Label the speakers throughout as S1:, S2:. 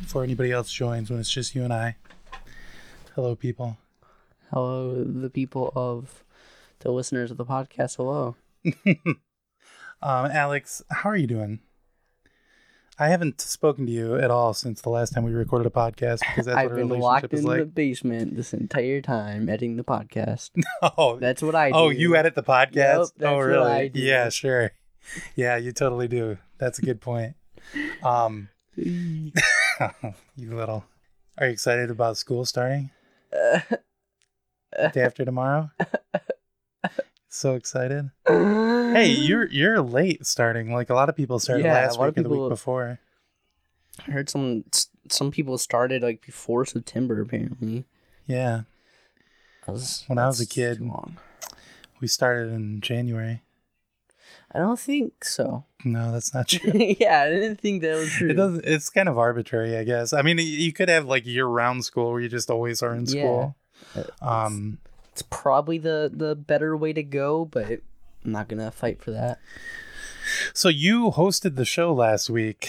S1: before anybody else joins when it's just you and I. Hello, people.
S2: Hello, the people of the listeners of the podcast. Hello.
S1: Um, Alex, how are you doing? I haven't spoken to you at all since the last time we recorded a podcast because that's
S2: I've
S1: what a
S2: been
S1: relationship
S2: locked
S1: is
S2: in the
S1: like.
S2: basement this entire time editing the podcast.
S1: oh,
S2: That's what I do.
S1: oh, you edit the podcast?
S2: Yep, that's
S1: oh,
S2: what
S1: really?
S2: I do.
S1: Yeah, sure. Yeah, you totally do. That's a good point. Um, you little. Are you excited about school starting day after tomorrow? so excited. Hey, you're you're late starting. Like a lot of people started
S2: Yeah, a
S1: last
S2: lot
S1: week
S2: of
S1: or the week
S2: people-
S1: before.
S2: I heard some some people started like before September. Apparently,
S1: Yeah,
S2: I was,
S1: When I was a
S2: that's
S1: kid.
S2: too long.
S1: we started in January.
S2: I don't think so.
S1: No, that's not true.
S2: yeah, I didn't think that was true.
S1: It doesn't. It's kind of arbitrary, I guess. I mean, y- you could have like year-round school where you just always are in
S2: Yeah.
S1: school.
S2: Uh,
S1: Um,
S2: It's probably the the better way to go, but I'm not gonna fight for that.
S1: so you hosted the show last week.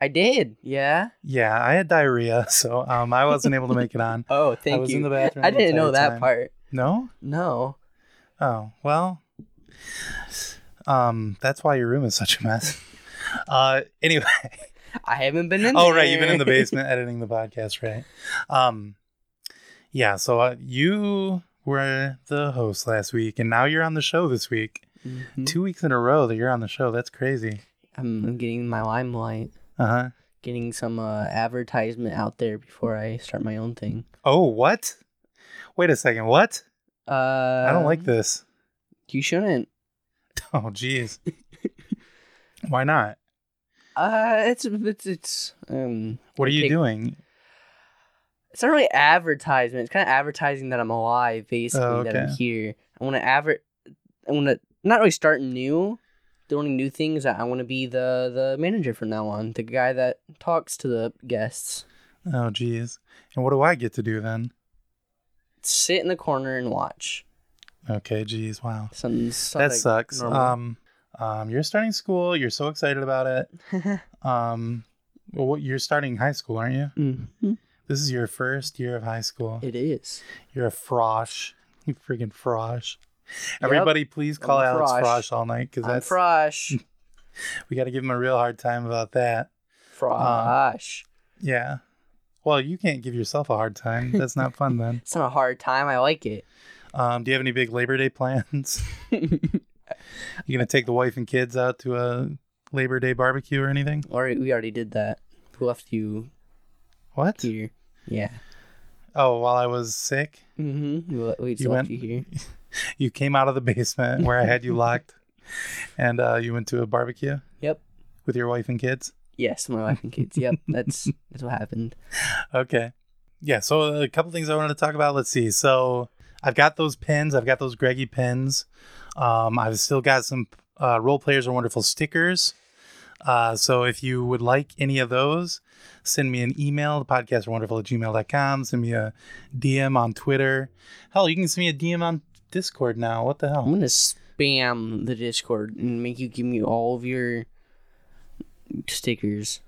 S2: I did. Yeah.
S1: Yeah, I had diarrhea, so um, I wasn't able to make it on.
S2: Oh, thank
S1: was
S2: you.
S1: in the bathroom
S2: I
S1: the
S2: didn't know
S1: entire
S2: that
S1: time.
S2: part.
S1: No.
S2: No.
S1: Oh well. Um, that's why your room is such a mess. Uh, anyway.
S2: I haven't been in
S1: Oh
S2: there.
S1: right, you've been in the basement editing the podcast, right? Um, yeah. So uh, you were the host last week, and now you're on the show this week.
S2: Mhm.
S1: Two weeks in a row that you're on the show. That's crazy.
S2: Mm, I'm getting my limelight,
S1: Uh huh.
S2: getting some uh, advertisement out there before I start my own thing.
S1: Oh what? Wait a second. What?
S2: Uh,
S1: I don't like this.
S2: You shouldn't.
S1: Oh jeez. Why not?
S2: Uh, it's it's it's um.
S1: What are
S2: I
S1: you
S2: take-
S1: doing?
S2: It's not really advertisement. It's kind of advertising that I'm alive, basically
S1: Oh,
S2: that I'm
S1: okay.
S2: here. I want to advert. I want to not really start new. Doing new things. I want to be the the manager from now on, the guy that talks to the guests.
S1: Oh jeez. And what do I get to do then?
S2: Sit in the corner and watch.
S1: Okay, jeez, wow.
S2: Some
S1: that sucks. Um, um, you're starting school. You're so excited about it. Um, well, what, you're starting high school, aren't you?
S2: Mhm.
S1: This is your first year of high school.
S2: It is.
S1: You're a frosh. You freaking frosh. Everybody, please call
S2: I'm a
S1: Alex
S2: frosh.
S1: frosh all night because
S2: I'm
S1: that's
S2: Frosh.
S1: we got to give him a real hard time about that. Um,
S2: Frosh.
S1: Yeah. Well, you can't give yourself a hard time. That's not fun then.
S2: It's not a hard time. I like it.
S1: Um, do you have any big Labor Day plans? you gonna take the wife and kids out to a Labor Day barbecue or anything?
S2: Already, we already did that. We left you
S1: What?
S2: here. Yeah.
S1: Oh, while I was sick,
S2: Mm-hmm. We, le- we just
S1: You
S2: left
S1: went-
S2: you here.
S1: you came out of the basement where I had you locked, and uh, you went to a barbecue.
S2: Yep.
S1: with your wife and kids.
S2: Yes, my wife and kids. Yep. That's that's what happened.
S1: Okay. Yeah. So a couple things I wanted to talk about. Let's see. So I've got those pins. I've got those Greggy pins. Um, I've still got some uh, role players are wonderful stickers. Uh, so if you would like any of those, send me an email, podcastwonderful at gmail.com. Send me a DM on Twitter. Hell, you can send me a DM on Discord now. What the
S2: I'm
S1: hell?
S2: gonna spam the Discord and make you give me all of your stickers.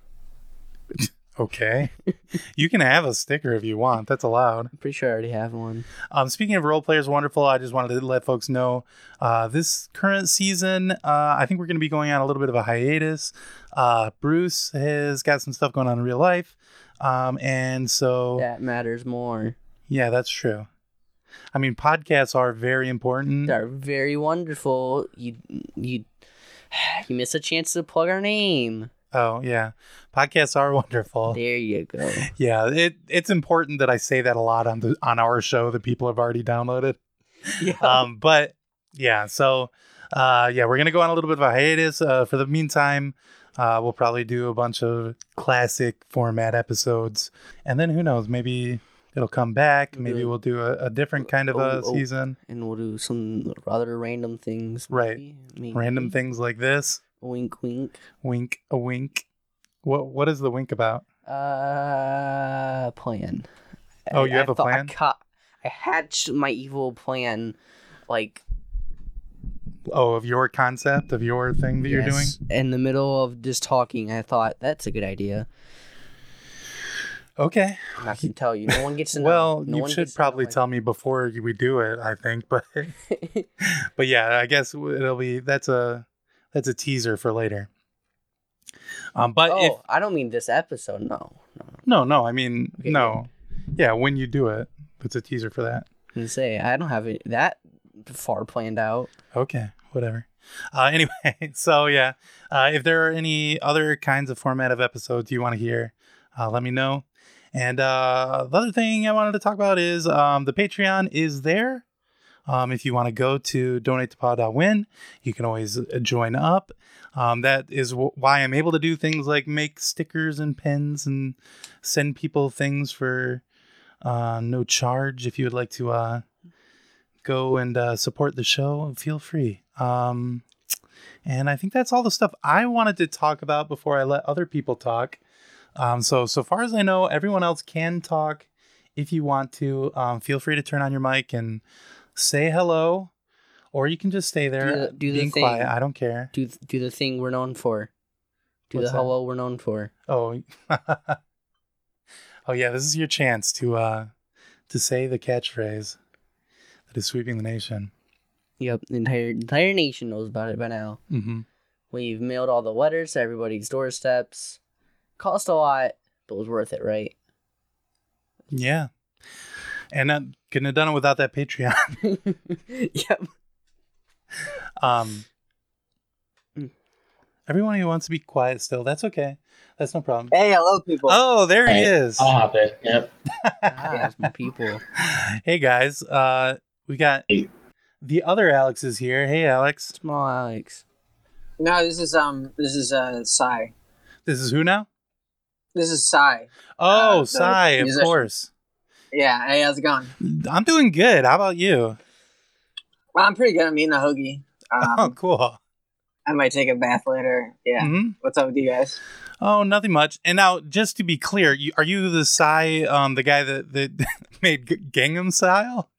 S1: Okay. you can have a sticker if you want. That's allowed.
S2: I'm pretty sure I already have one.
S1: Um, speaking of role players, wonderful. I just wanted to let folks know uh, this current season, uh, I think we're going to be going on a little bit of a hiatus. Uh, Bruce has got some stuff going on in real life. Um, and so, yeah.
S2: That matters more.
S1: that's true. I mean, podcasts are very important.
S2: They're very wonderful. You you you miss a chance to plug our name.
S1: Oh, yeah. Podcasts are wonderful.
S2: There you go.
S1: Yeah, it, it's important that I say that a lot on the on our show that people have already downloaded.
S2: Yeah.
S1: um, but yeah, so uh, yeah, we're gonna go on a little bit of a hiatus. Uh, for the meantime, uh, we'll probably do a bunch of classic format episodes, and then who knows, maybe it'll come back.
S2: We'll do
S1: Maybe
S2: it.
S1: we'll do a, a different kind of a
S2: Oh, oh.
S1: season.
S2: and we'll do some rather random things.
S1: Right.
S2: maybe. Maybe.
S1: Random things like this.
S2: Wink, wink.
S1: Wink, a wink. What what is the wink about?
S2: Uh, plan.
S1: Oh, you have
S2: a
S1: a plan?
S2: I, ca- I hatched my evil plan, like
S1: Oh, of your concept, of your thing that you're doing.
S2: yes, in the middle of just talking. I thought that's a good idea.
S1: Okay.
S2: I'm not gonna tell you. No one gets to know.
S1: Well,
S2: No
S1: you
S2: one
S1: should
S2: gets to know
S1: probably
S2: my-
S1: tell me before we do it, I think. But but yeah, I guess it'll be that's a that's a teaser for later. Um, but
S2: oh,
S1: if
S2: I don't mean this episode. No, no.
S1: no,
S2: no.
S1: no, I mean
S2: Okay,
S1: no, yeah, when you do it, it's a teaser for that.
S2: I'm gonna say I don't have it that far planned out.
S1: Okay, whatever. Uh, anyway, so yeah, uh, if there are any other kinds of format of episodes you want to hear, uh, let me know. And uh, the other thing I wanted to talk about is um, the Patreon is there. Um, if you want to go to donatetopod.win, you can always uh, join up. Um, that is wh- why I'm able to do things like make stickers and pins and send people things for uh, no charge. If you would like to uh, go and uh, support the show, feel free. Um, and I think that's all the stuff I wanted to talk about before I let other people talk. Um, so, so far as I know, everyone else can talk if you want to. Um, feel free to turn on your mic and say hello, or you can just stay there
S2: Do the- do the
S1: being
S2: thing.
S1: quiet. I don't care.
S2: Do th- do the thing we're known for. Do
S1: What's
S2: the
S1: that?
S2: hello we're known for.
S1: Oh, oh yeah, this is your chance to uh, to say the catchphrase that is sweeping the nation.
S2: Yep, the entire entire nation knows about it by now.
S1: hmm
S2: We've mailed all the letters to everybody's doorsteps. Cost a lot, but was worth it, right?
S1: Yeah, and I couldn't have done it without that Patreon.
S2: yep.
S1: Um,
S2: Mm.
S1: everyone who wants to be quiet still, that's okay. That's no problem.
S3: Hey, hello, people.
S1: Oh, there he
S4: Hey.
S1: is.
S4: I'll hop in. Yep.
S2: Ah, that's my people.
S1: hey guys, uh, we got
S4: Hey.
S1: the other Alex is here. Hey Alex,
S2: Small Alex.
S3: No, this is um, this is uh, Psy.
S1: this is who now?
S3: This is Psy.
S1: Oh,
S3: the
S1: Sai, of
S3: musician.
S1: course.
S3: Yeah. Hey, how's it going?
S1: I'm doing good. How about you?
S3: Well, I'm pretty good. I'm eating a hoagie.
S1: oh,
S3: Um,
S1: cool.
S3: I might take a bath later. Yeah.
S1: Mhm.
S3: What's up with you guys?
S1: Oh, nothing much. And now, just to be clear, you, are you the Psy, um, the guy that that made G- Gangnam Style?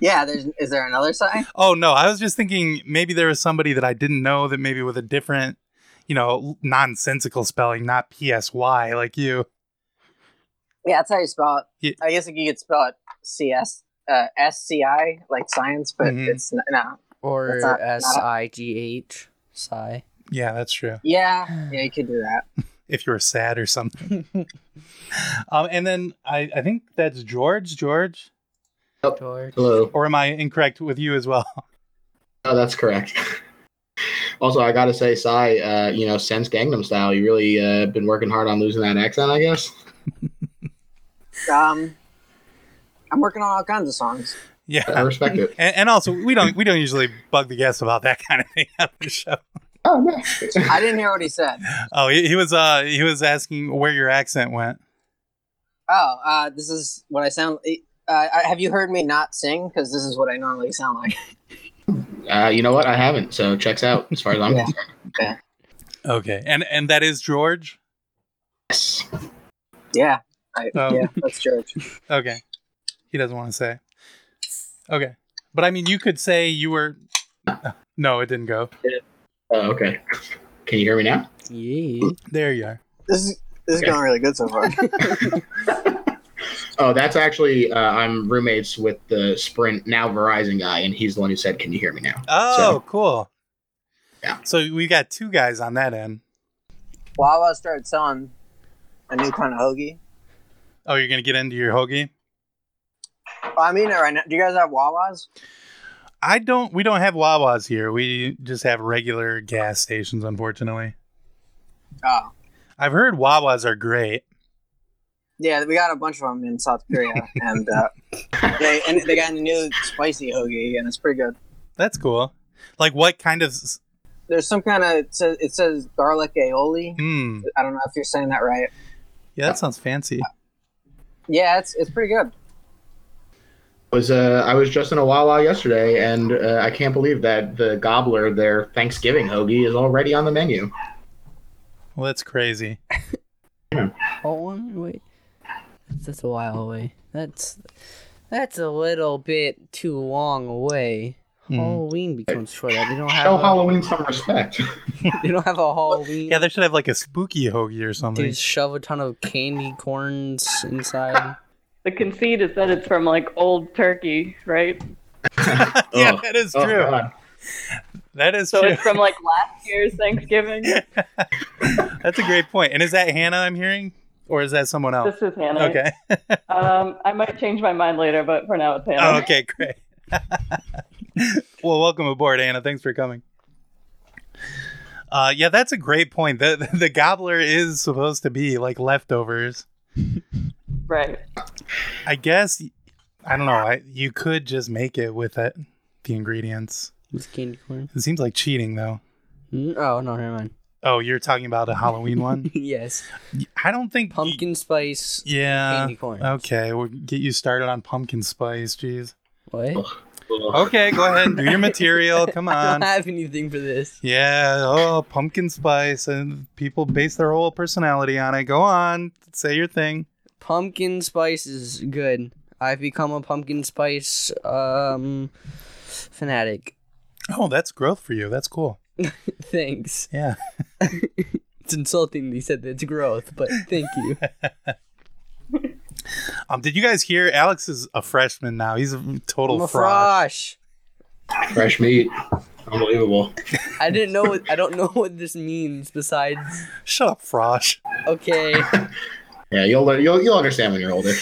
S3: Yeah. There's is there another Psy?
S1: Oh no, I was just thinking maybe there was somebody that I didn't know that maybe with a different, you know, nonsensical spelling, not P S Y like you.
S3: Yeah, that's how you spell it.
S1: Yeah.
S3: I guess like you could spell it C S uh, S C I like science, but
S1: Mhm.
S3: it's n- no.
S2: Or
S3: That's not-
S2: S
S3: not-
S2: I G H. Sigh.
S1: Yeah, that's true.
S3: Yeah. Yeah, you could do that.
S1: If you were sad or something. um, and then I, I think that's George. George,
S2: George.
S4: Hello.
S1: or am I incorrect with you as well?
S4: Oh, that's correct. also, I gotta say, Sai, uh, you know, since Gangnam Style, you really uh, been working hard on losing that accent, I guess.
S3: Um, I'm working on all kinds of songs.
S4: I
S1: Yeah.
S4: respect it.
S1: And, and also, we don't we don't usually bug the guests about that kind of thing on the show.
S4: Oh no.
S3: I didn't hear what he said.
S1: Oh, he, he was uh he was asking where your accent went.
S3: Oh, uh, this is what I sound. Uh, I- have you heard me not sing? Because this is what I normally sound like.
S4: Uh, you know what? I haven't. So checks out as far as I'm
S3: Yeah.
S4: concerned.
S1: Okay, and and that is George.
S4: Yes.
S3: Yeah, I,
S1: Oh.
S3: yeah, that's George.
S1: Okay, he doesn't want to say. Okay, but I mean, you could say you were. No, it didn't go.
S4: Oh, okay. Can you hear me now?
S2: Yeah.
S1: There you are.
S3: This is this is
S4: Okay.
S3: going really good so far.
S4: Oh, that's actually uh, I'm roommates with the Sprint now Verizon guy, and he's the one who said, "Can you hear me now?"
S1: Oh, cool.
S4: Yeah.
S1: So we got two guys on that end.
S3: Wawa started selling a new kind of hoagie.
S1: Oh, you're gonna get into your hoagie.
S3: Well, I'm eating it right now. Do you guys have Wawas?
S1: I don't. We don't have Wawas here. We just have regular gas stations, unfortunately.
S3: Oh,
S1: I've heard Wawas are great.
S3: yeah, we got a bunch of them in South Korea, and uh, they and they got a new spicy hoagie, and it's pretty good.
S1: That's cool. Like, what kind of? s-
S3: There's some kind of it says, it says garlic aioli.
S1: Hmm.
S3: I don't know if you're saying that right.
S1: Yeah, that sounds fancy.
S3: Yeah, it's it's pretty good.
S4: was uh, I was just in a Wawa yesterday, and uh, I can't believe that the gobbler, their Thanksgiving hoagie, is already on the menu.
S1: Well, that's crazy.
S2: Hold on, wait. That's a while away. That's that's a little bit too long away.
S1: Mm.
S2: Halloween becomes for that. They don't have
S4: Show
S2: a,
S4: Halloween some respect.
S2: They don't have a Halloween.
S1: Yeah, they should have like a spooky hoagie or
S2: They
S1: something.
S2: just shove a ton of candy corns inside.
S5: The conceit is that it's from like old Turkey, right?
S1: yeah,
S4: Ugh.
S1: that is
S4: Oh,
S1: true.
S4: God.
S1: that is
S5: So
S1: true.
S5: it's from like last year's Thanksgiving.
S1: That's a great point. And is that Hannah I'm hearing, or is that someone else?
S5: This is Hannah.
S1: Okay.
S5: Um, I might change my mind later, but for now it's
S1: Oh,
S5: Hannah.
S1: okay, great. well, welcome aboard, Anna. Thanks for coming. Uh, yeah, that's a great point. The, the gobbler is supposed to be like leftovers.
S5: Right.
S1: I guess I don't know. I, you could just make it with it, the ingredients.
S2: With candy corn.
S1: It seems like cheating, though.
S2: Mm, Oh no, never mind.
S1: Oh, you're talking about a Halloween one?
S2: yes,
S1: I don't think
S2: pumpkin spice
S1: Yeah.
S2: candy corn.
S1: Okay, we'll get you started on pumpkin spice. Jeez.
S2: What?
S4: Ugh.
S1: Okay, go ahead. Do your material. Come
S2: I
S1: on.
S2: don't have anything for this.
S1: Yeah, oh, pumpkin spice, and people base their whole personality on it. Go on, say your thing.
S2: Pumpkin spice is good. I've become a pumpkin spice um fanatic.
S1: Oh, that's growth for you. That's cool.
S2: Thanks.
S1: Yeah.
S2: It's insulting that you said that's growth, but thank you.
S1: Um, did you guys hear? Alex is a freshman now. He's a total
S2: I'm a
S1: fraud.
S2: frosh.
S4: Fresh meat. Unbelievable.
S2: I didn't know. What, I don't know what this means. Besides,
S1: Shut up, Frosh.
S2: okay,
S4: Yeah, you'll learn. You'll, you'll understand when you're older.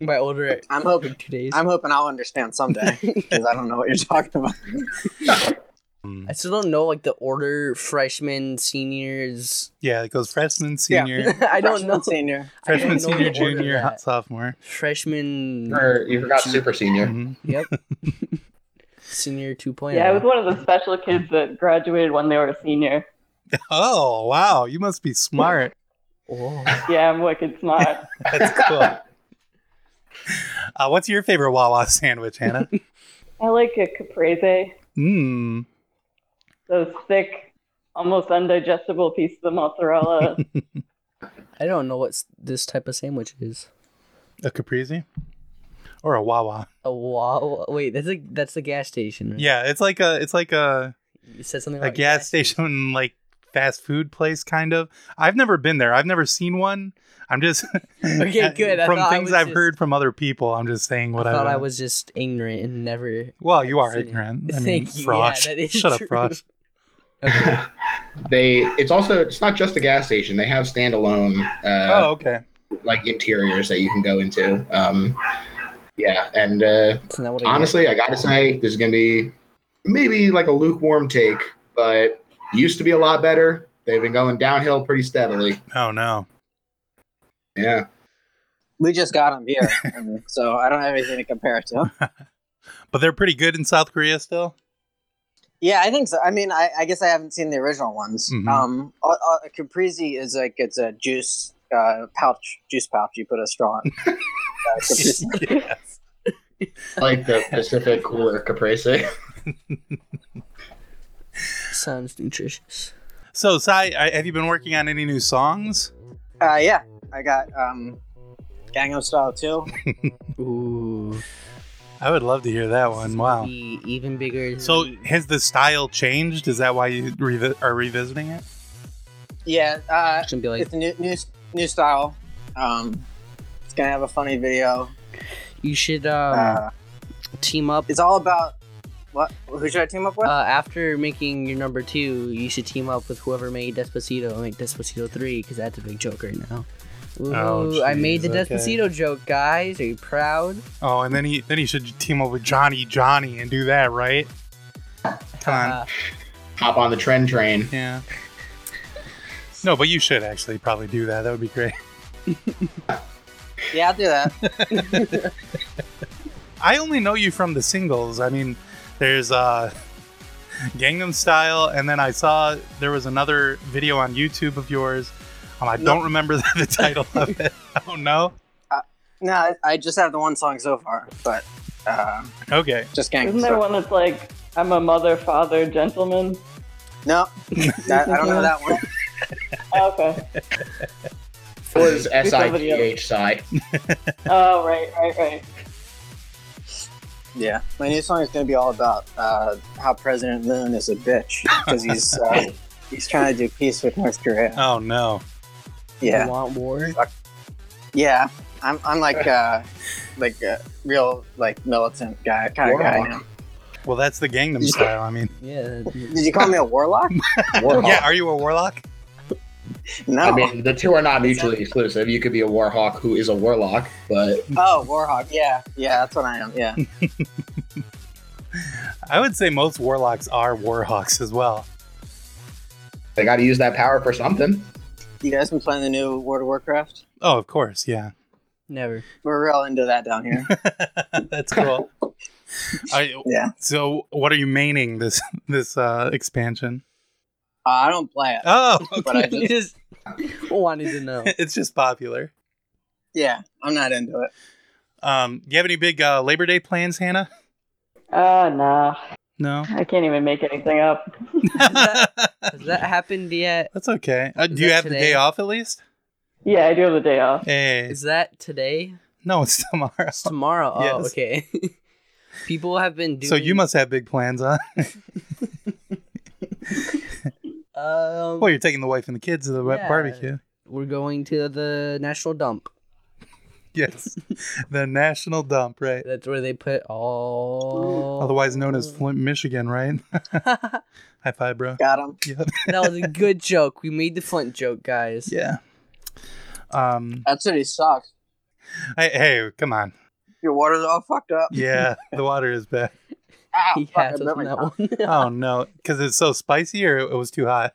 S2: my older it
S3: I'm hoping.
S2: two days.
S3: I'm hoping I'll understand someday because I don't know what you're talking about.
S1: Mm.
S2: I still don't know like the order freshman, seniors.
S1: Yeah, it goes freshman,
S3: Yeah.
S1: senior,
S2: I don't
S3: Freshman,
S2: know.
S3: Senior.
S1: freshman,
S2: don't know
S1: senior,
S2: the order of
S1: junior,
S2: that.
S1: sophomore.
S2: Freshman.
S4: Or you forgot super senior.
S1: Mhm.
S2: Yep. Oh, Senior 2.0.
S5: Yeah, I was one of the special kids that graduated when they were a senior.
S1: Oh wow, you must be smart.
S2: Oh.
S5: Yeah, I'm wicked smart.
S1: That's cool. Uh, what's your favorite Wawa sandwich, Hannah?
S5: I like a caprese.
S1: Mmm.
S5: Those thick, almost undigestible pieces of mozzarella.
S2: I don't know what s- this type of sandwich is.
S1: A caprese or a Wawa?
S2: A wow. Wait, that's a that's the gas station. Right?
S1: Yeah, it's like a it's like a
S2: You said something
S1: a
S2: about
S1: gas station like fast food place kind of i've never been there i've never seen one i'm just
S2: Okay, good. I
S1: from
S2: thought I
S1: things
S2: was
S1: i've
S2: just-
S1: heard from other people i'm just saying what
S2: I
S1: i,
S2: thought I
S1: would-
S2: was just ignorant and never.
S1: well you are
S2: seen it.
S1: ignorant I mean,
S2: Thank you, yeah,
S1: Frosh.
S2: that is
S1: shut
S2: true.
S1: up frosh
S2: Okay.
S4: They. It's also. It's not just a gas station. They have standalone. Uh,
S1: oh okay
S4: like interiors that you can go into. Um, yeah, and uh,
S2: Isn't that what I
S4: honestly, I gotta say, this is gonna be maybe like a lukewarm take, but used to be a lot better. They've been going downhill pretty steadily.
S1: oh no
S4: Yeah,
S3: We just got him here, and so I don't have anything to compare it to.
S1: but they're pretty good in south korea still
S3: Yeah, I think so. I mean, I, I guess I haven't seen the original ones.
S2: Mm-hmm.
S1: Mhm.
S3: Um, a, a caprese is like it's a juice uh, pouch, juice pouch. You put a straw in. Uh, caprese.
S1: yes.
S4: like the Pacific Cooler Caprese.
S2: Sounds nutritious.
S1: so sai I- have you been working on any new songs
S3: uh, yeah, I got um, Gangnam Style too.
S2: Ooh.
S1: i would love to hear that one wow
S2: Be even bigger.
S1: so has the style changed is that why you revi- are revisiting it
S3: Yeah, uh,
S2: it's gonna be like
S3: it's a new new new style. Um, it's gonna have a funny video.
S2: you should um,
S3: Uh,
S2: team up.
S3: it's all about what? Who should I team up with?
S2: Uh, after making your number two, you should team up with whoever made Despacito and make Despacito three because that's a big joke right now. Ooh,
S1: Oh,
S2: I made the
S1: jeez, okay.
S2: Despacito joke, guys. Are you proud?
S1: Oh, and then he then he should team up with Johnny Johnny and do that, right? Come on.
S2: Uh,
S4: Hop on the trend train.
S1: Yeah. No, but you should actually probably do that. That would be great.
S3: yeah, I'll do that.
S1: I only know you from the singles. I mean, there's uh Gangnam Style and then I saw there was another video on YouTube of yours. Um, I don't remember the, the title of it. Oh no.
S3: No, I, I just have the one song so far, but uh,
S1: Okay.
S3: just Gangnam
S5: Isn't there
S3: Style.
S5: one that's like, I'm a mother, father, gentleman?
S3: No, that, I don't know that one.
S5: Oh, okay.
S4: It was S I T H side.
S5: Oh, right, right, right.
S3: Yeah, my new song is going to be all about uh, how President Moon is a bitch because he's uh, he's trying to do peace with North Korea.
S1: Oh no.
S3: Yeah,
S2: You want war?
S3: yeah. I'm, I'm like uh, like a real like militant guy kind of guy.
S4: Warlock.
S3: now.
S1: Well, that's the Gangnam Style. I mean,
S2: Yeah.
S3: Did you call me a warlock?
S4: Warhawk.
S1: yeah. Are you a warlock?
S3: No.
S4: I mean, the two are not mutually exclusive. You could be a warhawk who is a warlock, but
S3: oh, warhawk. Yeah, yeah. That's what I am. Yeah.
S1: I would say most warlocks are warhawks as well.
S4: they got to use that power for something.
S3: You guys been playing the new World of Warcraft?
S1: Oh, of course. Yeah.
S2: Never.
S3: We're real into that down here.
S1: that's cool. Are you-
S3: Yeah.
S1: So, what are you maining this this uh, expansion?
S3: Uh, I don't play it,
S1: Oh,
S3: but I
S2: You
S3: just
S2: just wanted to know.
S1: it's just popular.
S3: yeah, I'm not into it.
S1: Um, do you have any big uh, Labor Day plans, Hannah?
S5: Oh, no.
S1: No.
S5: I can't even make anything up.
S2: Has that happened yet?
S1: That's okay. Uh, do
S2: Is
S1: you
S2: that
S1: have the
S2: today?
S1: day off at least?
S5: Yeah, I do have the day off.
S1: Hey,
S2: Is that today?
S1: no, it's tomorrow.
S2: It's tomorrow. Oh,
S1: Yes.
S2: okay. People have been doing.
S1: So you must have big plans, huh?
S2: Um,
S1: Well, you're taking the wife and the kids to the wet
S2: Yeah.
S1: barbecue.
S2: we're going to the national dump.
S1: Yes, the national dump, right?
S2: That's where they put all.
S1: Otherwise known as Flint, Michigan, right?
S2: that
S1: High five, bro.
S3: Got him.
S1: Yep.
S2: was a good joke. We made the Flint joke, guys.
S1: Yeah. Um.
S3: That city sucks.
S1: Hey, hey, come on.
S3: Your water's all fucked up.
S1: Yeah, the water is bad.
S3: Ow,
S2: He
S3: fuck, I
S2: had us
S3: bent my
S2: on that
S3: tongue.
S2: one.
S1: Oh no, because it's so spicy, or it was too hot.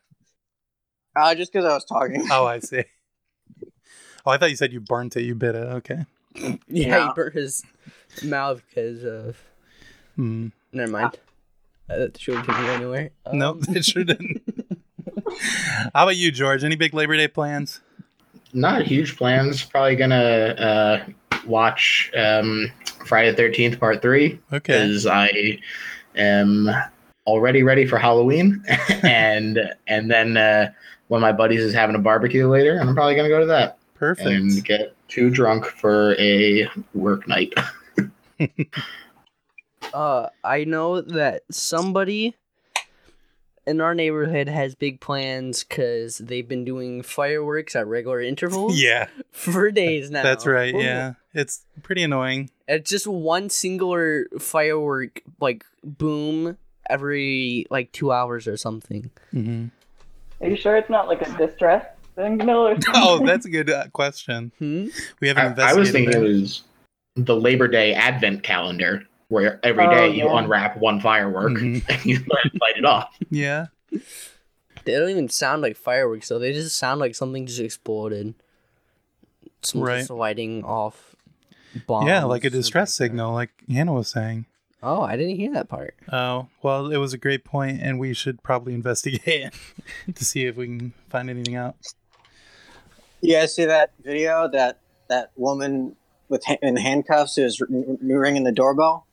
S3: Uh, just because I was talking.
S1: Oh, I see. Oh, I thought you said you burnt it. You bit it. Okay.
S2: yeah,
S3: Yeah.
S2: he burnt his mouth because of.
S1: Hmm.
S2: Never mind. Uh, that shouldn't take me anywhere. Um,
S1: nope, it sure didn't. How about you, George? Any big Labor Day plans?
S4: Not huge plans. Probably gonna uh, watch um, Friday the Thirteenth Part Three
S1: Okay.
S4: because I am already ready for Halloween, and and then uh, one of my buddies is having a barbecue later, and I'm probably gonna go to that and
S1: Perfect.
S4: get too drunk for a work night.
S2: Uh, I know that somebody in our neighborhood has big plans because they've been doing fireworks at regular intervals
S1: Yeah,
S2: for days now.
S1: that's right.
S2: Ooh.
S1: Yeah, it's pretty annoying.
S2: It's just one singular firework like boom every like two hours or something.
S1: hmm
S5: Are you sure it's not like a distress signal or something?
S1: Oh, that's a good uh, question.
S2: Hmm?
S1: We haven't
S4: I, I
S1: investigated.
S4: was thinking
S1: that.
S4: it was the Labor Day Advent calendar, where every day
S5: Oh,
S4: you
S5: yeah.
S4: unwrap one firework
S1: Mhm.
S4: and you light light it off.
S1: Yeah.
S2: They don't even sound like fireworks though. They just sound like something just exploded. Some
S1: Right.
S2: just lighting off bombs.
S1: yeah, like a
S2: and
S1: distress
S2: stuff like that.
S1: signal, like Hannah was saying.
S2: Oh, I didn't hear that part.
S1: Oh, well, it was a great point, and we should probably investigate to see if we can find anything out.
S3: You guys see that video? That that woman with ha- in handcuffs who is r- r- ringing the doorbell?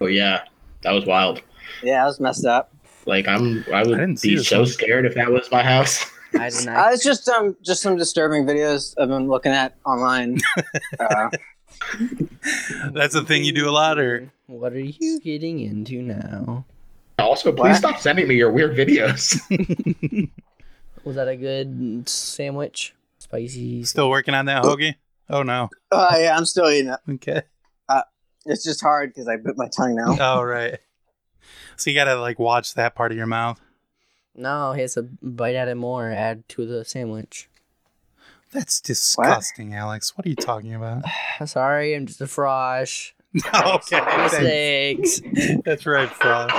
S4: Oh yeah, that was wild.
S3: Yeah, that was messed up.
S4: Like I'm, I would
S1: didn't see
S4: be
S1: this
S4: so
S1: one.
S4: scared if that was my house.
S2: I did
S3: Uh,
S2: not.
S3: it's just um just some disturbing videos I've been looking at online. uh,
S1: That's the thing you do a lot, or
S2: What are you getting into now?
S4: Also, please
S3: What?
S4: stop sending me your weird videos.
S2: Was that a good sandwich? Spicy.
S1: still working on that hoagie? Oh no.
S3: oh yeah, I'm still eating it. Uh,
S1: Okay.
S3: It's just hard because I bit my tongue now.
S1: Oh right. So you gotta like watch that part of your mouth.
S2: No, he has to bite at it more. Add to the sandwich.
S1: That's disgusting, Alex. What are you talking about?
S2: Sorry, I'm just a frosh.
S1: okay. thanks.
S2: Mistakes.
S1: That's right, Frog.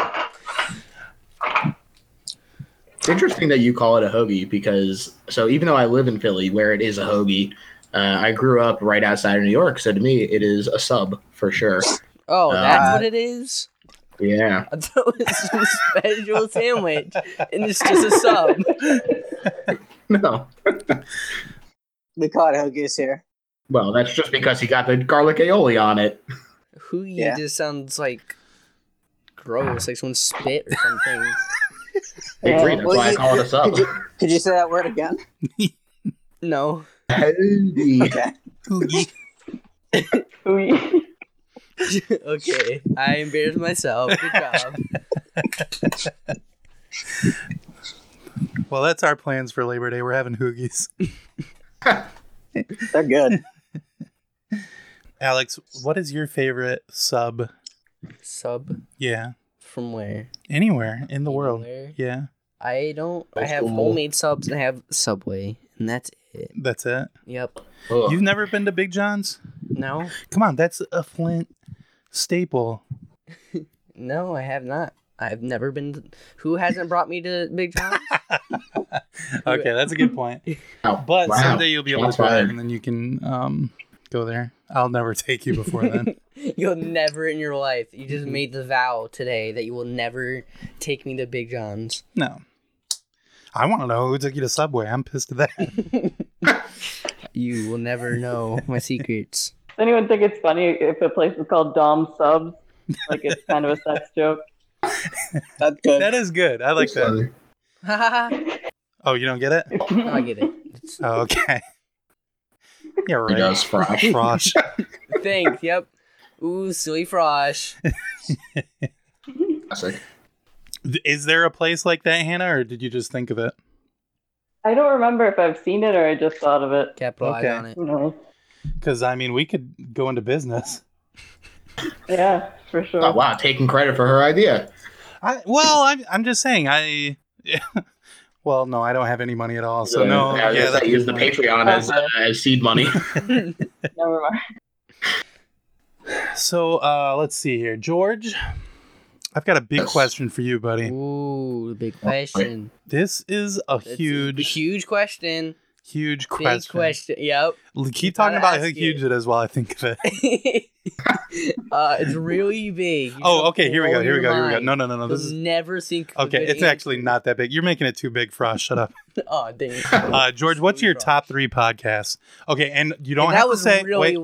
S4: it's interesting that you call it a hoagie because so even though I live in Philly, where it is a hoagie, uh, I grew up right outside of New York. So to me, it is a sub for sure.
S2: Oh,
S4: Uh,
S2: that's what it is.
S4: Yeah,
S2: I thought it was some special sandwich, and it's just a sub.
S4: no.
S3: We call it hoagies here.
S4: Well, that's just because he got the garlic aioli on it.
S2: Who
S3: Yeah.
S2: just sounds like gross, like someone spit or something.
S4: I agree. That's
S3: Well,
S4: why I
S3: you-
S4: call it a sub.
S3: could you- Could you say that word again?
S2: no.
S4: Hoagie.
S3: Okay.
S1: Hoagie.
S5: Ooh,
S2: okay, I embarrassed myself. Good job.
S1: Well, that's our plans for Labor Day. We're having hoogies.
S3: They're good.
S1: Alex, what is your favorite sub?
S2: Sub
S1: Yeah,
S2: from where?
S1: anywhere in the world.
S2: Where?
S1: Yeah,
S2: I don't. I
S4: That's
S2: have
S4: cool.
S2: homemade subs and I have Subway, and that's it.
S1: that's it.
S2: Yep.
S4: Ugh.
S1: You've never been to Big John's?
S2: No,
S1: Come on, that's a Flint staple.
S2: no, I have not. I've never been. To, who hasn't brought me to Big John's?
S1: Okay, that's a good point.
S4: Wow.
S1: But
S4: Wow.
S1: someday you'll be able to
S4: Shots
S1: drive,
S4: fired.
S1: and then you can um, go there. I'll never take you before then.
S2: You'll never in your life. You
S1: Mm-hmm.
S2: just made the vow today that you will never take me to Big John's.
S1: No, I want to know who took you to Subway. I'm pissed at that.
S2: You will never know my secrets.
S5: Does anyone think it's funny if a place is called Dom Subs? Like it's kind of a sex joke.
S3: That's good.
S1: that is good. I like that.
S2: no,
S1: Oh, you don't get it?
S2: I get it. It's-
S1: Oh, okay. Yeah,
S4: He
S1: right.
S4: does frosh.
S1: Frosh.
S2: Thanks. Yep. Ooh, silly frosh.
S4: Classic.
S1: Is there a place like that, Hannah, or did you just think of it?
S5: I don't remember if I've seen it or I just thought of it.
S2: Capitalize
S1: Okay.
S2: on it.
S5: Who knows?
S1: Because I mean, we could go into business.
S5: Yeah, for sure.
S4: Oh, wow, taking credit for her idea.
S1: I well, I'm I'm just saying I. Well, no, I don't have any money at all, so no.
S4: yeah,
S1: Yeah,
S4: I
S1: that-
S4: use the Patreon as, uh, as seed money.
S5: Never mind.
S1: so uh, let's see here, George. I've got a big
S4: Yes. Oh,
S1: question for you, buddy.
S2: Ooh, the big question.
S1: This is a
S2: That's
S1: huge,
S2: a huge question.
S1: huge question.
S2: Big question. Yep.
S1: L- Keep
S2: Gotta
S1: talking about how
S2: ask
S1: huge
S2: you.
S1: it is while I think of it.
S2: uh, it's really big. You
S1: Oh,
S2: don't
S1: okay. Here we go.
S2: blow
S1: Here we
S2: your
S1: go. Here we go.
S2: mind.
S1: No, no, no, no.
S2: You'll
S1: This is
S2: never think. of a
S1: okay.
S2: good
S1: It's
S2: answer.
S1: actually not that big. You're making it too big, Frost. Shut up.
S2: Oh, dang. it.
S1: Uh, George, what's your
S2: Frosh.
S1: top three podcasts? Okay, and you don't
S2: that
S1: have
S2: was
S1: to say.
S2: really
S1: wait,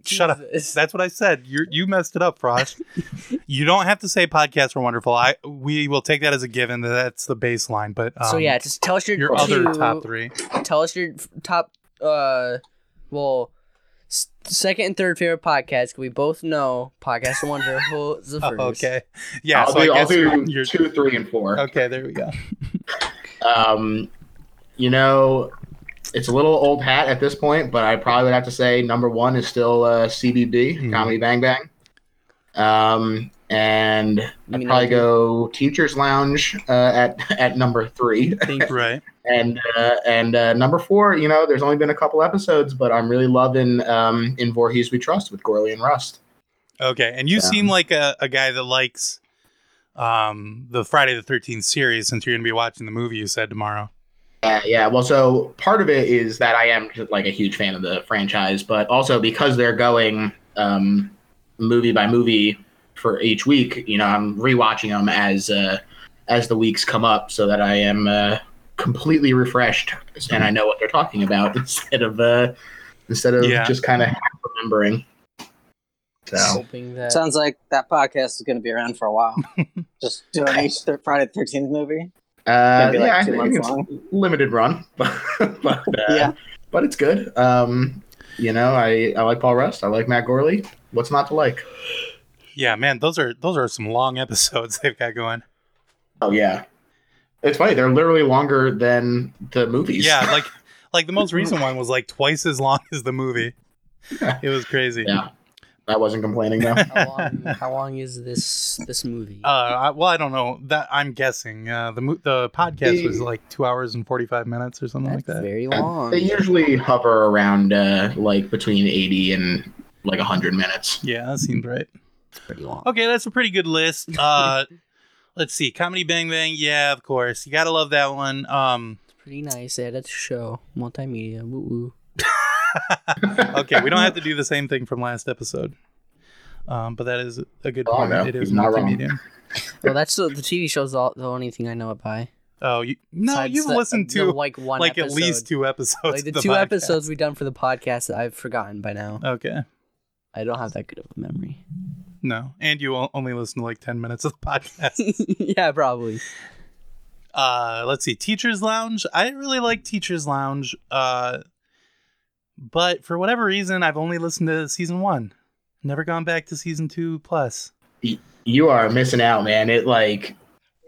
S2: weak.
S1: shut up.
S2: Jesus.
S1: that's what I said. You you messed it up, Frost. you don't have to say podcasts were wonderful. I we will take that as a given. That that's the baseline. But um,
S2: so yeah, just tell us your,
S1: your
S2: two,
S1: other top three.
S2: Tell us your f- top. Uh, well, s- second and third favorite podcast. 'cause We both know podcast are wonderful. is the
S1: Oh,
S2: first.
S1: okay. Yeah.
S4: I'll
S1: so
S4: do, I'll
S1: I guess
S4: do
S1: you're, you're-
S4: two, three, and four.
S1: okay. There we go.
S4: Um, you know, it's a little old hat at this point, but I probably would have to say number one is still uh, CBB,
S1: Mhm.
S4: Comedy Bang Bang. Um, and
S2: I mean,
S4: probably go Teachers Lounge uh, at at number three,
S1: Right.
S4: and uh, and uh, number four. You know, there's only been a couple episodes, but I'm really loving um, in Voorhees We Trust with Gorley and Rust.
S1: Okay. And you
S4: So-
S1: seem like a, a guy that likes um the Friday the Thirteenth series since you're going to be watching the movie you said tomorrow.
S4: Yeah, Uh, yeah. Well, so part of it is that I am like a huge fan of the franchise, but also because they're going um, movie by movie for each week, you know, I'm rewatching them as uh, as the weeks come up, so that I am uh, completely refreshed and I know what they're talking about instead of uh, instead of
S1: Yeah.
S4: just kind of remembering. So
S2: hoping that
S3: Sounds like that podcast is going to be around for a while. Just doing each th- Friday the 13th movie.
S4: Uh,
S3: Gonna be,
S4: yeah,
S3: like,
S4: I
S3: two
S4: think
S3: months
S4: it's
S3: long.
S4: limited run, but but, uh,
S3: Yeah.
S4: but it's good. Um, you know, I, I like Paul Rust. I like Matt Gorley. What's not to like?
S1: Yeah, man, those are those are some long episodes they've got going.
S4: Oh yeah, it's funny. They're literally longer than the movies.
S1: Yeah, like like the most recent one was like twice as long as the movie. It was crazy.
S4: yeah. I wasn't complaining though.
S2: how long, Mm, how long is this this movie?
S1: Uh, I, well, I don't know. That I'm guessing. Uh, the mo- the podcast was like two hours and forty five minutes or something
S2: That's
S1: like that.
S2: very long.
S4: they usually hover around uh, like between eighty and like hundred minutes.
S1: yeah, that seems right.
S2: pretty long.
S1: Okay, that's a pretty good list. Uh, let's see, comedy Bang Bang. Yeah, of course, you gotta love that one. Um,
S2: It's pretty nice. They had a show, multimedia. Woo woo.
S1: okay, we don't have to do the same thing from last episode. Um, but that is a good
S4: Oh,
S1: point.
S4: no,
S1: It is
S4: you're not wrong.
S1: multimedia.
S2: Well, that's the, the TV show's all, the only thing I know it by.
S1: Oh, you, no,
S2: Besides
S1: you've
S2: the-
S1: listened
S2: the,
S1: to
S2: like one,
S1: like at
S2: episode.
S1: least two episodes.
S2: Like the,
S1: of the
S2: two
S1: podcast.
S2: episodes we've done for the podcast, I've forgotten by now.
S1: Okay.
S2: I don't have that good of a memory.
S1: No, and you o- only listen to like ten minutes of the podcast.
S2: yeah, probably.
S1: uh, let's see, Teachers Lounge. I really like Teachers Lounge, uh, but for whatever reason, I've only listened to season one. Never gone back to season two plus.
S4: You are missing out, man. It like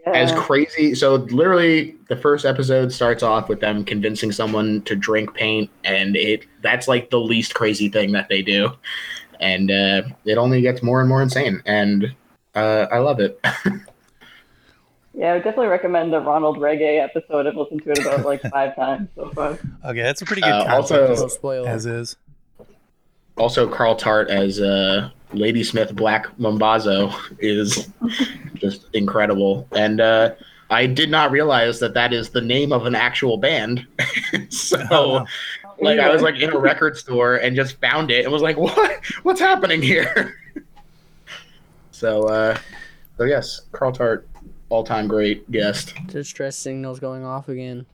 S5: Yeah.
S4: as crazy. So literally, the first episode starts off with them convincing someone to drink paint, and it that's like the least crazy thing that they do, and uh, it only gets more and more insane, and uh, I love it.
S5: yeah, I would definitely recommend the Ronald Reggae episode. I've listened to it about like five times so far.
S1: Okay, that's a pretty good
S4: Uh,
S1: concept
S4: also-
S2: No spoiler.
S1: as is.
S4: also, Carl Tart as uh, Lady Smith Black Mombazo is just incredible, and uh, I did not realize that that is the name of an actual band, so.
S1: Oh, no.
S4: Like I was like in a record store and just found it and was like, "What? What's happening here?" so, uh, so yes, Carl Tart, all-time great guest.
S2: Distress signals going off again.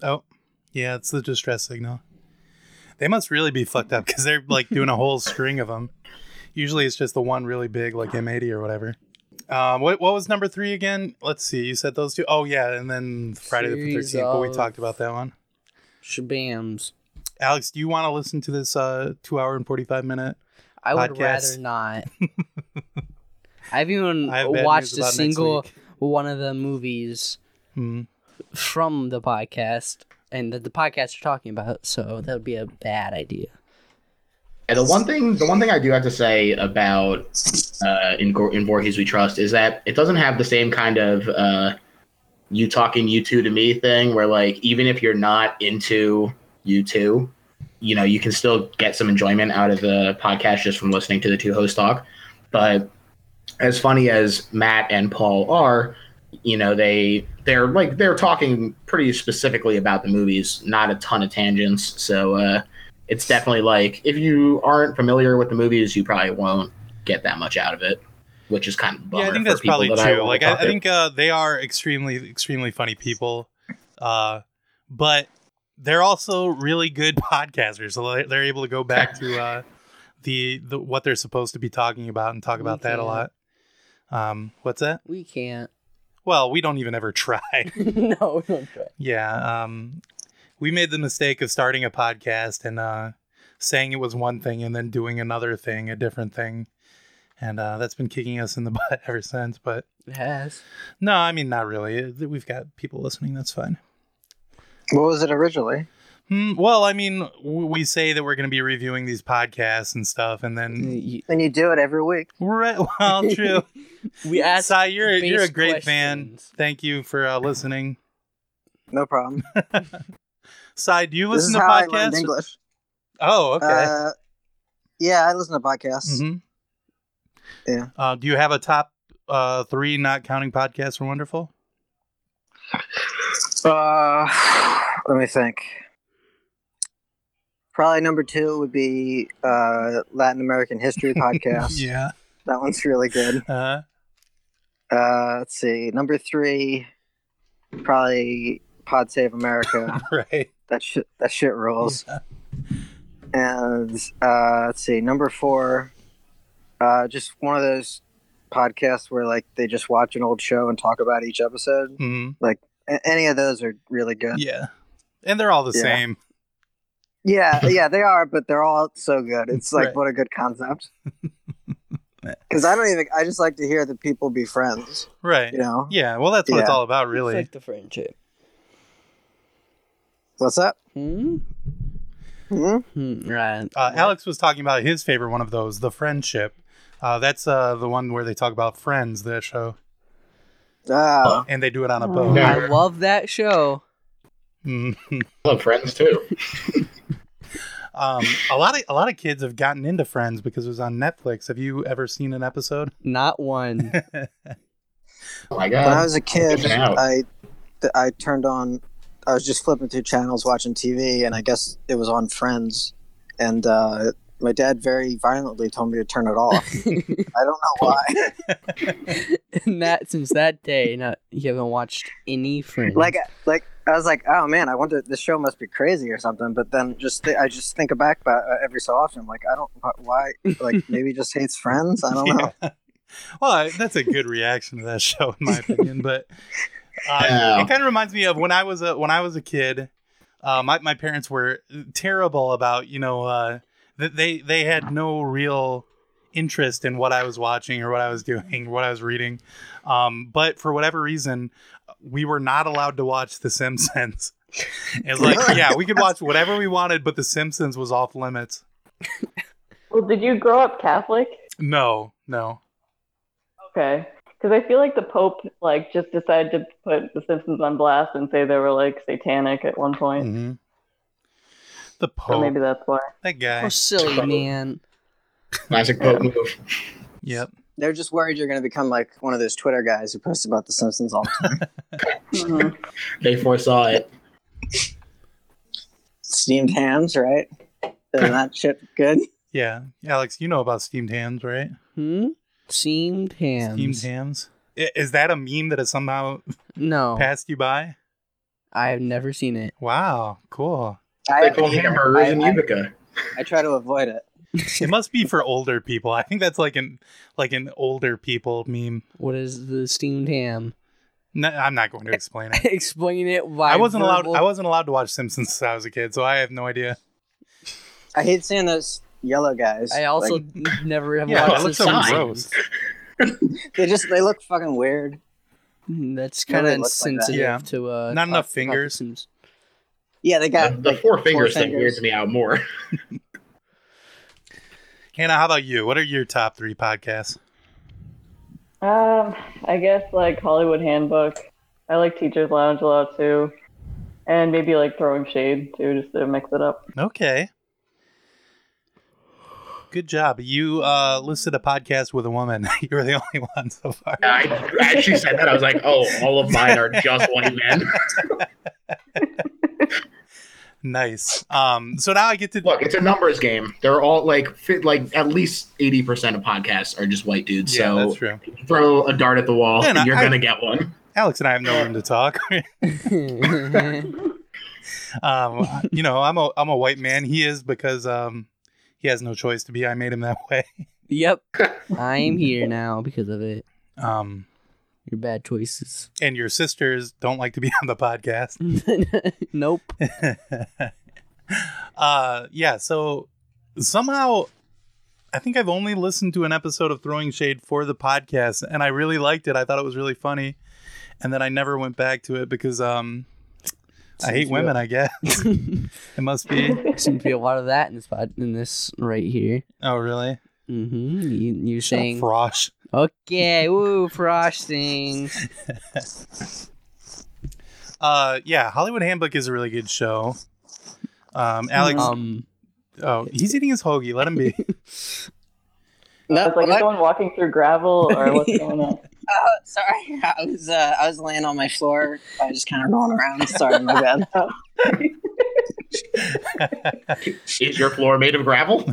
S1: Oh, yeah, it's the distress signal. They must really be fucked up because they're like doing a whole string of them. Usually it's just the one really big, like M80 or whatever. Um, what, what was number three again? Let's see. You said those two. Oh, yeah. And then Friday the
S2: Series
S1: 13th. But we
S2: of-
S1: talked about that one.
S2: uh, Shabams.
S1: Alex, do you want to listen to this uh, two hour and 45 minute?
S2: I would
S1: Podcast.
S2: rather not. I've even
S1: I have bad
S2: watched
S1: news
S2: a
S1: about next
S2: single
S1: week.
S2: one of the movies
S1: Hmm.
S2: from the podcast and that the podcast are talking about, so that would be a bad idea.
S4: And the one thing, the one thing I do have to say about uh, in, Gor- in Voorhees We Trust is that it doesn't have the same kind of uh, you talking you two to me thing where like even if you're not into you two, you know, you can still get some enjoyment out of the podcast just from listening to the two hosts talk. But as funny as Matt and Paul are, you know, they they're like they're talking pretty specifically about the movies, not a ton of tangents. So uh it's definitely like if you aren't familiar with the movies, you probably won't get that much out of it, which is kind of a bummer
S1: yeah, I think
S4: for
S1: that's
S4: people
S1: probably
S4: that
S1: true.
S4: wanna
S1: like, I,
S4: talk
S1: I
S4: to.
S1: think uh, they are extremely, extremely funny people, uh, but they're also really good podcasters. So they're, they're able to go back to uh, the, the what they're supposed to be talking about and talk about that a
S2: Okay.
S1: lot. Um, what's that?
S2: We can't.
S1: Well, we don't even ever try.
S2: no, we don't try.
S1: yeah, um, we made the mistake of starting a podcast and uh, saying it was one thing and then doing another thing, a different thing, and uh, that's been kicking us in the butt ever since. But
S2: It has.
S1: no, I mean not really. Uh, We've got people listening. That's fine.
S3: What was it originally?
S1: Hmm, well, I mean, w- we say that we're going to be reviewing these podcasts and stuff, and then
S2: Y-
S3: And you do it every weck
S1: we're at, well, true.
S2: We asked.
S1: Sai, you're you're a
S2: based
S1: great fan.
S2: questions.
S1: Thank you for uh, listening.
S3: No problem.
S1: Sai, do you
S3: this is
S1: listen to
S3: how I learned
S1: podcasts?
S3: English.
S1: Oh, okay.
S3: Uh, yeah, I listen to podcasts.
S1: hmm
S3: Yeah.
S1: Uh, do you have a top uh, three, not counting podcasts, are wonderful?
S3: Uh, let me think. Probably number two would be uh, Latin American History Podcast.
S1: Yeah.
S3: That one's really good.
S1: Uh,
S3: Uh, let's see. Number three, probably Pod Save America.
S1: right.
S3: that shit, that shit rules. And uh, let's see. Number four, uh, just one of those podcasts where like they just watch an old show and talk about each episode.
S1: hmm
S3: A- any of those are really good.
S1: Yeah. And they're all the
S3: Yeah.
S1: same.
S3: Yeah, yeah, they are, but they're all so good. It's like
S1: Right.
S3: what a good concept. Because I don't even. I just like to hear that people be friends.
S1: Right.
S3: You
S1: Yeah.
S3: know
S1: Well, that's what it's
S3: Yeah.
S1: all about,
S2: It's
S1: really.
S2: like the friendship.
S3: what's that?
S2: Hmm?
S3: Hmm?
S2: Hmm, right.
S1: Uh, Alex was talking about his favorite one of those, The Friendship. Uh, that's uh, the one where they talk about friends, that show.
S3: Oh,
S1: And they do it on a
S5: Oh.
S1: boat.
S4: Yeah.
S2: I love that show.
S1: Mhm.
S4: I love friends too.
S1: um, a lot of a lot of kids have gotten into Friends because it was on Netflix. Have you ever seen an episode?
S2: Not one.
S4: Oh my
S3: when I
S4: god.
S3: was a kid,
S4: Get out.
S3: I th- I turned on. I was just flipping through channels watching TV, and I guess it was on Friends, and uh, my dad very violently told me to turn it off. I don't know why.
S2: and that since that day, not you haven't watched any Friends.
S3: like uh, like I was like, oh man, I wonder this show must be crazy or something. But then just th- I just think back about uh, every so often. I'm like, I don't wh- why like maybe he just hates friends. I don't know.
S1: Yeah. Well, I- that's a good reaction to that show, in my opinion. But uh,
S4: Yeah.
S1: it kind of reminds me of when I was a when I was a kid. Uh, my my parents were terrible about you know uh, that they they had no real interest in what I was watching or what I was doing, what I was reading. Um, but for whatever reason, we were not allowed to watch The Simpsons. It's like, yeah, we could watch whatever we wanted, but The Simpsons was off limits.
S5: Well, did you grow up Catholic?
S1: No, no.
S5: Okay. Because I feel like the Pope like just decided to put The Simpsons on blast and say they were like satanic at one point.
S1: Mm-hmm. The
S5: So
S1: Pope,
S5: maybe that's why.
S1: that guy.
S2: Oh, silly
S4: Trouble.
S2: man.
S4: Classic Pope move.
S1: Yep.
S3: They're just worried you're going to become like one of those Twitter guys who posts about The Simpsons all the time.
S5: Mhm.
S4: They foresaw it.
S3: Steamed hams, right? Isn't that shit good?
S1: Yeah, Alex, you know about steamed hams, right?
S2: Hmm. Seamed hams.
S1: Steamed hams. I- Is that a meme that has somehow
S2: No,
S1: passed you by?
S2: I have never seen it.
S1: Wow, cool.
S4: They call hamburgers
S3: I,
S4: in
S3: I,
S4: Utica.
S3: I try to avoid it.
S1: It must be for older people. I think that's like an like an older people meme.
S2: What is the steamed ham?
S1: No, I'm not going to explain it.
S2: Explain it. Why
S1: I wasn't allowed.
S2: verbal-
S1: I wasn't allowed to watch Simpsons since I was a kid, so I have no idea.
S3: I hate seeing those yellow guys.
S2: I also
S3: Like,
S2: never have
S1: Yeah,
S2: watched
S1: that looks
S2: The
S1: so
S2: Simpsons.
S1: gross.
S3: they just they look fucking weird.
S2: Mm, That's
S3: Yeah,
S2: kind of
S3: they look like that.
S2: insensitive
S1: Yeah.
S2: to uh,
S1: Not enough
S2: talk about The
S1: fingers.
S2: Simpsons.
S3: Yeah, they
S4: The,
S3: got
S4: the
S3: like,
S4: four fingers thing
S3: fingers.
S4: weirds me out more.
S1: Hannah, how about you? What are your top three podcasts?
S5: Um, I guess like Hollywood Handbook. I like Teachers Lounge a lot too, and maybe like Throwing Shade too, just to mix it up.
S1: Okay. Good job. You uh, listed a podcast with a woman. you were the only one so far.
S4: I, as she said that, I was like, oh, all of mine are just white men.
S1: Nice. Um, so now I get to
S4: Look, it's a numbers game. They're all like, fit, like at least eighty percent of podcasts are just white dudes.
S1: yeah,
S4: so
S1: that's true.
S4: throw a dart at the wall,
S1: Man,
S4: and you're
S1: I-
S4: gonna get one.
S1: Alex and I have no room to talk. um, you know, I'm a I'm a white man. He is because um, he has no choice to be. I made him that way.
S2: yep. I am here now because of it.
S1: Um,
S2: Your bad choices.
S1: and your sisters don't like to be on the podcast.
S2: nope.
S1: uh, yeah, so somehow I think I've only listened to an episode of Throwing Shade for the podcast, and I really liked it. I thought it was really funny, and then I never went back to it because um, I hate
S2: Since
S1: women. I guess
S2: you-
S1: it must be.
S2: Seems to be a lot of that in this pod, in this right here.
S1: Oh, really?
S2: Mm-hmm. You, you
S1: Shut up,
S2: saying
S1: Frosh.
S2: okay? Woo, frosting.
S1: Uh, yeah, Hollywood Handbook is a really good show. Um, Alex,
S2: Um,
S1: oh, he's eating his hoagie. Let him be.
S5: I
S3: No,
S5: was like, is
S3: what?
S5: someone walking through gravel or what's going on?
S3: Oh, sorry. I was uh, I was laying on my floor. I was just kind of rolling around. Sorry, my bad.
S4: Is your floor made of gravel?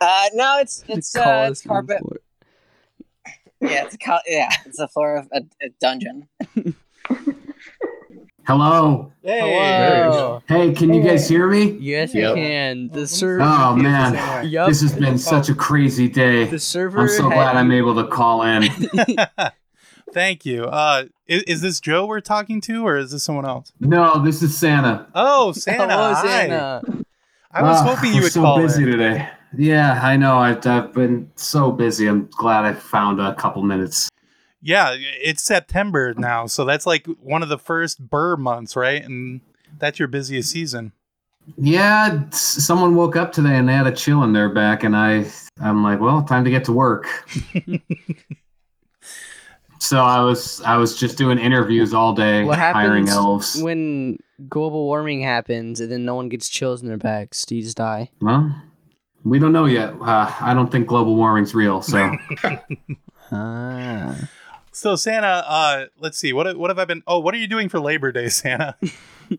S3: Uh, no, it's it's uh, it's
S2: Coliseum
S3: carpet.
S2: floor.
S3: Yeah, it's a col- yeah, it's the floor of a, a dungeon.
S6: Hello.
S2: Hello.
S6: Hey, can you guys hear me?
S2: Yes,
S4: Yep.
S2: we can. The server.
S6: Oh man,
S2: Yup.
S6: this has been such a crazy day.
S2: The server.
S6: I'm so
S2: had-
S6: glad I'm able to call in.
S1: Thank you. Uh, is, is this Joe we're talking to, or is this someone else?
S6: No, this is Santa.
S1: Oh, Santa.
S2: Hello,
S1: hi.
S2: Santa.
S1: I was
S6: Ah,
S1: hoping you
S6: I'm
S1: would
S6: so
S1: call
S6: busy
S1: in.
S6: today. Yeah, I know. I, I've been so busy. I'm glad I found a couple minutes.
S1: Yeah, it's September now, so that's like one of the first burr months, right? And that's your busiest season.
S6: Yeah, s- someone woke up today and they had a chill in their back, and I, I'm like, well, time to get to work. so I was, I was just doing interviews all day,
S2: What
S6: hiring
S2: happens
S6: elves.
S2: When global warming happens and then no one gets chills in their backs, do you just die?
S6: Well, we don't know yet. Uh, I don't think global warming's real. So,
S2: Ah.
S1: So Santa, uh, let's see. What what have I been? Oh, what are you doing for Labor Day, Santa?
S6: uh,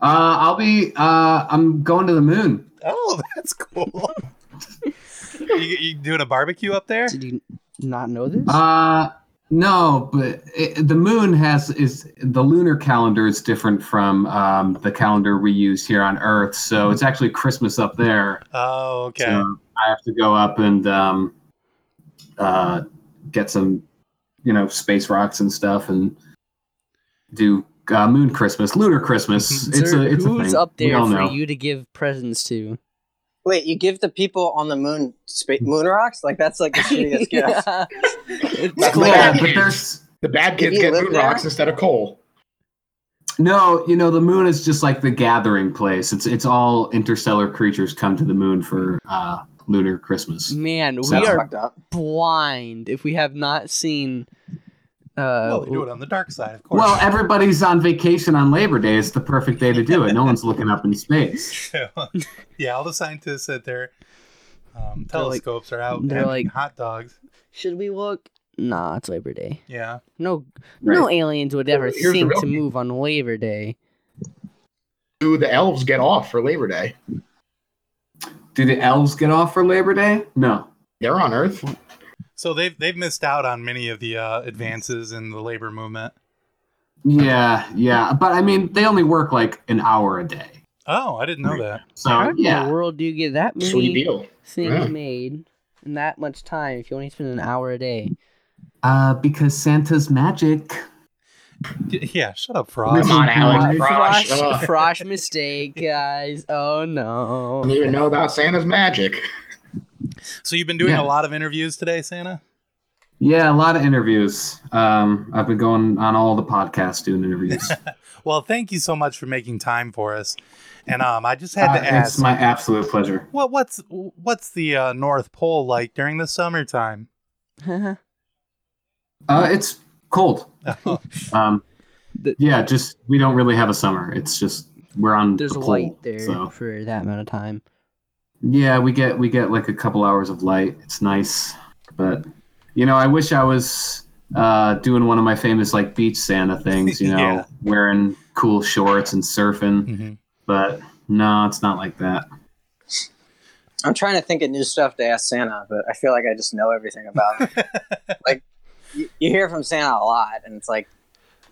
S6: I'll be. Uh, I'm going to the moon.
S1: Oh, that's cool. you, you doing a barbecue up there?
S2: Did you not know this?
S6: Uh, no, but it, the moon has is the lunar calendar is different from um, the calendar we use here on Earth. So it's actually Christmas up there.
S1: Mm-hmm. Oh, okay.
S6: So I have to go up and um, uh, get some, you know, space rocks and stuff and do uh, moon
S1: Mm-hmm.
S6: Christmas, lunar Christmas. it's
S2: Sir,
S6: a it's a
S2: who's
S6: thing.
S2: up
S6: We
S2: there
S6: all
S2: for
S6: know.
S2: you to give presents to?
S3: Wait, you give the people on the moon spa- moon rocks? Like that's like the shittiest gift.
S2: Yeah.
S4: That's
S6: Well,
S4: the bad
S6: but
S4: kids.
S6: there's
S4: The bad kids
S3: you
S4: get
S3: live
S4: moon
S3: there?
S4: rocks instead of coal.
S6: no, you know, the moon is just like the gathering place. It's it's all interstellar creatures come to the moon for
S4: Ah.
S6: uh, lunar Christmas.
S2: Man, we
S6: Sounds
S3: That's
S2: are
S3: fucked up.
S2: blind if we have not seen. Uh,
S1: well, they do it on the dark side, of course.
S6: Well, everybody's on vacation on Labor Day. It's the perfect day to do it. No one's looking up in space.
S1: yeah, all the scientists at their um,
S2: They're like-
S1: telescopes are out.
S2: they're
S1: having
S2: like-
S1: hot dogs.
S2: should we look? Nah, it's Labor Day.
S1: Yeah,
S2: No, no aliens would ever
S4: Here's the
S2: think
S4: real
S2: to
S4: thing.
S2: move on Labor Day.
S4: Do the elves get off for Labor Day?
S6: Do the elves get off for Labor Day? No.
S4: They're on Earth.
S1: so they've they've missed out on many of the uh, advances in the labor movement.
S6: Yeah, yeah. But I mean, they only work like an hour a day.
S1: Oh, I didn't know that.
S6: So
S2: How in
S6: yeah,
S2: the world do you get that many
S4: Sweet deal.
S2: things
S4: Yeah.
S2: made in that much time if you only spend an hour a day?
S6: uh, because Santa's magic.
S1: D- yeah, shut up,
S4: Come
S1: Frost.
S4: on,
S2: Uh,
S4: Alan.
S2: Frosh,
S4: Frosh. Ugh.
S2: Frosh mistake, guys. Oh
S4: I
S2: no.
S4: don't even know about Santa's magic.
S1: So you've been doing
S6: Yeah.
S1: a lot of interviews today, Santa.
S6: Yeah, a lot of interviews. Um, I've been going on all the podcasts doing interviews.
S1: Well, thank you so much for making time for us. And um, I just had
S6: Uh,
S1: to
S6: it's
S1: ask,
S6: my absolute pleasure.
S1: what what's what's the uh, North Pole like during the summertime?
S6: Uh, it's cold. Um,
S2: The-
S6: yeah, just we don't really have a summer. It's just we're on.
S2: There's
S6: the
S2: a
S6: pole,
S2: light there
S6: So
S2: for that amount of time.
S6: yeah, we get we get like a couple hours of light. It's nice, but you know, I wish I was uh, doing one of my famous like beach Santa things. You know,
S1: Yeah.
S6: wearing cool shorts and surfing.
S1: Mhm.
S6: But no, it's not like that.
S3: I'm trying to think of new stuff to ask Santa, but I feel like I just know everything about him. like you, you hear from Santa a lot, and it's like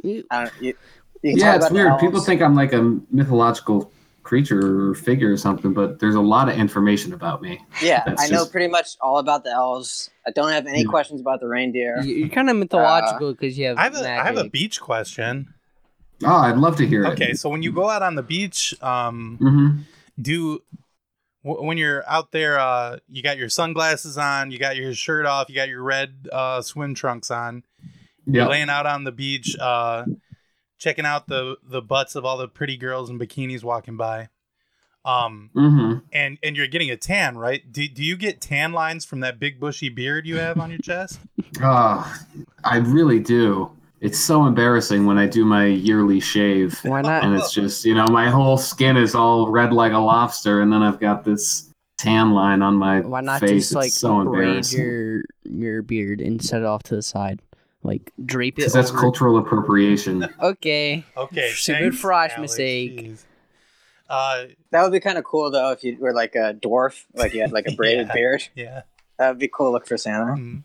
S2: You-
S3: I don't. You, you can
S6: Yeah,
S3: talk
S6: it's
S3: about the
S6: weird.
S3: elves.
S6: People think I'm like a mythological creature or figure or something, but there's a lot of information about me.
S3: Yeah,
S6: That's
S3: I know
S6: just-
S3: pretty much all about the elves. I don't have any
S6: Yeah.
S3: questions about the reindeer. Uh,
S2: You're kind of mythological because you have,
S1: Uh, I have a I have a
S2: magic.
S1: beach question.
S6: Oh, I'd love to hear it.
S1: Okay, so when you go out on the beach, um,
S6: hmm
S1: do w- when you're out there uh you got your sunglasses on you got your shirt off you got your red uh swim trunks on you're
S6: Yeah.
S1: laying out on the beach uh checking out the the butts of all the pretty girls in bikinis walking by um
S6: hmm
S1: and and you're getting a tan right do, do you get tan lines from that big bushy beard you have on your chest
S6: Oh, I really do. It's so embarrassing when I do my yearly shave,
S2: Why not?
S6: and it's just you know my whole skin is all red like a lobster, and then I've got this tan line on my
S2: Why not
S6: face.
S2: just like
S6: it's so
S2: braid
S6: embarrassing.
S2: your your beard and set it off to the side, like drape it.
S6: Because that's
S2: over-
S6: cultural appropriation.
S2: Okay.
S1: okay
S2: Stupid
S1: thanks,
S2: frosh
S1: Alex.
S2: mistake.
S1: Jeez. uh
S3: That would be kind of cool though if you were like a dwarf, like you had like a braided
S1: Yeah.
S3: beard.
S1: yeah
S3: That would be cool look for Santa.
S6: Hmm.
S1: Mhm.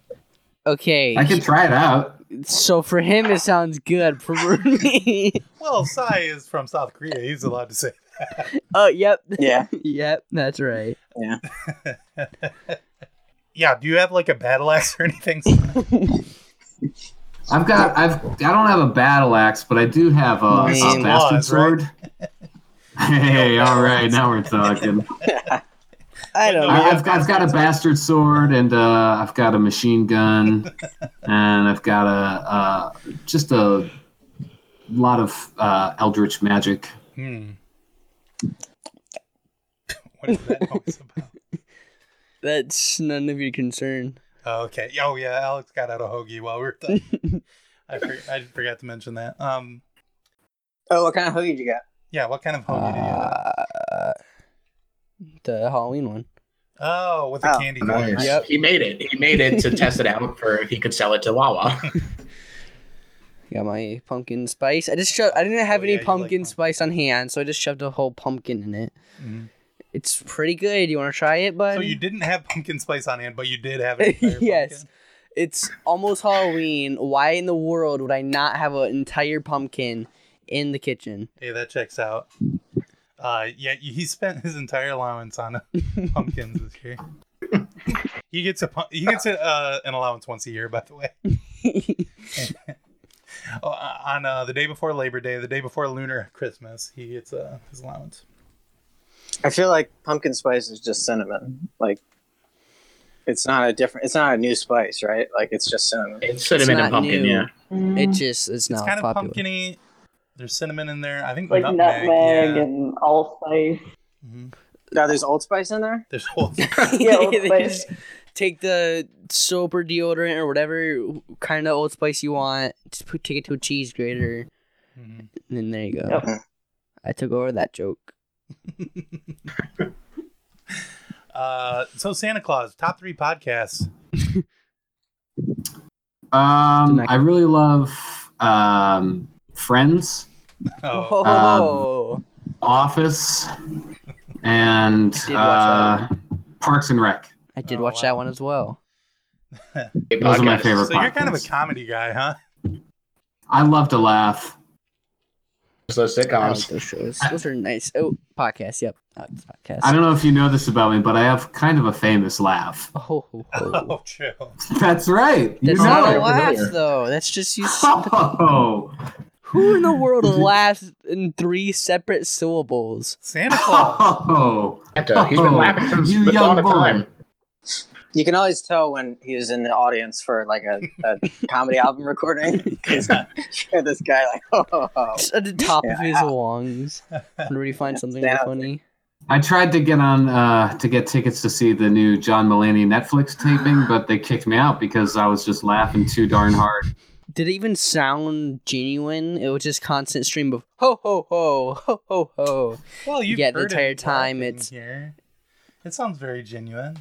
S2: Okay.
S6: I could try it out.
S2: So for him, it sounds good. For me,
S1: well Sai is from south korea he's allowed to say
S2: oh yep,
S3: Yeah,
S2: yep, that's right.
S1: yeah do you have like a battle axe or anything
S6: I've got I've I don't have a battle axe, but I do have uh, a, a
S2: Nice.
S6: bastard
S1: Laws, right?
S6: sword. hey, all right, now we're talking.
S2: I don't
S1: Oh,
S6: I-
S1: yeah,
S2: know.
S6: I've, got, I've got a
S1: bastard
S6: bastard sword and uh, I've got a machine gun and I've got a uh, just a lot of uh, eldritch magic.
S1: Hmm. What is that noise about?
S2: That's none of your concern.
S1: Oh, okay. Oh yeah, Alex got out a hoagie while we were talking. I for, I forgot to mention that. Um,
S3: Oh, what kind of hoodie did you got?
S1: yeah. What kind of hoagie do you have?
S2: Uh, the Halloween one.
S1: Oh, with a
S3: oh,
S1: candy corn.
S4: Nice.
S2: Yep.
S4: He made it. He made it to test it out for if he could sell it to Wawa.
S2: Got my pumpkin spice. I just shoved. I didn't have
S1: Oh,
S2: any
S1: yeah, you like
S2: pumpkin
S1: pumpkin.
S2: spice on hand, so I just shoved a whole pumpkin in it.
S1: Mhm.
S2: It's pretty good. You want to try it, bud?
S1: So you didn't have pumpkin spice on hand, but you did have it.
S2: Yes. It's almost Halloween. Why in the world would I not have an entire pumpkin in the kitchen?
S1: Hey, that checks out. Uh, yeah, he spent his entire allowance on pumpkins this year. He gets a pu- he gets a, uh, an allowance once a year, by the way. Oh, uh, on uh, the day before Labor Day, the day before Lunar Christmas, he gets uh, his allowance.
S3: I feel like pumpkin spice is just cinnamon. Like it's not a different. It's not a new spice, right? Like it's just cinnamon.
S4: It's cinnamon
S2: not
S4: and pumpkin,
S2: new.
S4: yeah.
S6: Mm-hmm.
S2: It just it's,
S1: It's
S2: not
S1: kind of
S2: popular.
S1: pumpkiny. There's cinnamon in there. I think
S5: like nutmeg,
S1: nutmeg. yeah.
S5: and allspice.
S1: Mhm.
S3: Mm-hmm. Now there's Old Spice in there.
S1: There's whole.
S5: Yeah, Old
S2: They
S5: Spice.
S2: just take the soap or deodorant or whatever kind of Old Spice you want. Just put, take it to a cheese grater,
S1: Mhm.
S2: and then there you go.
S5: Yep.
S2: I took over that joke.
S1: Uh, so Santa Claus, top three podcasts.
S6: Um,
S2: Tonight.
S6: I really love um, Friends, um,
S1: Oh,
S2: Oh,
S6: Office, and
S2: did
S6: uh,
S2: watch
S6: Parks and Rec.
S2: I did
S1: Oh,
S2: watch
S1: wow.
S2: that one as well.
S4: Great
S6: Those are my
S4: podcast.
S6: favorite.
S1: so you're kind of a
S6: podcasts.
S1: comedy guy, huh?
S6: I love to laugh.
S4: It's Those
S2: I like
S4: sitcoms.
S2: those shows. Those are nice. Oh, podcast. Yep, Oh, I like this podcast.
S6: I don't know if you know this about me, but I have kind of a famous laugh.
S2: Oh, ho, ho.
S1: Oh, chill.
S6: That's right. You
S2: that's
S6: know
S2: not
S6: it.
S2: a laugh
S4: familiar.
S2: though. That's just you.
S6: Oh,
S2: Who in the world laughs in three separate syllables?
S1: Santa Claus.
S4: Santa, He's been
S6: Oh,
S4: laughing since
S6: you
S4: the dawn
S6: young
S4: of
S6: boy.
S4: time.
S3: You can always tell when he's in the audience for like a, a comedy album recording. 'Cause you're this guy like, oh, oh, oh.
S2: It's at the top of
S3: Yeah.
S2: his lungs. Whenever you find something really
S3: Yeah.
S2: funny.
S6: I tried to get on uh, to get tickets to see the new John Mulaney Netflix taping, but they kicked me out because I was just laughing too darn hard.
S2: Did it even sound genuine? It was just constant stream of ho ho ho ho ho ho.
S1: Well, you've
S2: Yeah, the
S1: heard it
S2: entire time
S1: walking
S2: it's-
S1: here. It sounds very genuine.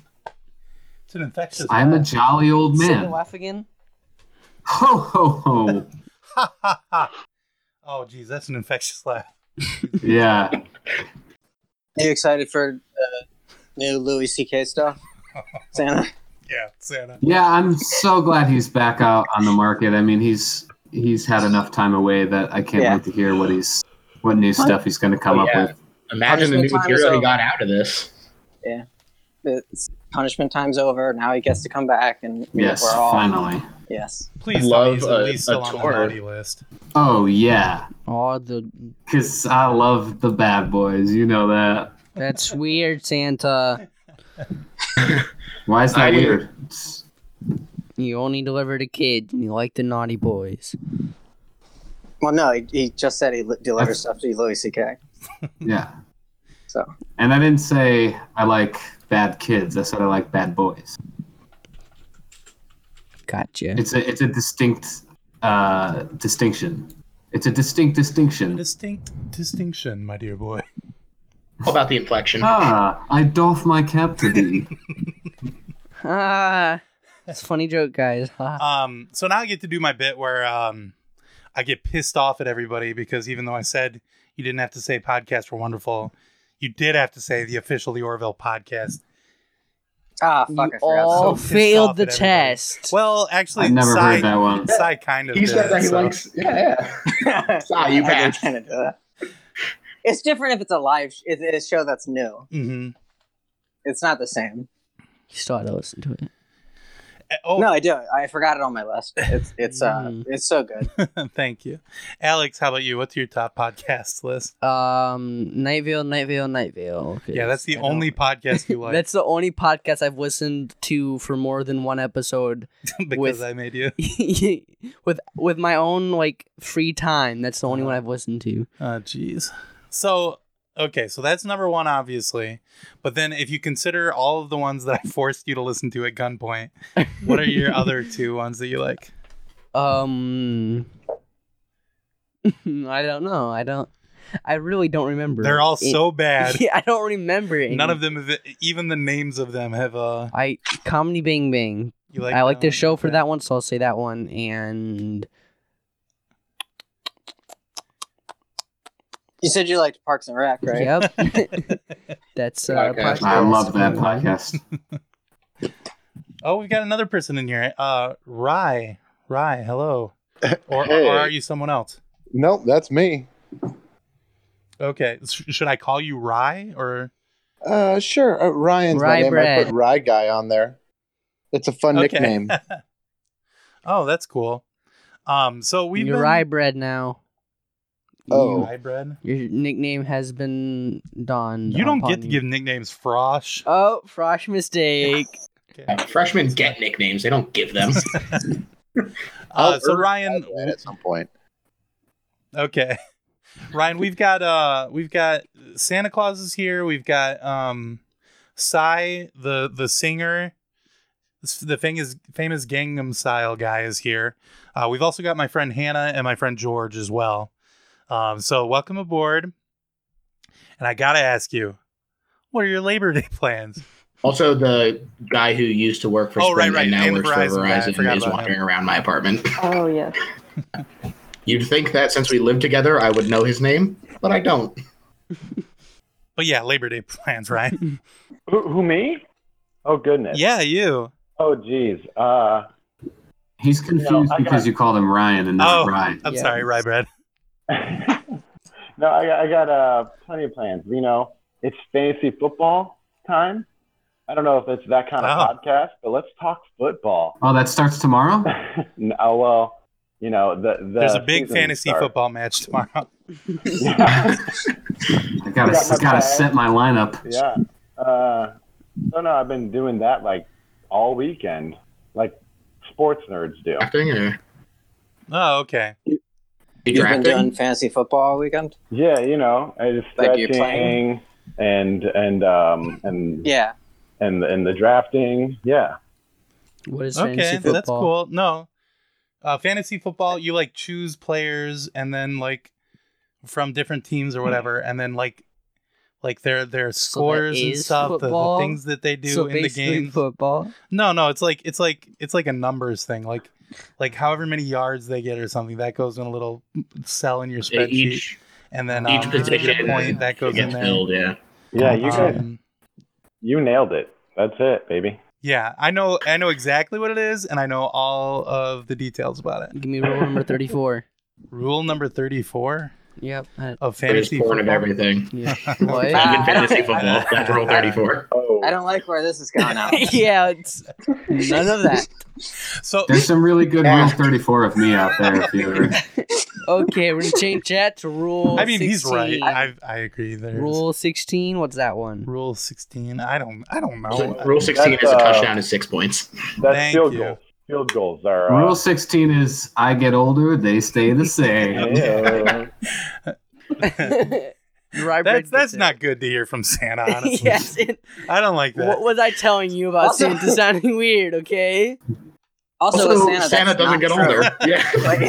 S1: It's an infectious.
S6: I'm a
S1: laugh.
S6: jolly old
S2: Say the
S6: man.
S2: laugh again.
S6: Ho ho ho.
S1: Ha ha ha. Oh, geez, that's an infectious laugh.
S6: Yeah.
S3: Are you excited for uh, new Louis C.K. stuff, Santa?
S1: Yeah, Santa.
S6: Yeah, I'm so glad he's back out on the market. I mean, he's he's had enough time away that I can't
S3: Yeah.
S6: wait to hear what he's what new stuff he's going to come
S4: Oh,
S6: up
S4: yeah.
S6: with.
S4: Imagine the new
S3: Punishment time is
S4: material he
S3: over.
S4: got out of this.
S3: It's punishment time's over. Now he gets to come back, and you know,
S6: Yes,
S3: we're all
S6: finally.
S3: yes.
S1: Please tell me
S4: Love
S1: he's
S4: a-
S1: at least still
S4: a
S1: on the
S4: tour.
S1: naughty list.
S6: Oh yeah,
S2: Oh, the
S6: because I love the Bad Boys. You know that.
S2: that's weird, Santa.
S6: Why is that
S4: I do.
S6: weird? It's-
S2: You only delivered a kid, and you like the naughty boys.
S3: Well, no, he, he just said he li- delivers stuff to Louis C.K.
S6: Yeah.
S3: So
S6: And I didn't say I like bad kids. I said I like bad boys.
S2: Gotcha.
S6: It's a it's a distinct uh, distinction. It's a distinct distinction.
S1: Distinct distinction, my dear boy.
S4: All about the inflection.
S6: Ah, I doff my cap to thee.
S2: Ah, it's a funny joke, guys. Ah.
S1: Um, so now I get to do my bit where um, I get pissed off at everybody because even though I said you didn't have to say podcasts were wonderful, you did have to say the official The Orville podcast.
S3: ah,
S2: You
S3: fuck, I forgot.
S2: all
S1: So pissed
S2: failed
S1: off
S2: the
S1: at everybody.
S2: test.
S1: Well, actually,
S6: I never
S1: Sai,
S6: heard that one.
S1: Sai kind of.
S4: he
S1: did
S4: said
S1: it,
S4: that he
S1: so-
S4: likes. Yeah, yeah.
S6: Ah,
S4: Sorry, Ah, you
S3: I've been
S4: passed.
S3: trying to do that. It's different if it's a live. Sh- it's it's a show that's new.
S1: Mhm.
S3: It's not the same.
S2: you still had to listen to it.
S1: Uh, Oh,
S3: No, I do. I forgot it on my list. It's it's uh
S2: Mm.
S3: it's so good.
S1: thank you, Alex. How about you? What's your top podcast list?
S2: Um, Night Vale, Night Vale, Night Vale. 'cause
S1: Yeah, that's the
S2: I don't-
S1: only podcast you like
S2: That's the only podcast I've listened to for more than one episode
S1: because
S2: with-
S1: I made you.
S2: with with my own like free time. That's the only one I've listened to.
S1: Oh, Uh-huh. jeez. So, okay, so that's number one, obviously. But then if you consider all of the ones that I forced you to listen to at gunpoint, what are your other two ones that you like?
S2: Um, I don't know. I don't. I really don't remember.
S1: They're all
S2: It-
S1: so bad.
S2: Yeah, I don't remember. Any.
S1: None of them, have, even the names of them, have. Uh,
S2: I comedy Bang Bang.
S1: you
S2: I like
S1: that
S2: this
S1: one?
S2: show for
S1: Okay.
S2: that one, so I'll say that one. And
S3: You said you liked Parks and Rec, right?
S2: yep, that's uh,
S4: Okay.
S2: podcast
S6: I love that
S2: number one.
S6: podcast.
S1: Oh, we've got another person in here. Uh, Rye, Rye, hello. Or,
S7: Hey.
S1: or are you someone else?
S7: Nope, that's me.
S1: Okay, sh- should I call you Rye or?
S7: Uh, sure. Uh, Ryan's
S2: Rye
S7: my name. I
S2: bread.
S7: put Rye Guy on there. It's a fun
S1: Okay.
S7: nickname.
S1: oh, that's cool. Um, so we've
S2: You're
S1: been-
S2: rye bread now.
S7: Oh.
S1: Rye bread.
S2: Your nickname has been donned.
S1: You don't
S2: upon
S1: get to
S2: you.
S1: give nicknames, Frosh.
S2: Oh, Frosh mistake.
S1: Okay.
S4: Uh, Freshmen get nicknames; Oh, er- they don't give them.
S1: Uh, so
S7: I'll-
S1: Ryan,
S7: That at some point.
S1: okay, Ryan, we've got uh, we've got Santa Claus is here. We've got um, Psy, the the singer, This- the famous famous Gangnam Style guy is here. Uh, we've also got my friend Hannah and my friend George as well. Um, so welcome aboard. And I gotta ask you, what are your Labor Day plans?
S4: also, the guy who used to work for
S1: Oh, right,
S4: Sprint
S1: right,
S4: and now
S1: and
S4: works
S1: Verizon,
S4: for
S1: yeah, I
S4: Verizon
S1: forgot
S4: is
S1: about
S4: wandering
S1: him.
S4: around my apartment.
S5: Oh yes.
S4: You'd think that since we live together, I would know his name, but I don't.
S1: But yeah, Labor Day plans, right?
S8: Who, who me? Oh goodness.
S1: yeah, you.
S8: Oh geez. Uh,
S6: He's confused
S8: I
S6: because
S8: got-
S6: you called him Ryan and not
S1: Oh,
S6: Ryan.
S1: I'm
S2: Yeah.
S1: sorry, Rye Bread.
S8: no, I got, I got uh, plenty of plans. You know, it's fantasy football time. I don't know if it's that kind of
S1: Oh.
S8: podcast, but let's talk football.
S6: Oh, that starts tomorrow.
S8: No, oh well, you know the, the
S1: There's a big
S8: season
S1: fantasy
S8: starts.
S1: football match tomorrow.
S6: I
S8: Yeah.
S6: gotta
S8: Got my
S6: gotta
S8: bag.
S6: set my lineup.
S8: yeah. Uh, no, no, I've been doing that like all weekend, like sports nerds do.
S4: Drafting or
S1: Oh, okay.
S4: you
S3: You've been doing
S4: drafting?
S3: fantasy football all weekend?
S8: Yeah, you know, I just
S3: Like you're
S8: stretching and and um and
S3: Yeah.
S8: and and the drafting. Yeah.
S2: what is fantasy
S1: Okay,
S2: football?
S1: that's cool. No, uh, fantasy football, you like choose players and then like from different teams or whatever, and then like like their their scores and
S2: is
S1: stuff, the, the
S2: football?
S1: things that they do
S2: so
S1: in the
S2: basically
S1: game.
S2: football.
S1: No, no, it's like it's like it's like a numbers thing, like like however many yards they get or something that goes in a little mm, cell in your spreadsheet,
S4: Each
S1: and then um,
S4: each
S1: if you get a
S4: position
S1: point that goes in
S4: gets
S1: there.
S4: filled. Yeah.
S8: Yeah, you guys
S1: Um,
S8: you nailed it. That's it, baby.
S1: Yeah, I know I know exactly what it is and I know all of the details about it.
S2: Give me rule number thirty-four.
S1: Rule number 34
S2: Yep. I-
S1: of
S4: There's
S1: fantasy
S4: porn of
S1: football.
S4: everything.
S2: yeah.
S3: Ah.
S2: What?
S4: Even fantasy football. That's rule thirty-four.
S8: Oh,
S3: I don't like where this is going now.
S2: yeah. It's none of that.
S1: So
S6: There's some really good Rule 34 of me out there. If you were,
S2: Okay, we're gonna change that to rule.
S1: I mean, he's right.
S2: 16.
S1: I I agree there. Rule,
S2: Rule sixteen. What's that one?
S1: rule 16. I don't I don't know.
S4: Rule- Rule sixteen
S8: That's,
S4: is a
S8: uh,
S4: touchdown is six points.
S8: that's
S1: Thank
S8: field
S1: you.
S8: goals. Field goals are uh,
S6: Rule 16 is I get older, they stay the same.
S8: yeah.
S2: Rye bread
S1: that's that's
S2: gets it.
S1: not good to hear from Santa, honestly.
S2: yes. It,
S1: I don't like that.
S2: what was I telling you about
S3: Also-
S2: Santa sounding weird? Okay.
S3: Also, with
S4: Also,
S3: Santa,
S4: Santa, doesn't
S3: that's not
S4: get
S3: true.
S4: older. Yeah.
S3: Like,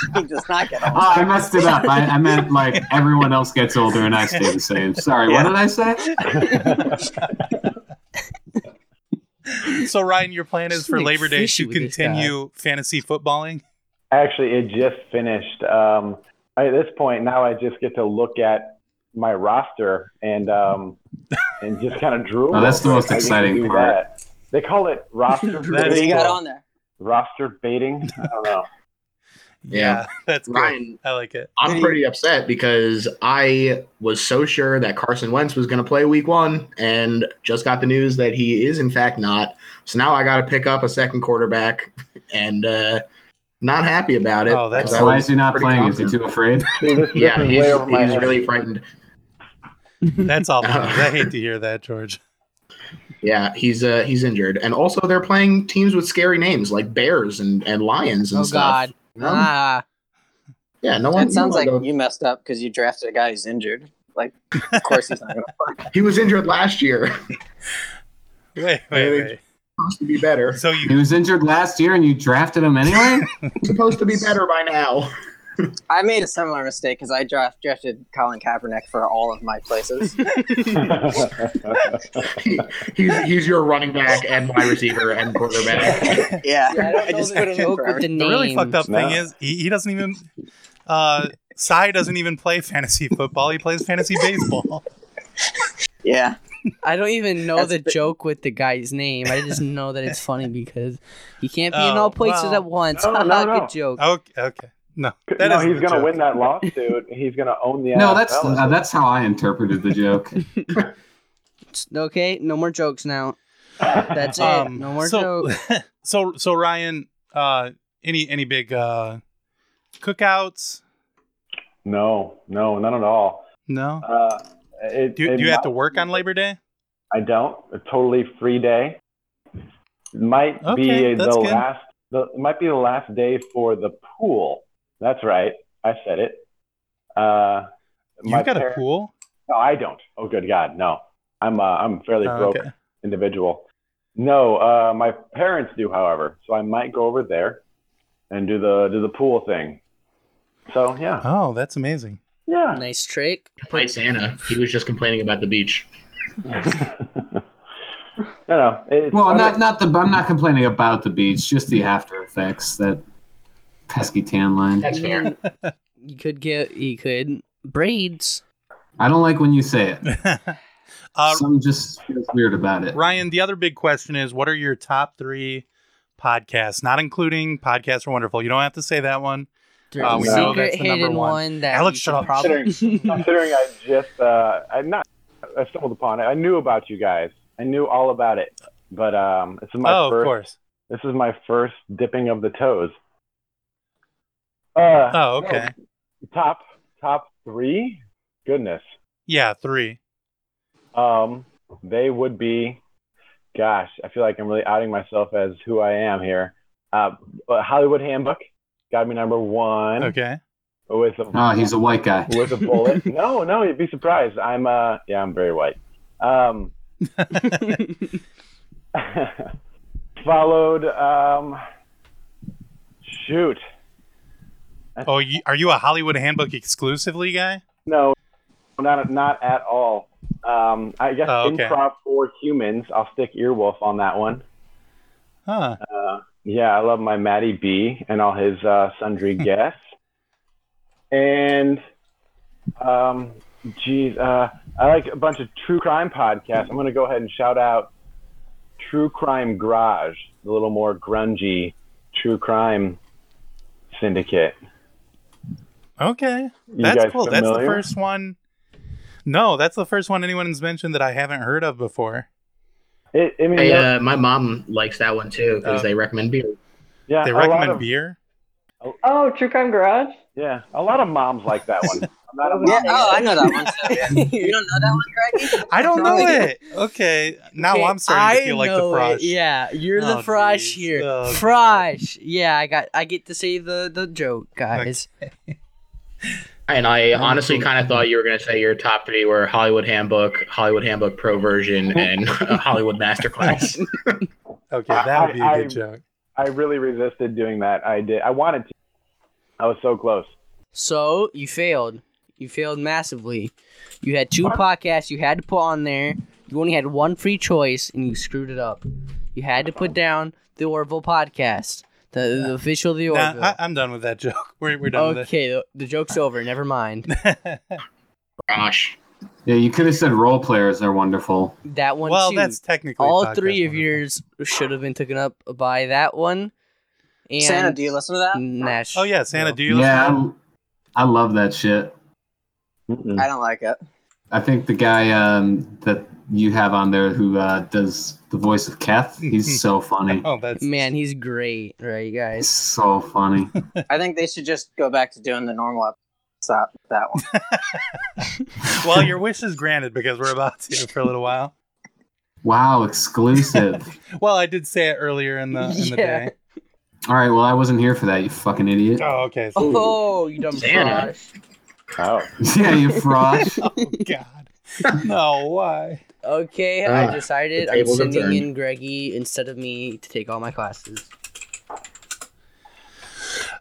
S3: he does not get
S6: Oh,
S3: older.
S6: I messed it up. I, I meant like everyone else gets older and I stay the same. Sorry,
S1: Yeah.
S6: what did I say?
S1: so Ryan, your plan is for
S2: Something
S1: Labor Day
S2: fishy
S1: to
S2: with this guy.
S1: continue fantasy footballing?
S8: Actually, it just finished. Um, I, at this point, now I just get to look at my roster and um, and just kind of drool.
S6: Oh, that's the
S8: over it.
S6: most
S8: I get to
S6: exciting
S8: do
S6: part.
S8: That. They call it roster
S1: That is
S3: What do you
S8: baiting.
S3: got on there?
S8: roster baiting. I don't know.
S4: Yeah.
S1: that's good.
S4: Ryan,
S1: I like it.
S4: I'm pretty upset because I was so sure that Carson Wentz was going to play week one and just got the news that he is, in fact, not. So now I got to pick up a second quarterback and uh, not happy about it.
S1: Oh, that's-
S4: 'cause I
S6: Why
S4: was
S6: is he not
S4: pretty
S6: playing? Is he
S4: confident.
S6: too afraid?
S8: See, this,
S4: Yeah,
S8: this is
S4: he's,
S8: way over my
S4: he's
S8: head.
S4: really frightened.
S1: That's all. I hate to hear that, George.
S4: Yeah, he's uh, he's injured, and also they're playing teams with scary names like Bears and, and Lions and
S2: Oh
S4: stuff.
S2: God.
S4: No?
S2: Ah.
S4: Yeah, no one.
S3: That sounds
S4: no
S3: like
S4: one
S3: you messed up because you drafted a guy who's injured. Like, of course he's not going to play.
S4: goes- he was injured last year.
S1: Wait, wait, wait.
S4: supposed to be better.
S1: So you
S6: He was injured last year and you drafted him anyway?
S4: supposed to be better by now.
S3: I made a similar mistake because I draft, drafted Colin Kaepernick for all of my places.
S4: He- he's he's your running back and wide receiver and quarterback.
S3: yeah.
S2: Yeah, I don't know
S3: just
S2: the
S3: put him in
S2: joke with
S3: for
S2: the
S3: everything.
S1: The really
S2: name.
S1: fucked up thing
S8: No.
S1: is he, he doesn't even uh Cy doesn't even play fantasy football. He plays fantasy baseball.
S3: Yeah.
S2: I don't even know
S3: That's
S2: the
S3: the-
S2: joke with the guy's name. I just know that it's funny because he can't be in
S1: Oh,
S2: all places
S1: well.
S2: at once.
S8: No, no, no.
S2: Good joke.
S1: Okay, okay. No, that
S8: no,
S1: isn't
S8: he's
S1: a
S8: going to
S1: joke.
S8: win that lawsuit. He's going to own the.
S6: no, that's
S8: NFL.
S6: uh, that's how I interpreted the joke.
S2: Okay, no more jokes now. That's it.
S1: Um,
S2: no more
S1: so,
S2: jokes.
S1: so so Ryan, uh, any any big uh cookouts?
S8: No, no, not at all.
S1: No.
S8: Uh, it,
S1: Do,
S8: it
S1: do you have to
S8: might-
S1: work on Labor Day?
S8: I don't. A totally free day. Might
S1: Okay,
S8: be the
S1: that's good.
S8: last. The, it might be the last day for the pool. That's right. I said it. Uh, my
S1: You've got a
S8: parents-
S1: pool.
S8: No, I don't. Oh, good God, no. I'm uh, I'm a fairly
S1: Oh,
S8: broke
S1: okay.
S8: individual. No, uh, my parents do, however, so I might go over there and do the do the pool thing. So yeah,
S1: Oh, that's amazing.
S8: yeah.
S2: Nice trick.
S4: Hi, Santa. He was just complaining about the beach.
S8: no, no. It's,
S6: Well, not not the. I'm not complaining about the beach, just the after effects that pesky tan line.
S4: That's fair.
S2: You could get. You could braids.
S6: I don't like when you say it.
S1: uh,
S6: Something just feels weird about it.
S1: Ryan, the other big question is what are your top three podcasts, not including Podcasts Are Wonderful? You don't have to say that one.
S2: There's
S1: Uh,
S2: a
S8: we know
S1: that's
S2: secret
S1: the number
S2: hidden
S1: one.
S2: one. that
S1: Alex,
S2: you
S1: shut
S2: should
S1: up.
S2: probably-
S8: considering I just uh, I not I stumbled upon it. I knew about you guys. I knew all about it. But um, this is my
S1: oh, of
S8: first.
S1: course.
S8: This is my first dipping of the toes. Uh,
S1: Oh, okay.
S8: top top three. Goodness.
S1: Yeah, three.
S8: Um, they would be. Gosh, I feel like I'm really outing myself as who I am here. Uh, but Hollywood Handbook got me number one
S1: Okay.
S8: with a
S6: Oh, he's a white guy.
S8: with a bullet. no, no, you'd be surprised. I'm uh yeah, I'm very white. Um followed um shoot.
S1: Oh, you, are you a Hollywood Handbook exclusively guy?
S8: No, not not at all. Um I guess
S1: Oh, okay.
S8: improv for humans. I'll stick earwolf on that one.
S1: Huh.
S8: Uh, Yeah, I love my Matty B and all his uh, sundry guests. And, um, geez, uh, I like a bunch of true crime podcasts. I'm going to go ahead and shout out True Crime Garage, the little more grungy true crime syndicate.
S1: Okay.
S8: You
S1: That's
S8: guys
S1: cool. That's the
S8: familiar?
S1: first one. No, that's the first one anyone's mentioned that I haven't heard of before.
S8: It, I mean,
S4: Hey,
S8: yeah,
S4: uh, my mom likes that one too because
S1: Oh.
S4: they recommend beer.
S8: yeah,
S1: They
S8: a lot
S1: recommend
S8: of-
S1: beer.
S5: Oh, True Crime Garage.
S8: Yeah, a lot of moms like that one. I'm not a mom.
S3: Yeah. Oh, I know that one. Too.
S2: you
S3: don't know that one, Greg?
S1: I don't know
S2: Right.
S1: it. Okay. Now
S2: Okay,
S1: I'm starting
S2: I
S1: to feel like the
S2: know
S1: frosh.
S2: it. Yeah, you're the
S1: Oh,
S2: frosh
S1: geez.
S2: here.
S1: Oh,
S2: frosh. Yeah, I got. I get to say the the joke, guys.
S4: And I honestly kind of thought you were going to say your top three were Hollywood Handbook, Hollywood Handbook Pro Version, and Hollywood Masterclass.
S1: Okay, that would be a
S8: I-
S1: good
S8: I-
S1: joke.
S8: I really resisted doing that. I did. I wanted to. I was so close.
S2: So you failed. You failed massively. You had two podcasts you had to put on there. You only had one free choice, and you screwed it up. You had to put down the Orville podcast, the, the official of the
S1: Nah,
S2: Orville.
S1: I, I'm done with that joke. We're, we're done with
S2: okay, the, the joke's over. Never mind.
S1: it.
S4: Gosh.
S6: Yeah, you could have said role players are wonderful.
S2: That one
S1: well,
S2: too.
S1: that's technically
S2: All
S1: podcast
S2: three of
S1: wonderful.
S2: yours should have been taken up by that one. And
S3: Santa, do you listen to that?
S2: Nash.
S1: Oh yeah, Santa. Do you?
S6: yeah,
S1: listen to
S6: I, I love that shit.
S3: I don't like it.
S6: I think the guy um, that you have on there who uh, does the voice of Keth, he's so funny.
S1: that? Oh, that's
S2: Man, he's great, right,
S6: He's
S2: guys?
S6: so funny.
S3: I think they should just go back to doing the normal. Episode. Stop that one.
S1: Well, your wish is granted because we're about to for a little while.
S6: Wow, exclusive.
S1: Well, I did say it earlier in the in the
S2: Yeah.
S1: day.
S6: All right, well, I wasn't here for that, you fucking idiot.
S1: Oh, okay. So,
S2: Oh, you dumb
S4: Santa.
S2: frosh.
S8: Oh.
S6: yeah, you frosh.
S1: oh God. No, why?
S2: Okay,
S4: Ah,
S2: I decided
S4: the
S2: I'm
S4: tables have
S2: sending
S4: turned.
S2: in Greggy instead of me to take all my classes.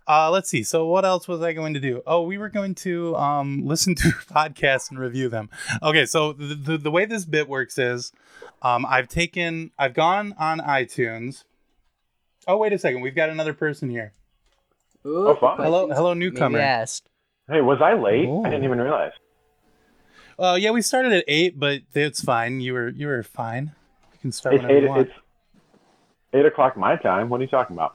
S1: Uh, let's see. So, what else was I going to do? Oh, we were going to um, listen to podcasts and review them. Okay. So the, the the way this bit works is, um, I've taken, I've gone on iTunes. Oh, wait a second. We've got another person here.
S2: Ooh,
S8: Oh, fun.
S1: Hello, hello,
S2: maybe
S1: newcomer.
S2: asked.
S8: Hey, was I late?
S1: Ooh.
S8: I didn't even realize.
S1: Uh, yeah, we started at eight, but it's fine. You were you were fine. You can start
S8: It's
S1: whenever
S8: eight,
S1: you want.
S8: it's eight o'clock my time. What are you talking about?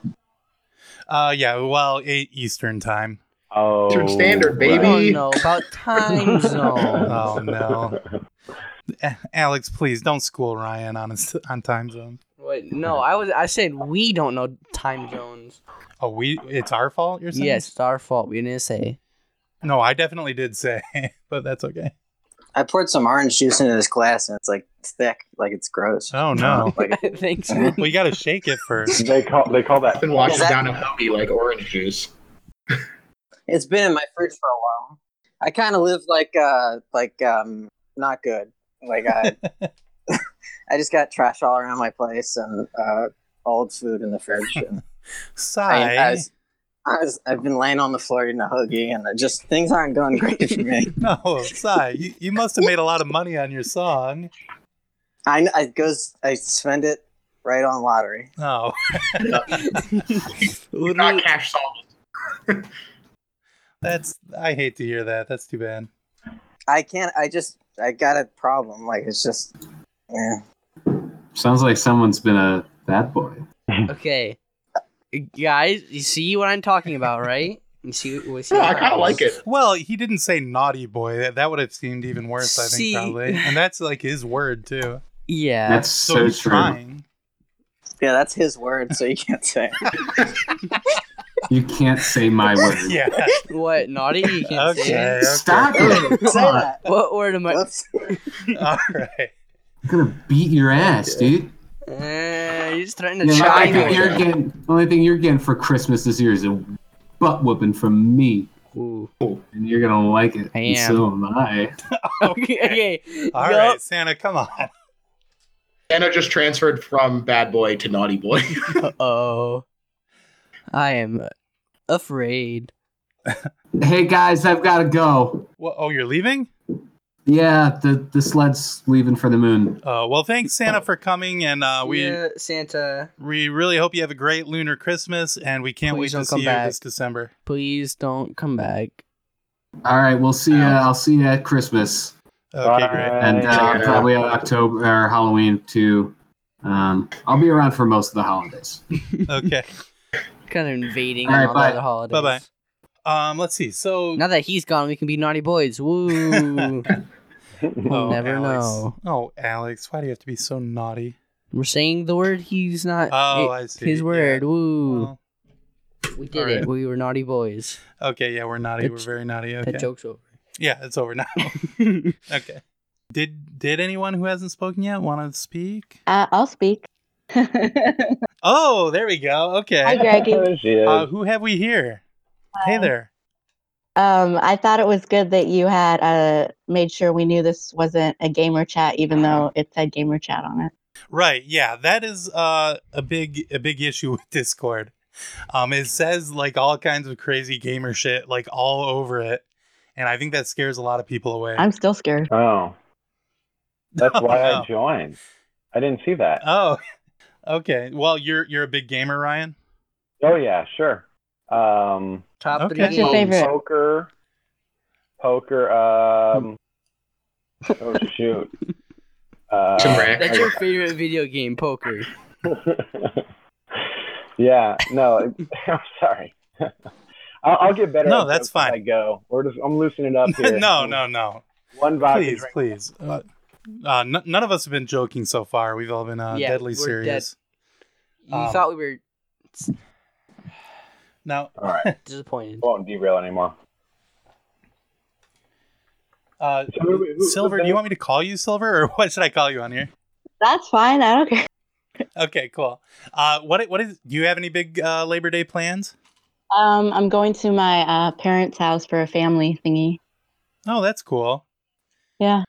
S1: Uh, yeah, well, eight Eastern time.
S8: Oh,
S4: Eastern Standard, baby.
S2: Oh
S4: Maybe-
S2: no, about time zone.
S1: Oh no, A- Alex, please don't school Ryan on his, on time zone.
S2: Wait, no, I was I said we don't know time zones.
S1: Oh, we it's our fault. You're saying?
S2: Yes, it's our fault. We didn't say.
S1: No, I definitely did say, but that's okay.
S3: I poured some orange juice into this glass and it's like thick, like it's gross.
S1: Oh no.
S3: Like,
S2: Thanks.
S3: Mhm.
S1: well, you got to shake it first.
S8: They call they call that
S4: Often washes
S3: Is that-
S4: down a hoagie like orange juice.
S3: it's been in my fridge for a while. I kind of live like uh like um not good. Like I I just got trash all around my place and uh old food in the fridge. And I,
S1: Sigh.
S3: I was, I was I've been laying on the floor eating a hoagie and it just things aren't going great for me.
S1: no, sigh. You, you must have made a lot of money on your song.
S3: I I goes I spend it right on lottery.
S1: Oh,
S4: Not cash solvent.
S1: that's. I hate to hear that. That's too bad.
S3: I can't. I just I got a problem. Like it's just. Yeah.
S6: Sounds like someone's been a bad boy.
S2: Okay. Uh, Guys, you see what I'm talking about, right? You see, we see
S4: Yeah,
S2: what
S4: I kind of like
S2: happens.
S4: it.
S1: Well, he didn't say naughty boy. That, that would have seemed even worse, I think,
S2: See.
S1: probably. And that's like his word, too.
S2: Yeah.
S6: That's
S1: So,
S6: so,
S1: he's
S6: true.
S1: trying.
S3: Yeah, that's his word, so you can't say. it.
S6: You can't say my word.
S1: Yeah.
S2: what naughty? You can't say.
S1: okay.
S6: Stop it!
S3: say
S6: God,
S3: that.
S2: What word am I?
S3: That's-
S1: All right.
S6: I'm gonna beat your ass, dude.
S2: Uh, you're just trying
S6: You
S2: to
S6: know, the
S2: try
S6: only
S4: I
S6: thing
S4: know.
S6: you're getting, the only thing you're getting for Christmas this year is a butt whooping from me,
S2: Ooh.
S6: and you're gonna like it.
S2: I
S6: and
S2: am.
S6: so am I.
S2: Okay. okay.
S1: All right,
S2: Yup.
S1: Santa, Uh, come on.
S4: Anna just transferred from bad boy to naughty boy.
S2: Uh-oh. I am afraid.
S6: Hey guys, I've gotta go.
S1: Well, oh, you're leaving?
S6: Yeah, the the sled's leaving for the moon.
S1: Uh, well, thanks, Santa, for coming. And uh, we
S2: Yeah, Santa,
S1: we really hope you have a great lunar Christmas. And we can't
S2: Please
S1: wait
S2: don't
S1: to
S2: come
S1: see
S2: back.
S1: you this December.
S2: please don't come back.
S6: All right, we'll see ya. I'll see ya at Christmas,
S1: Okay, great.
S6: and uh,
S4: Later.
S6: probably at October or Halloween too. Um, I'll be around for most of the holidays.
S1: Okay.
S2: Kind of invading
S6: All right,
S2: on all the
S6: bye.
S2: other holidays.
S1: Bye-bye. Um, let's see. So,
S2: Now that he's gone, we can be naughty boys. Woo! we'll
S1: oh,
S2: never
S1: Alex.
S2: know.
S1: Oh, Alex, why do you have to be so naughty?
S2: We're saying the word he's not.
S1: Oh,
S2: it-
S1: I see.
S2: His
S1: Yeah.
S2: word. Woo!
S1: Well,
S2: we did
S1: alright.
S2: it. We were naughty boys.
S1: okay, yeah, we're naughty.
S2: That
S1: We're
S2: j-
S1: very naughty. Okay.
S2: That joke's over.
S1: Yeah, it's over now. okay. Did did anyone who hasn't spoken yet want to speak?
S9: Uh, I'll speak. Hi,
S1: Oh, there we go. Okay.
S9: Greggy.
S8: There she is.
S1: Uh, who have we here? Hey
S9: Hi.
S1: there.
S9: Um, I thought it was good that you had uh, made sure we knew this wasn't a gamer chat, even though it said gamer chat on it.
S1: Right. Yeah, that is uh, a big a big issue with Discord. Um, it says like all kinds of crazy gamer shit like all over it, and I think that scares a lot of people away.
S9: I'm still scared.
S8: oh, that's why
S1: Oh, no.
S8: I joined. I didn't see that.
S1: Oh, okay. Well, you're you're a big gamer, Ryan.
S8: Oh yeah, sure. Um,
S2: Top
S1: Okay.
S2: three
S1: What's
S9: your
S2: games.
S9: favorite?
S8: poker, poker. Um, oh shoot. Uh,
S4: Some rack.
S2: That's your favorite video game, poker.
S8: yeah, no, I'm sorry. I'll, I'll get better.
S1: No,
S8: at
S1: that's
S8: jokes as
S1: fine.
S8: I go. We're just, I'm loosening up here.
S1: no, no, no.
S8: One vodka
S1: please,
S8: drink.
S1: please. Uh, uh, n- none of us have been joking so far. We've all been uh,
S2: Yeah,
S1: deadly
S2: we're
S1: serious.
S2: You
S1: Um,
S2: thought we were
S1: Now,
S8: All right,
S2: disappointed.
S8: won't derail anymore.
S1: uh,
S8: So who- who-
S1: Silver, do you want me to call you Silver, or what should I call you on here?
S9: That's fine. I don't care.
S1: Okay, cool. Uh, what i- what is? Do you have any big uh, Labor Day plans?
S9: Um, I'm going to my uh, parents' house for a family thingy.
S1: Oh, that's cool.
S9: Yeah.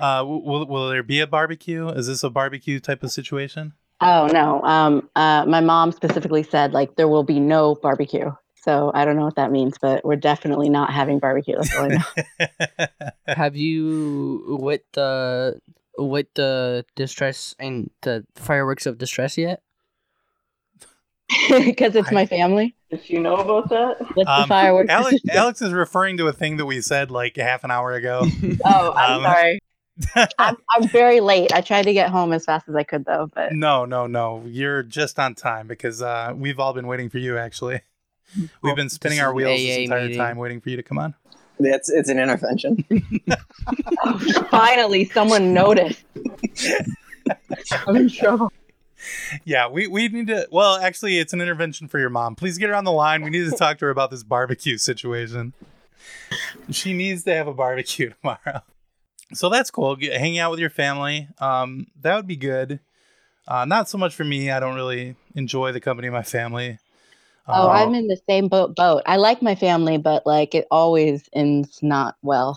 S1: Uh, w- will will there be a barbecue? Is this a barbecue type of situation?
S9: Oh no. Um, uh, my mom specifically said like there will be no barbecue. So I don't know what that means, but we're definitely not having barbecue. That's all I know.
S2: Have you with the with the distress and the fireworks of distress yet?
S9: because it's my family.
S5: Did she know about that?
S9: What's the
S1: Um,
S9: fireworks?
S1: Alex, Alex is referring to a thing that we said like half an hour ago.
S9: oh, I'm
S1: um,
S9: sorry. I'm, I'm very late. I tried to get home as fast as I could though, but
S1: No, no, no. You're just on time because uh, we've all been waiting for you, actually. We've been spinning
S2: Mm, this
S1: our
S2: is an
S1: wheels
S2: AA
S1: this entire
S2: meeting.
S1: time waiting for you to come on.
S3: That's it's an intervention.
S9: finally someone noticed. I'm in trouble.
S1: Yeah, we, we need to. Well, actually, it's an intervention for your mom. Please get her on the line. We need to talk to her about this barbecue situation. she needs to have a barbecue tomorrow. So that's cool. Get, hang out with your family. Um, that would be good. Uh, not so much for me. I don't really enjoy the company of my family.
S9: Oh,
S1: Uh,
S9: I'm in the same boat. Boat. I like my family, but like it always ends not well.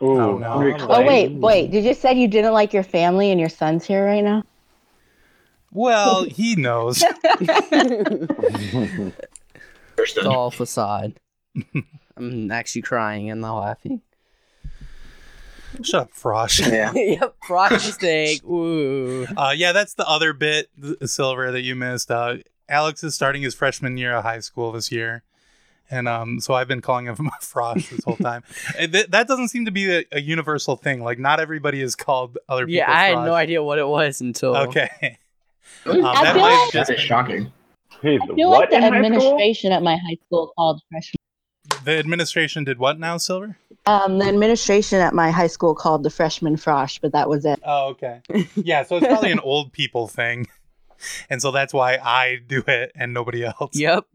S8: Ooh,
S1: Oh, no.
S8: Henry
S1: Oh,
S9: Oh
S8: Clay.
S9: wait, wait. You just said you didn't like your family, and your son's here right now.
S1: well, he knows.
S4: Understood.
S2: It's all facade. I'm actually crying and not laughing.
S1: Shut up, Frosh.
S3: Yeah.
S2: yep, frog mistake. Ooh.
S1: Uh, yeah, that's the other bit, th- Silver, that you missed. Uh, Alex is starting his freshman year of high school this year. And um, so I've been calling him Frosh this whole time. Uh, th- that doesn't seem to be a, a universal thing. Like, not everybody is called other people.
S2: Yeah, I had
S1: Frosh.
S2: no idea what it was until
S1: Okay.
S4: Really?
S1: Um,
S9: I
S1: that
S9: feel
S1: might
S9: like-
S1: have just
S4: That is
S1: been-
S4: shocking.
S8: He's
S9: I feel
S8: what
S9: like the
S8: in high school?
S9: administration at my high school called freshmen.
S1: the administration did what now, Silver?
S9: Um, the administration at my high school called the freshman frosh, but that was it.
S1: Oh, okay. Yeah, so it's probably an old people thing. And so that's why I do it and nobody else.
S2: Yep.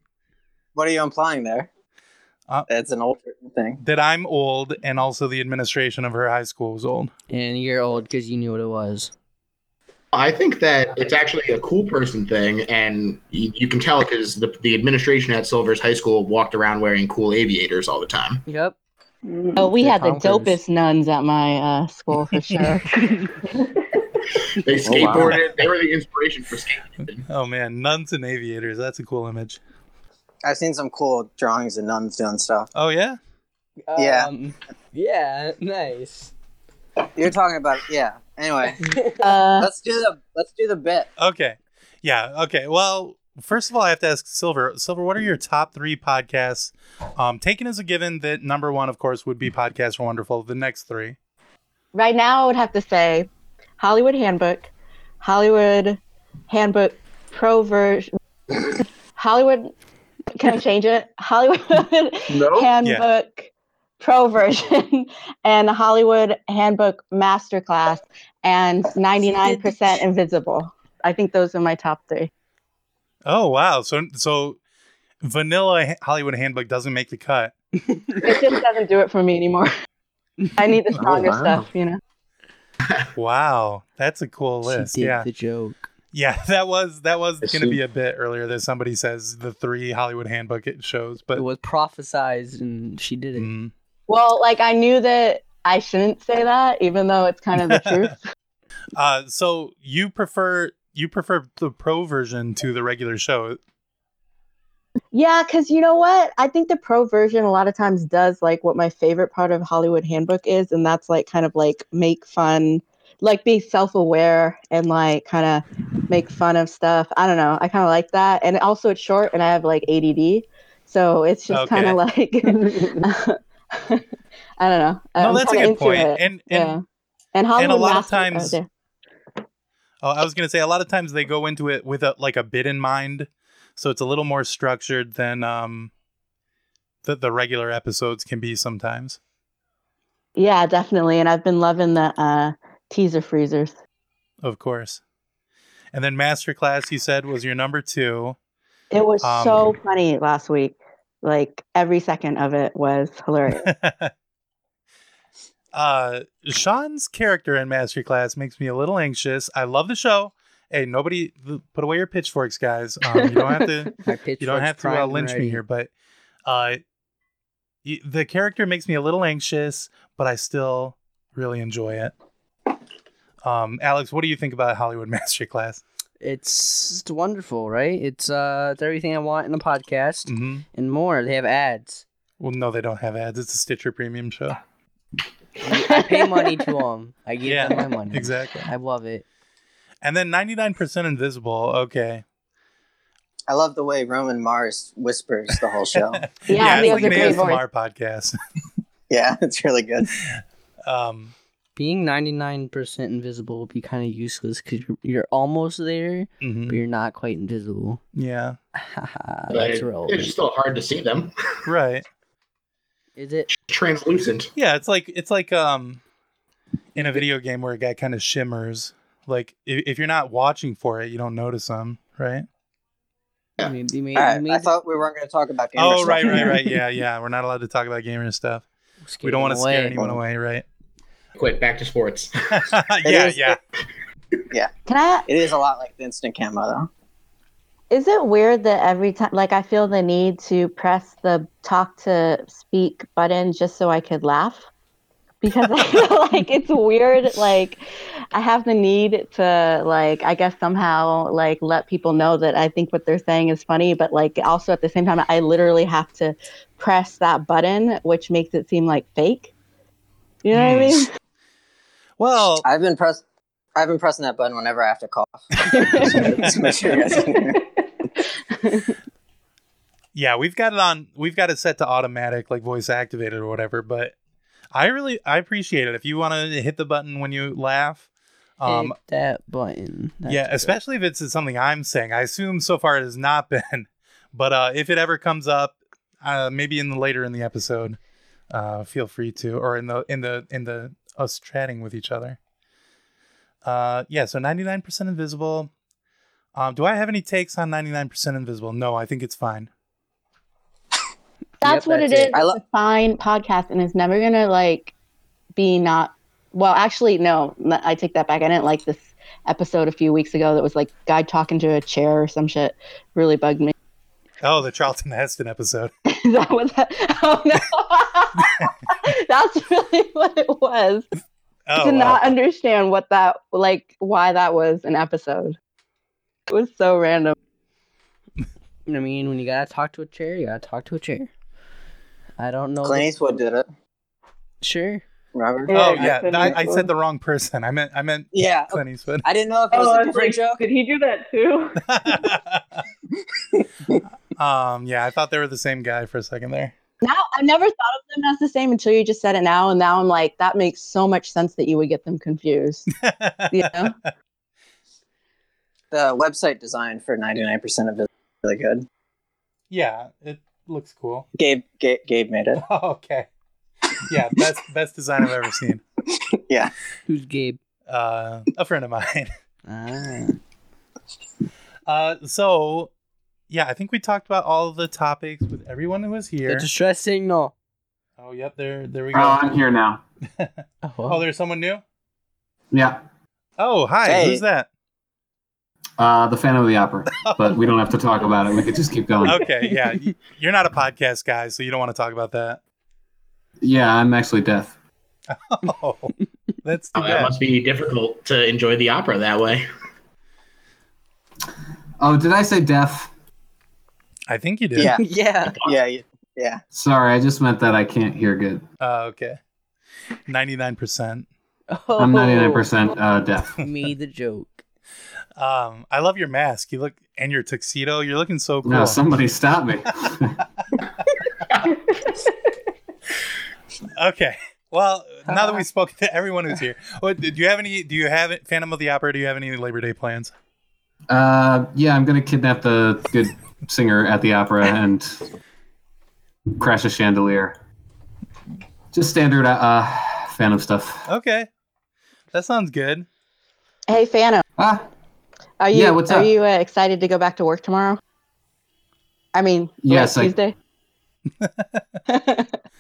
S3: What are you implying there?
S1: Uh,
S3: That's an old thing.
S1: That I'm old and also the administration of her high school was old.
S2: And you're old because you knew what it was.
S4: I think that it's actually a cool person thing, and you, you can tell because the, the administration at Silver's High School walked around wearing cool aviators all the time.
S2: Yep.
S9: Oh, we
S2: They're
S9: had the
S2: conquerors.
S9: dopest nuns at my uh, school for sure.
S4: They
S7: wow.
S4: skateboarded. They were the inspiration for skateboarding.
S1: Oh man, nuns and aviators. That's a cool image.
S3: I've seen some cool drawings of nuns doing stuff.
S1: Oh yeah.
S3: Yeah.
S2: Um, yeah. Nice.
S3: You're talking about yeah. Anyway,
S9: Uh,
S3: let's do the let's do the bit.
S1: Okay. Yeah. Okay. Well, first of all, I have to ask Silver. Silver, what are your top three podcasts? Um, taken as a given that number one, of course, would be podcasts are wonderful. The next three.
S9: right now, I would have to say Hollywood Handbook, Hollywood Handbook Pro version, Hollywood. Can I change it? Hollywood Handbook Pro version and Hollywood Handbook Masterclass and 99% Invisible. I think those are my top three.
S1: Oh wow. So so vanilla Ha- Hollywood Handbook doesn't make the cut.
S9: It just doesn't do it for me anymore. I need the stronger
S7: wow.
S9: stuff, you know.
S1: Wow, that's a cool list.
S2: she did
S1: Yeah.
S2: the joke.
S1: Yeah, that was that was
S7: Yes,
S1: going to
S7: she-
S1: be a bit earlier that somebody says the three Hollywood Handbook it shows, but
S2: It was prophesized and she did it.
S1: Mm.
S9: Well, like I knew that I shouldn't say that, even though it's kind of the truth.
S1: Uh, so you prefer you prefer the pro version to the regular show?
S9: Yeah, because you know what? I think the pro version a lot of times does like what my favorite part of Hollywood Handbook is, and that's like kind of like make fun, like be self aware and like kind of make fun of stuff. I don't know. I kind of like that. And also, it's short and I have like ADD. So it's just kind of like, I don't know.
S1: no, that's a good point. And, and
S9: yeah. And Hollywood
S1: a lot of
S9: Master- oh,
S1: times-
S9: there.
S1: oh, I was gonna say a lot of times they go into it with a like a bit in mind, so it's a little more structured than um the the regular episodes can be sometimes.
S9: Yeah, definitely. And I've been loving the uh, teaser freezers.
S1: Of course. And then masterclass, you said, was your number two.
S9: It was
S1: Um,
S9: so funny last week. Like every second of it was hilarious.
S1: uh Sean's character in Masterclass makes me a little anxious. I love the show. Hey, nobody put away your pitchforks, guys. Um, you don't have to
S2: My pitch
S1: you don't have to uh, lynch me here, but uh, y- the character makes me a little anxious, but I still really enjoy it. Um, Alex, what do you think about Hollywood Masterclass?
S2: It's just wonderful, right? It's uh, it's everything I want in a podcast
S1: Mm-hmm.
S2: and more. They have ads.
S1: Well, no, they don't have ads. It's a Stitcher Premium show.
S2: I pay money to them. I give
S1: Yeah,
S2: them my money.
S1: Exactly.
S2: I love it.
S1: And then 99% Invisible. Okay.
S3: I love the way Roman Mars whispers the whole show.
S9: Yeah, he
S1: it's
S9: has
S1: like
S9: a
S1: an
S9: great
S1: ASMR podcast.
S3: yeah, it's really good.
S1: Um,
S2: Being 99% invisible would be kind of useless because you're, you're almost there,
S1: mhm.
S2: but you're not quite invisible.
S1: Yeah,
S4: But
S2: That's real.
S4: It's still hard to see them.
S1: right.
S2: Is it?
S4: Translucent.
S1: Yeah, it's like it's like um, in a video game where a guy kind of shimmers. Like if, if you're not watching for it, you don't notice them, right?
S4: Yeah.
S2: You made- you made-
S3: All right,
S2: you made
S3: I
S2: the-
S3: thought we weren't going to talk about gamer
S1: Oh,
S3: stuff.
S1: right, right, right. Yeah, yeah. We're not allowed to talk about gamer stuff. We don't want to scare
S2: Away.
S1: anyone away, right?
S4: Quick, back to sports.
S1: yeah,
S3: is-
S1: yeah.
S9: Can I?
S3: It is a lot like the instant camera, though.
S9: Is it weird that every time, like, I feel the need to press the talk to speak button just so I could laugh? Because I feel like it's weird. Like, I have the need to, like, I guess somehow, like, let people know that I think what they're saying is funny, but, like, also at the same time, I literally have to press that button, which makes it seem like fake. You
S3: Hmm.
S9: know what I mean?
S1: Well,
S3: I've been press. I've been pressing that button whenever I have to cough. Just make sure you guys can hear.
S1: yeah, we've got it on. We've got it set to automatic, like voice activated or whatever. But I really, I appreciate it. If you want to hit the button when you laugh, um,
S2: Hit that button. That's
S1: yeah,
S2: good.
S1: especially if it's something I'm saying. I assume so far it has not been, but uh, if it ever comes up, uh, maybe in the later in the episode, uh, feel free to, or in the in the in the us chatting with each other. Uh, yeah, so ninety nine percent invisible. Um, do I have any takes on ninety nine percent invisible? No, I think it's fine.
S9: That's
S2: Yep,
S9: what
S2: that's
S9: it is.
S2: it.
S3: I lo-
S9: it's a fine podcast, and it's never gonna like be not. Well, actually, no. n- I take that back. I didn't like this episode a few weeks ago that was like guy talking to a chair or some shit. Really bugged me.
S1: Oh, the Charlton Heston episode.
S9: that was. Oh no. That's really what it was.
S1: Oh,
S9: Did
S1: wow.
S9: not understand what that like why that was an episode. It was so random.
S2: You know what I mean, when you gotta talk to a chair, you gotta talk to a chair. I don't know.
S3: Clint
S2: the-
S3: Eastwood did it.
S2: Sure.
S3: Remember?
S1: oh
S5: Yeah,
S1: yeah,
S5: Clint
S1: I, I said
S5: Eastwood.
S1: the wrong person. I meant I meant
S3: Yeah.
S1: Clint Eastwood.
S3: I didn't know if it was
S5: Oh,
S3: a
S5: I was
S3: different
S5: like,
S3: joke.
S5: did he do that too?
S1: um, yeah, I thought they were the same guy for a second there.
S9: Now I never thought of them as the same until you just said it now, and now I'm like, that makes so much sense that you would get them confused. You know?
S3: The website design for 99% of it is really good.
S1: yeah, it looks cool.
S3: Gabe, Gabe, Gabe made it.
S1: okay. Yeah, best best design I've ever seen.
S2: Who's Gabe?
S1: Uh, a friend of mine.
S2: Ah.
S1: Uh, so yeah, I think we talked about all of the topics with everyone who was here.
S2: It's a stress signal.
S1: Oh, yep, there there we
S6: Oh,
S1: go.
S6: I'm here now.
S2: Oh,
S1: Oh, there's someone new.
S6: Yeah,
S1: Oh, hi.
S3: Hey.
S1: Who's that?
S6: uh, the Phantom of the Opera. But we don't have to talk about it. We could just keep going.
S1: Okay, yeah, y- you're not a podcast guy, so you don't want to talk about that.
S6: Yeah, I'm actually deaf.
S1: Oh, that's too
S4: Oh, that
S1: bad.
S4: must be difficult to enjoy the opera that way.
S6: Oh, did I say deaf?
S1: I think you did.
S3: Yeah.
S2: yeah.
S3: Yeah. you- Yeah.
S6: Sorry, I just meant that I can't hear good.
S1: Uh, okay. Ninety nine percent.
S2: Oh.
S6: I'm 99% uh, deaf.
S2: Made the joke.
S1: Um, I love your mask. You look and your tuxedo. You're looking so cool.
S6: No, somebody stop me.
S1: okay. Well, now
S2: Ah.
S1: that we've spoken to everyone who's here, what, do you have any? Do you have it, Phantom of the Opera? Do you have any Labor Day plans?
S6: Uh, yeah, I'm gonna kidnap the good singer at the opera and crash a chandelier. Just standard uh, uh Phantom stuff.
S1: Okay, that sounds good.
S9: Hey, Phantom.
S6: Ah,
S9: Are you
S6: Yeah, what's
S9: are
S6: up?
S9: you uh, excited to go back to work tomorrow? I mean,
S6: Yes,
S9: what,
S6: I-
S9: Tuesday.
S6: uh,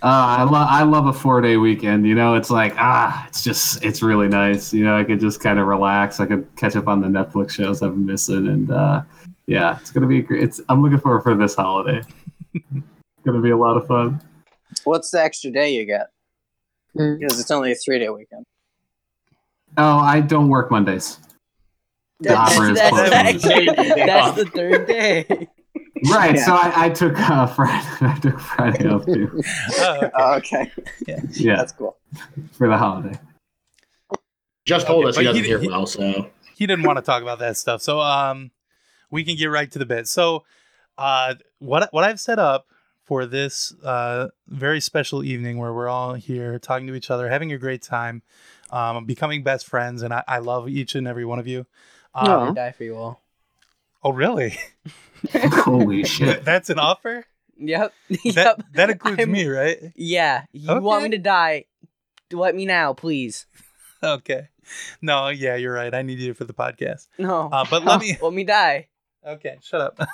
S6: I love I love a four day weekend. You know, it's like ah, it's just it's really nice. You know, I could just kind of relax. I could catch up on the Netflix shows I've been missing, and uh, yeah, it's gonna be great. It's I'm looking forward for this holiday. gonna be a lot of fun.
S3: What's the extra day you get?
S2: Hmm.
S3: Because it's only a three day weekend.
S6: Oh, I don't work Mondays. The
S2: That's,
S6: opera is
S2: that's,
S6: closed.
S2: that's,
S4: Monday.
S2: that's the third day.
S6: Right.
S3: Yeah.
S6: So I, I took uh, Friday. I took Friday off too.
S1: Oh, okay.
S3: Oh, okay.
S6: Yeah,
S3: That's cool.
S6: for the holiday.
S4: Just told
S1: Okay,
S4: us he
S1: but he
S4: doesn't
S1: did-
S4: hear
S1: he-
S4: well, so
S1: he didn't want to talk about that stuff. So um, we can get right to the bit. So uh, what what I've set up for this uh, very special evening where we're all here talking to each other, having a great time, um, becoming best friends, and I, I love each and every one of you. Um,
S2: I
S3: Aw.
S2: die for you all.
S1: Oh, really?
S6: Holy shit!
S1: That's an offer.
S2: Yep.
S1: That
S2: yep.
S1: that includes
S2: I'm-
S1: me, right?
S2: Yeah. You want me
S1: Okay.
S2: to die? Let me now, please.
S1: Okay. No, yeah, you're right. I need you for the podcast.
S2: No.
S1: Uh, but let me.
S2: Let me die.
S1: Okay, shut up.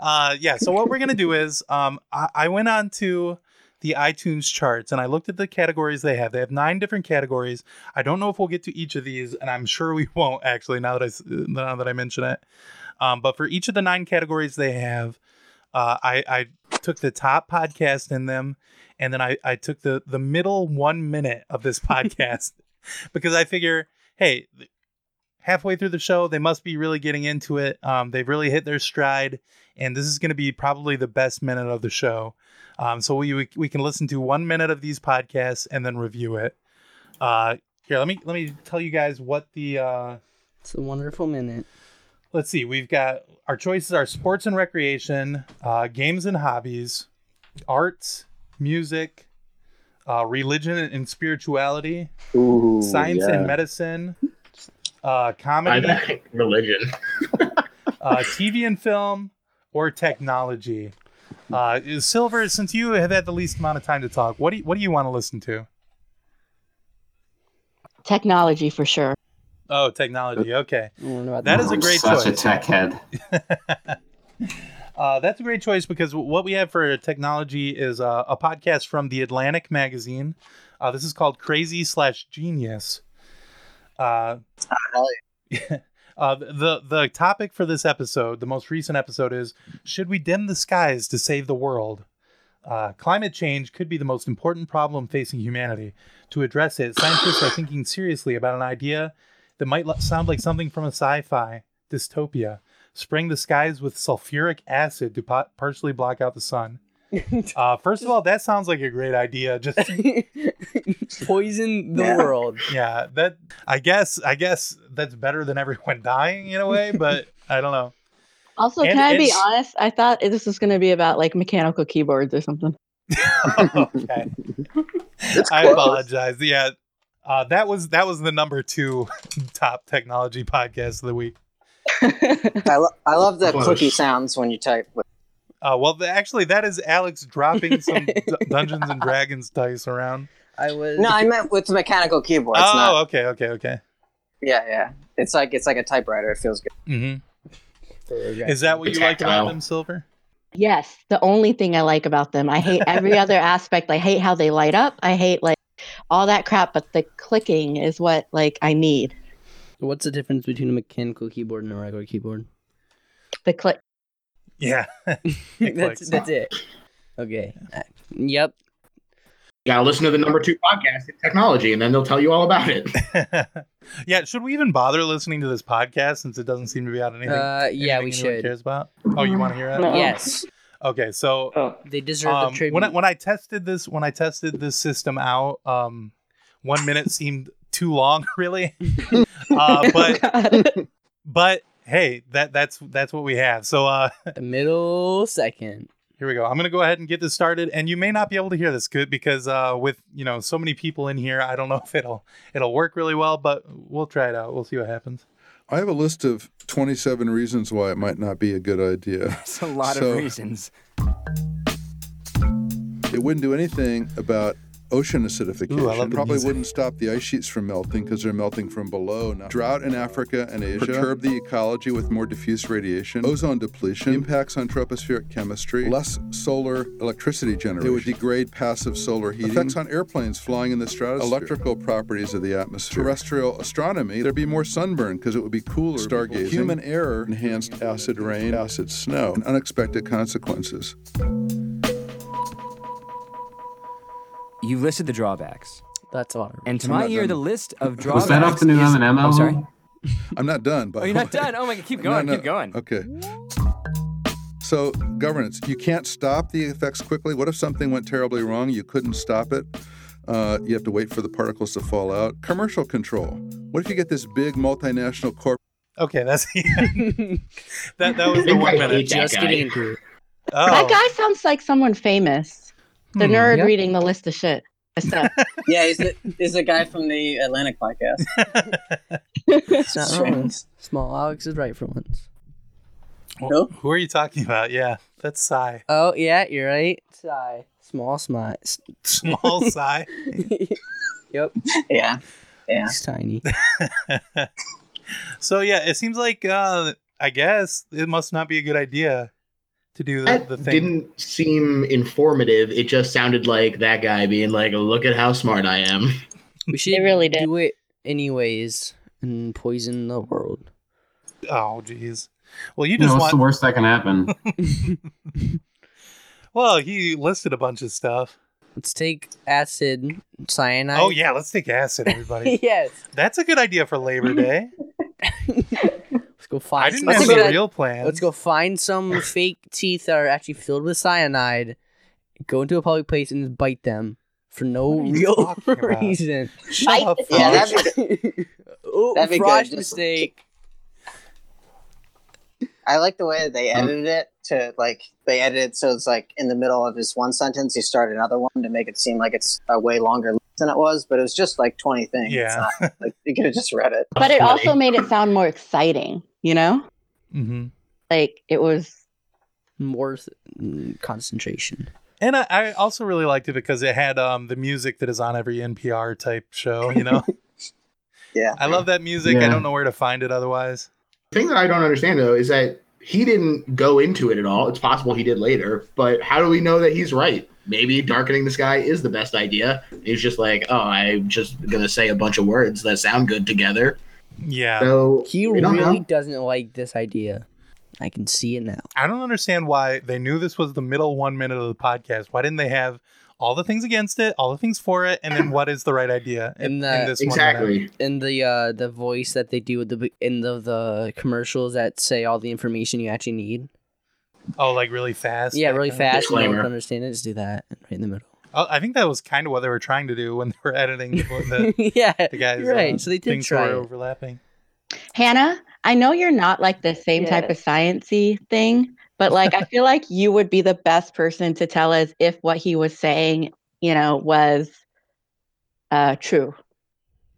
S1: Uh, yeah. So what we're gonna do is, um, I, I went on to the iTunes charts and I looked at the categories they have. They have nine different categories. I don't know if we'll get to each of these, and I'm sure we won't actually. Now that I s- now that I mention it, um, but for each of the nine categories they have, uh, I, I took the top podcast in them, and then I, I took the the middle one minute of this podcast because I figure, hey, th- halfway through the show they must be really getting into it. Um, they've really hit their stride, and this is going to be probably the best minute of the show. Um, so we, we we can listen to one minute of these podcasts and then review it. Uh, here, let me let me tell you guys what the uh,
S2: It's a wonderful minute.
S1: let's see we've got our choices are sports and recreation uh, games and hobbies arts music uh, religion and spirituality
S7: Ooh,
S1: science
S7: yeah.
S1: and medicine uh,
S4: I
S1: comedy
S4: think religion.
S1: uh, tv and film or technology uh, silver since you have had the least amount of time to talk what do you, what do you want to listen to
S9: Technology for sure.
S1: oh technology okay
S2: Uh, I wonder about
S1: That
S2: the-
S1: is a
S6: I'm
S1: great
S6: such a
S1: choice.
S6: tech head.
S1: Uh, that's a great choice because what we have for technology is uh, a podcast from the Atlantic magazine. Uh, this is called Crazy Slash Genius. Uh,
S3: hell
S1: uh, the the topic for this episode, the most recent episode, is should we dim the skies to save the world? Uh, climate change could be the most important problem facing humanity. To address it, scientists are thinking seriously about an idea that might lo- sound like something from a sci-fi dystopia. Spring the skies with sulfuric acid to po- partially block out the sun. Uh, first of all, that sounds like a great idea. Just
S2: Poison the
S3: Yeah.
S2: world.
S1: yeah, that I guess I guess that's better than everyone dying in a way, but I don't know.
S9: Also,
S1: And
S9: can I be
S1: it's-
S9: honest? I thought this was going to be about like mechanical keyboards or something.
S1: okay. I
S3: close.
S1: apologize. Yeah. Uh, that was that was the number two top technology podcast of the week.
S3: I, lo- I love the
S4: Close.
S3: clicky sounds when you type.
S1: Uh, well, th- actually, that is Alex dropping some D- Dungeons and Dragons dice around.
S2: I was.
S3: No, I meant with the mechanical keyboard. It's
S1: oh,
S3: not.
S1: okay, okay, okay.
S3: Yeah, yeah. It's like it's like a typewriter. It feels good.
S1: hmm Is that what you like about
S4: Tactile.
S1: them, Silver?
S9: Yes, the only thing I like about them. I hate every other aspect. I hate how they light up. I hate like all that crap, but the clicking is what like I need.
S2: What's the difference between a mechanical keyboard and a regular keyboard?
S9: The click.
S1: Yeah. It
S2: that's
S1: clicks.
S2: that's it. Okay. Uh, Yep.
S4: You gotta listen to the number two podcast in technology, and then they'll tell you all about it.
S1: yeah. Should we even bother listening to this podcast since it doesn't seem to be out anything?
S2: Uh, yeah,
S1: anything
S2: we
S1: anyone
S2: should.
S1: Cares about? Oh, you want to hear it?
S5: No.
S2: Yes,
S1: Okay, so
S5: Oh,
S2: they deserve
S1: Um,
S2: the tribute.
S1: when I, when I tested this when I tested this system out, um, one minute seemed too long, really.
S2: Oh,
S1: uh, but but hey, that that's that's what we have. So uh,
S2: the middle second.
S1: here we go. I'm gonna go ahead and get this started, and you may not be able to hear this good because uh, with you know so many people in here, I don't know if it'll it'll work really well, but we'll try it out. We'll see what happens.
S10: I have a list of 27 reasons why it might not be a good idea.
S11: That's a lot
S10: So-
S11: of reasons.
S10: It wouldn't do anything about ocean acidification.
S1: Ooh, I love the
S10: Probably
S1: music.
S10: wouldn't stop the ice sheets from melting because they're melting from below. Now, drought in Africa and Asia perturb the ecology with more diffuse radiation, ozone depletion, impacts on tropospheric chemistry, less solar electricity generation. It would degrade passive solar heating. Effects on airplanes flying in the stratosphere. Electrical properties of the atmosphere. Terrestrial astronomy. There'd be more sunburn because it would be cooler. Stargazing. Human error. Enhanced acid rain, acid snow, and unexpected consequences.
S11: You listed the drawbacks,
S2: That's a lot. Of
S11: and to
S10: I'm
S11: my
S10: not
S11: ear,
S10: done.
S11: the list of drawbacks.
S6: Was that off the new
S11: is-
S6: M&M album?
S11: I'm sorry.
S10: I'm not done, but
S11: Oh, you're not done. Oh my god, keep going, keep going.
S10: Okay. So, governance, you can't stop the effects quickly. What if something went terribly wrong? You couldn't stop it. Uh, you have to wait for the particles to fall out. Commercial control. What if you get this big multinational corp?
S1: Okay, that's that that was
S4: I
S1: the
S4: think I
S1: one minute.
S4: hate that
S2: just
S4: guy.
S2: getting into it.
S1: Oh,
S9: That guy sounds like someone famous. The
S1: hmm.
S9: nerd
S2: Yep.
S9: reading the list of shit. Stuff.
S3: Yeah, he's the, he's the guy from the Atlantic podcast.
S2: It's not wrong. Small Alex is right for once.
S1: Who, who are you talking about? Yeah, that's Psy.
S2: Oh yeah, you're right. Sigh. Small smile.
S1: Small Psy.
S2: yep.
S3: Yeah, yeah.
S2: He's tiny.
S1: So yeah, it seems like uh I guess it must not be a good idea to do the,
S4: That
S1: the thing.
S4: didn't seem informative. It just sounded like that guy being like, "Look at how smart I am."
S2: We should do it anyways and poison the world.
S1: Oh, jeez. Well, you
S6: You know,
S1: just
S6: what's
S1: want.
S6: the worst that can happen?
S1: Well, he listed a bunch of stuff.
S2: Let's take acid, cyanide.
S1: Oh yeah, let's take acid, everybody.
S2: yes.
S1: That's a good idea for Labor Day.
S2: Let's go find.
S1: I didn't
S2: let's
S1: have
S2: go-
S1: any real plans.
S2: Let's go find some fake teeth that are actually filled with cyanide. Go into a public place and just bite them for no
S1: What are you
S2: real
S1: talking about?
S2: reason.
S1: Shut up,
S2: Yeah,
S1: Frosh.
S2: that'd Oh,
S3: That'd be
S2: Frosh
S3: good.
S2: mistake.
S3: I like the way that they edited it to like they edited it so it's like in the middle of his one sentence you start another one to make it seem like it's a way longer list than it was, but it was just like twenty things. It's
S1: Yeah.
S3: not- like you could have just read it.
S9: But it also made it sound more exciting, you know?
S1: Mm-hmm.
S9: Like it was
S2: More th- mm, concentration.
S1: And I, I also really liked it because it had um, the music that is on every NPR type show. You know,
S3: Yeah.
S1: I love that music. I
S6: Yeah.
S1: don't know where to find it otherwise.
S4: The thing that I don't understand though is that he didn't go into it at all. It's possible he did later, but how do we know that he's right? Maybe darkening the sky is the best idea. He's just like, oh, I'm just gonna say a bunch of words that sound good together.
S1: Yeah,
S4: So
S2: He
S4: we don't
S2: really
S4: know.
S2: doesn't like this idea. I can see it now.
S1: I don't understand why they knew this was the middle one minute of the podcast. Why didn't they have all the things against it, all the things for it, and then what is the right idea in,
S2: And
S1: in
S2: that-
S1: this one? minute?
S4: Uh, exactly.
S2: And the uh, the voice that they do at the be- end of the commercials that say all the information you actually need.
S1: Oh, like really fast.
S2: Yeah,
S1: that
S2: really
S1: kind of-
S2: fast. and No one
S4: Disclaimer.
S2: can understand it. Just do that right in the middle.
S1: Oh, I think that was kind of what they were trying to do when they were editing the, the,
S2: yeah,
S1: the guys.
S2: you're right.
S1: uh,
S2: so they did
S1: things
S2: try.
S1: were
S2: it.
S1: overlapping.
S9: Hannah, I know you're not like the same type of sciency thing, but like I feel like you would be the best person to tell us if what he was saying, you know, was uh true.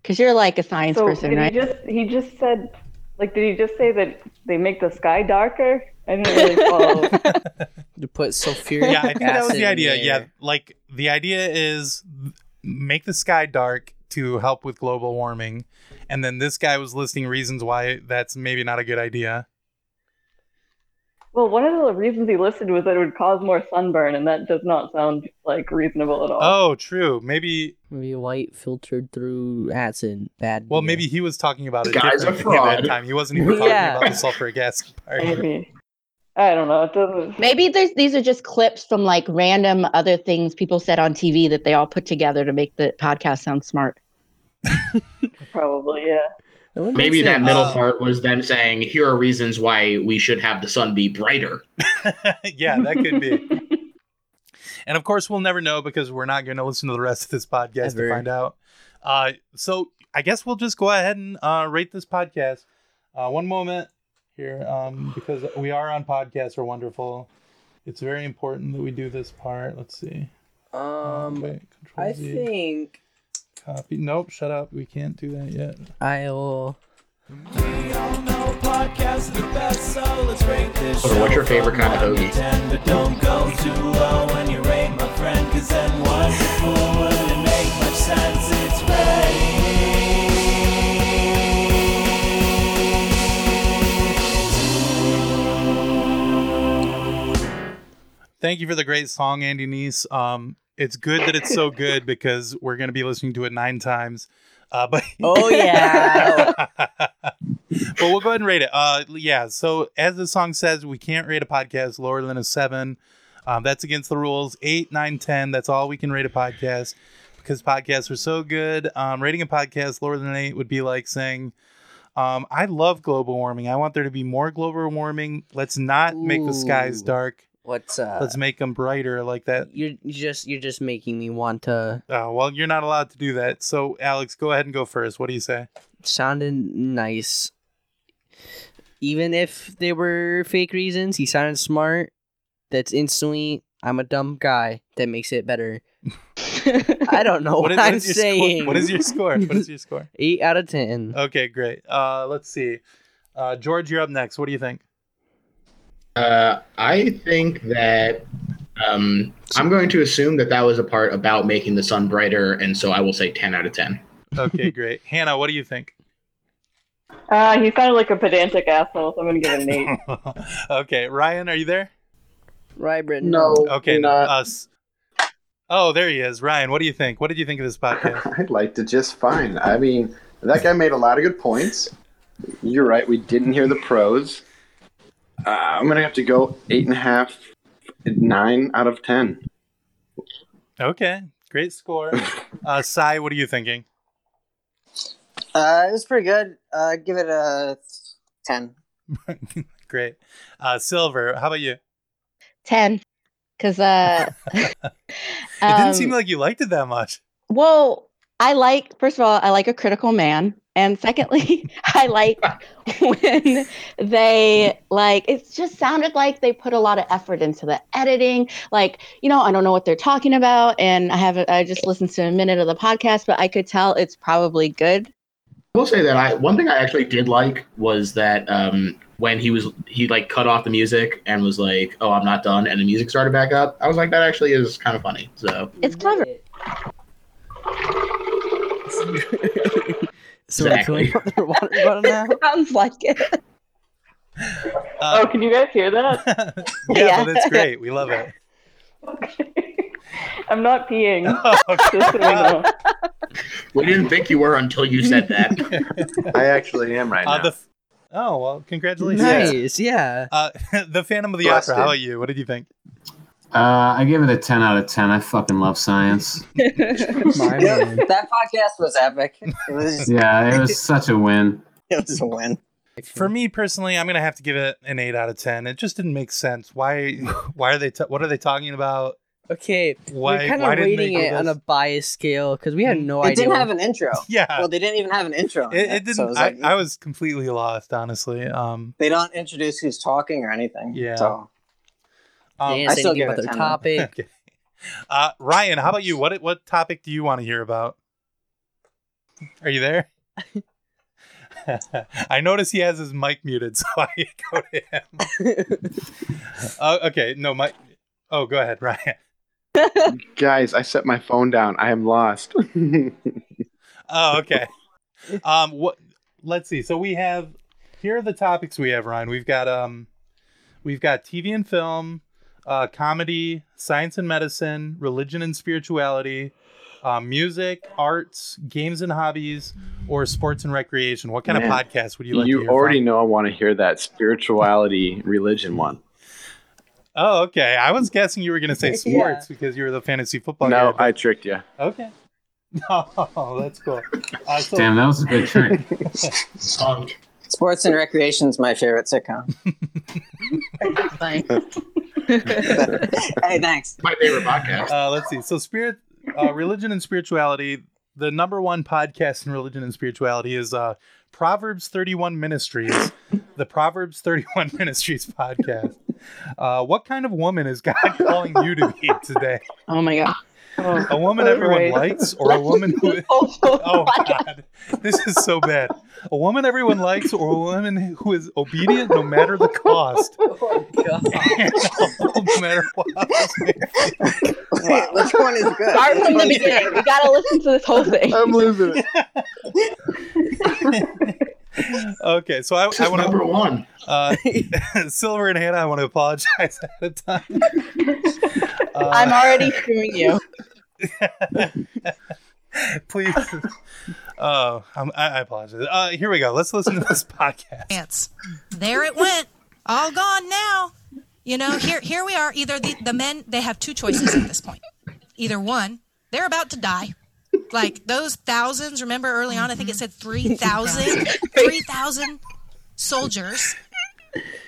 S9: Cause you're like a science
S5: So
S9: person,
S5: did
S9: right?
S5: he just he just said like did he just say that they make the sky darker? I didn't really follow.
S2: to put sulfuric
S1: Yeah, I think that was
S2: acid in
S1: the idea. Yeah,
S2: air.
S1: like the idea is make the sky dark to help with global warming, and then this guy was listing reasons why that's maybe not a good idea.
S5: well, one of the reasons he listed was that it would cause more sunburn, and that does not sound like reasonable at all.
S1: Oh, true. Maybe.
S2: Maybe white filtered through acid. Bad.
S1: Well,
S2: idea.
S1: maybe he was talking about it
S4: This guy's a
S1: differently at that
S4: fraud.
S1: time. He wasn't even talking
S2: Yeah.
S1: about the sulfuric acid part.
S5: Maybe. I don't know. It doesn't.
S9: Maybe there's, these are just clips from like random other things people said on TV that they all put together to make the podcast sound smart.
S5: Probably, yeah.
S2: That would make
S4: Maybe that
S2: sense.
S4: middle
S3: Oh.
S1: Uh,
S4: part was them saying, "Here are reasons why we should have the sun be brighter."
S1: yeah, that could be. and of course, we'll never know because we're not going to listen to the rest of this podcast
S2: Ever.
S1: to find out. Uh, so I guess we'll just go ahead and uh, rate this podcast. Uh, one moment here, um, because we are on podcasts are wonderful. It's very important that we do this part. Let's see.
S2: Um,
S1: Wait, Control
S2: I
S1: Z,
S2: think
S1: copy. Nope, shut up. We can't do that yet.
S2: I'll.
S4: So what's your favorite kind of hoagie?
S1: Thank you for the great song, Andy Nice. Um, it's good that it's so good because we're going to be listening to it nine times. Uh, but
S2: Oh yeah.
S1: but we'll go ahead and rate it. Uh, yeah. So as the song says, we can't rate a podcast lower than a seven. Um, that's against the rules. Eight, nine, ten. That's all we can rate a podcast because podcasts are so good. Um, rating a podcast lower than an eight would be like saying, um, "I love global warming. I want there to be more global warming. Let's not make the skies
S2: Ooh.
S1: dark.
S2: What's uh?
S1: Let's make them brighter like that."
S2: you're you're just you're just making me want to
S1: Uh, well, you're not allowed to do that. So, Alex, go ahead and go first. What do you say?
S2: sounded nice. Even if they were fake reasons, he sounded smart. That's instantly I'm a dumb guy. That makes it better. I don't know what,
S1: is,
S2: I'm
S1: is your
S2: saying.
S1: Score? What is your score? What is your score?
S2: eight out of ten?
S1: Okay, great. Uh, let's see. Uh, George, you're up next. What do you think?
S4: Uh, I think that um, I'm going to assume that that was a part about making the sun brighter, and so I will say 10 out of 10.
S1: Okay, great. Hannah, what do you think?
S5: Ah, Uh, he sounded like a pedantic asshole, so I'm gonna give it an eight.
S1: okay, Ryan, are you there?
S2: Right, Britain.
S1: No, Okay, us. Oh, there he is, Ryan. What do you think? What did you think of this podcast?
S12: I'd like to just fine. I mean, that guy made a lot of good points. You're right. We didn't hear the pros. Uh, I'm gonna have to go eight and a half, nine out of ten.
S1: Okay, great score. Uh, Sai, what are you thinking?
S3: Uh, it was pretty good. Uh, give it a ten.
S1: Great. Uh, Silver, how about you?
S9: Ten, because uh,
S1: It didn't
S9: Um,
S1: seem like you liked it that much.
S9: Well, I like first of all, I like a critical man, and secondly, I like when they like it just sounded like they put a lot of effort into the editing. Like, you know, I don't know what they're talking about, and I haven't I just listened to a minute of the podcast, but I could tell it's probably good.
S4: I will say that I one thing I actually did like was that um, when he was he like cut off the music and was like, "Oh, I'm not done," and the music started back up. I was like, that actually is kind of funny. So
S9: It's clever.
S4: so exactly.
S9: Sounds like it.
S5: oh, can you guys hear that?
S1: Yeah, but it's great. We love it.
S5: I'm not peeing.
S4: Oh,
S5: Just so you know.
S4: we didn't think you were until you said that.
S12: I actually am right
S1: Uh,
S12: now.
S1: the f- oh well, congratulations.
S2: Nice, yeah.
S1: Uh, the Phantom of the
S12: Busted.
S1: Opera. How about you? What did you think?
S6: Uh, I give it a 10 out of 10. I fucking love science.
S3: Yep, that podcast was epic. It was,
S6: yeah, it was such a win.
S3: it was a win.
S1: For me personally, I'm gonna have to give it an eight out of ten. It just didn't make sense. Why? Why are they? T- what are they talking about?
S2: Okay,
S1: Why-
S2: we're kind
S1: why
S2: of
S1: didn't they
S2: rating
S1: do
S2: it on
S1: this?
S2: a bias scale because we had no
S3: They
S2: idea.
S3: Mm. didn't
S2: what-
S3: have an intro.
S1: Yeah.
S3: Well, they didn't even have an intro. on
S1: It,
S3: it,
S1: it didn't.
S3: so was
S1: I,
S3: like- mm.
S1: I was completely lost, honestly. Um,
S3: they don't introduce who's talking or anything.
S1: Yeah.
S3: So
S1: um,
S2: They
S3: I
S2: didn't say
S3: still
S2: anything
S3: give
S2: about
S3: it
S2: their
S3: 10.
S2: topic.
S1: Okay. Uh, Ryan, how about you? What what topic do you want to hear about? Are you there? I notice he has his mic muted, so I go to him. uh, okay, no, my. Oh, go ahead, Ryan.
S12: Guys, I set my phone down. I am lost.
S1: Oh, okay. Um, what? Let's see. So we have here are the topics we have, Ryan. We've got um, we've got TV and film, uh, comedy, science and medicine, religion and spirituality, uh, music, arts, games and hobbies, or sports and recreation. What kind of
S12: Man,
S1: podcast would you like? to hear
S12: already
S1: From?
S12: know I want to hear that spirituality religion one.
S1: Oh, okay. I was guessing you were going to say
S2: Yeah.
S1: sports because you were the fantasy football.
S12: no,
S1: guy,
S12: I tricked you.
S1: but- okay. Oh, that's cool. Uh, so-
S6: Damn, that was a good trick.
S4: Um,
S3: sports and recreation is my favorite sitcom. hey, thanks.
S4: my favorite podcast.
S1: uh, let's see. So, spirit, uh, religion, and spirituality. The number one podcast in religion and spirituality is uh, Proverbs 31 Ministries, the Proverbs 31 Ministries podcast. Uh, what kind of woman is God calling you to be today?
S9: Oh my god.
S5: Oh,
S1: A woman everyone
S5: Right.
S1: likes, or a woman who. Oh,
S9: oh,
S1: God. This is so bad. A woman everyone likes, or a woman who is obedient no matter the cost.
S9: Oh
S1: And helpful no matter what.
S3: Wait, which one is good?
S9: Start
S3: Which
S9: from the
S3: one is
S9: beginning. We gotta listen to this whole thing.
S12: I'm losing it.
S1: Okay, so I,
S4: This
S1: I
S4: is
S1: want to
S4: number one.
S1: Uh, Silver and Hannah, I want to apologize ahead of time.
S9: I'm
S1: Uh,
S9: already screwing you.
S1: please. Oh, I'm, I I apologize. Uh, here we go. Let's listen to this podcast.
S13: chance. There it went. All gone now. You know, here here we are. Either the, the men they have two choices at this point. Either one, they're about to die. Like those thousands, remember early on, I think it said 3,000 3,000 soldiers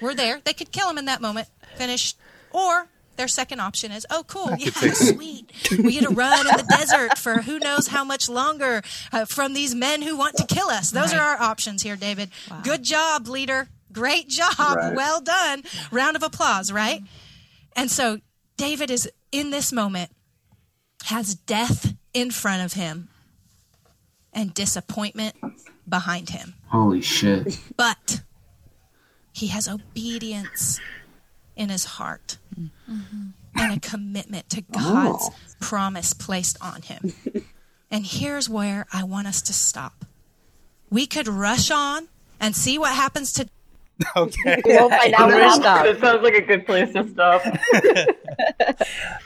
S13: were there. They could kill him in that moment, finish. Or their second option is, oh, cool, yeah, sweet. We get to run in the desert for who knows how much longer uh, from these men who want to kill us. Those are our options here, David. Good job, leader. Great job.
S12: Right.
S13: Well done. Round of applause, right? And so David is in this moment, has death in front of him and disappointment behind him
S6: Holy shit.
S13: but he has obedience in his heart and a commitment to God's promise placed on him. and here's where I want us to stop. We could rush on and see what happens to
S1: Okay.
S5: It sounds like a good place to stop.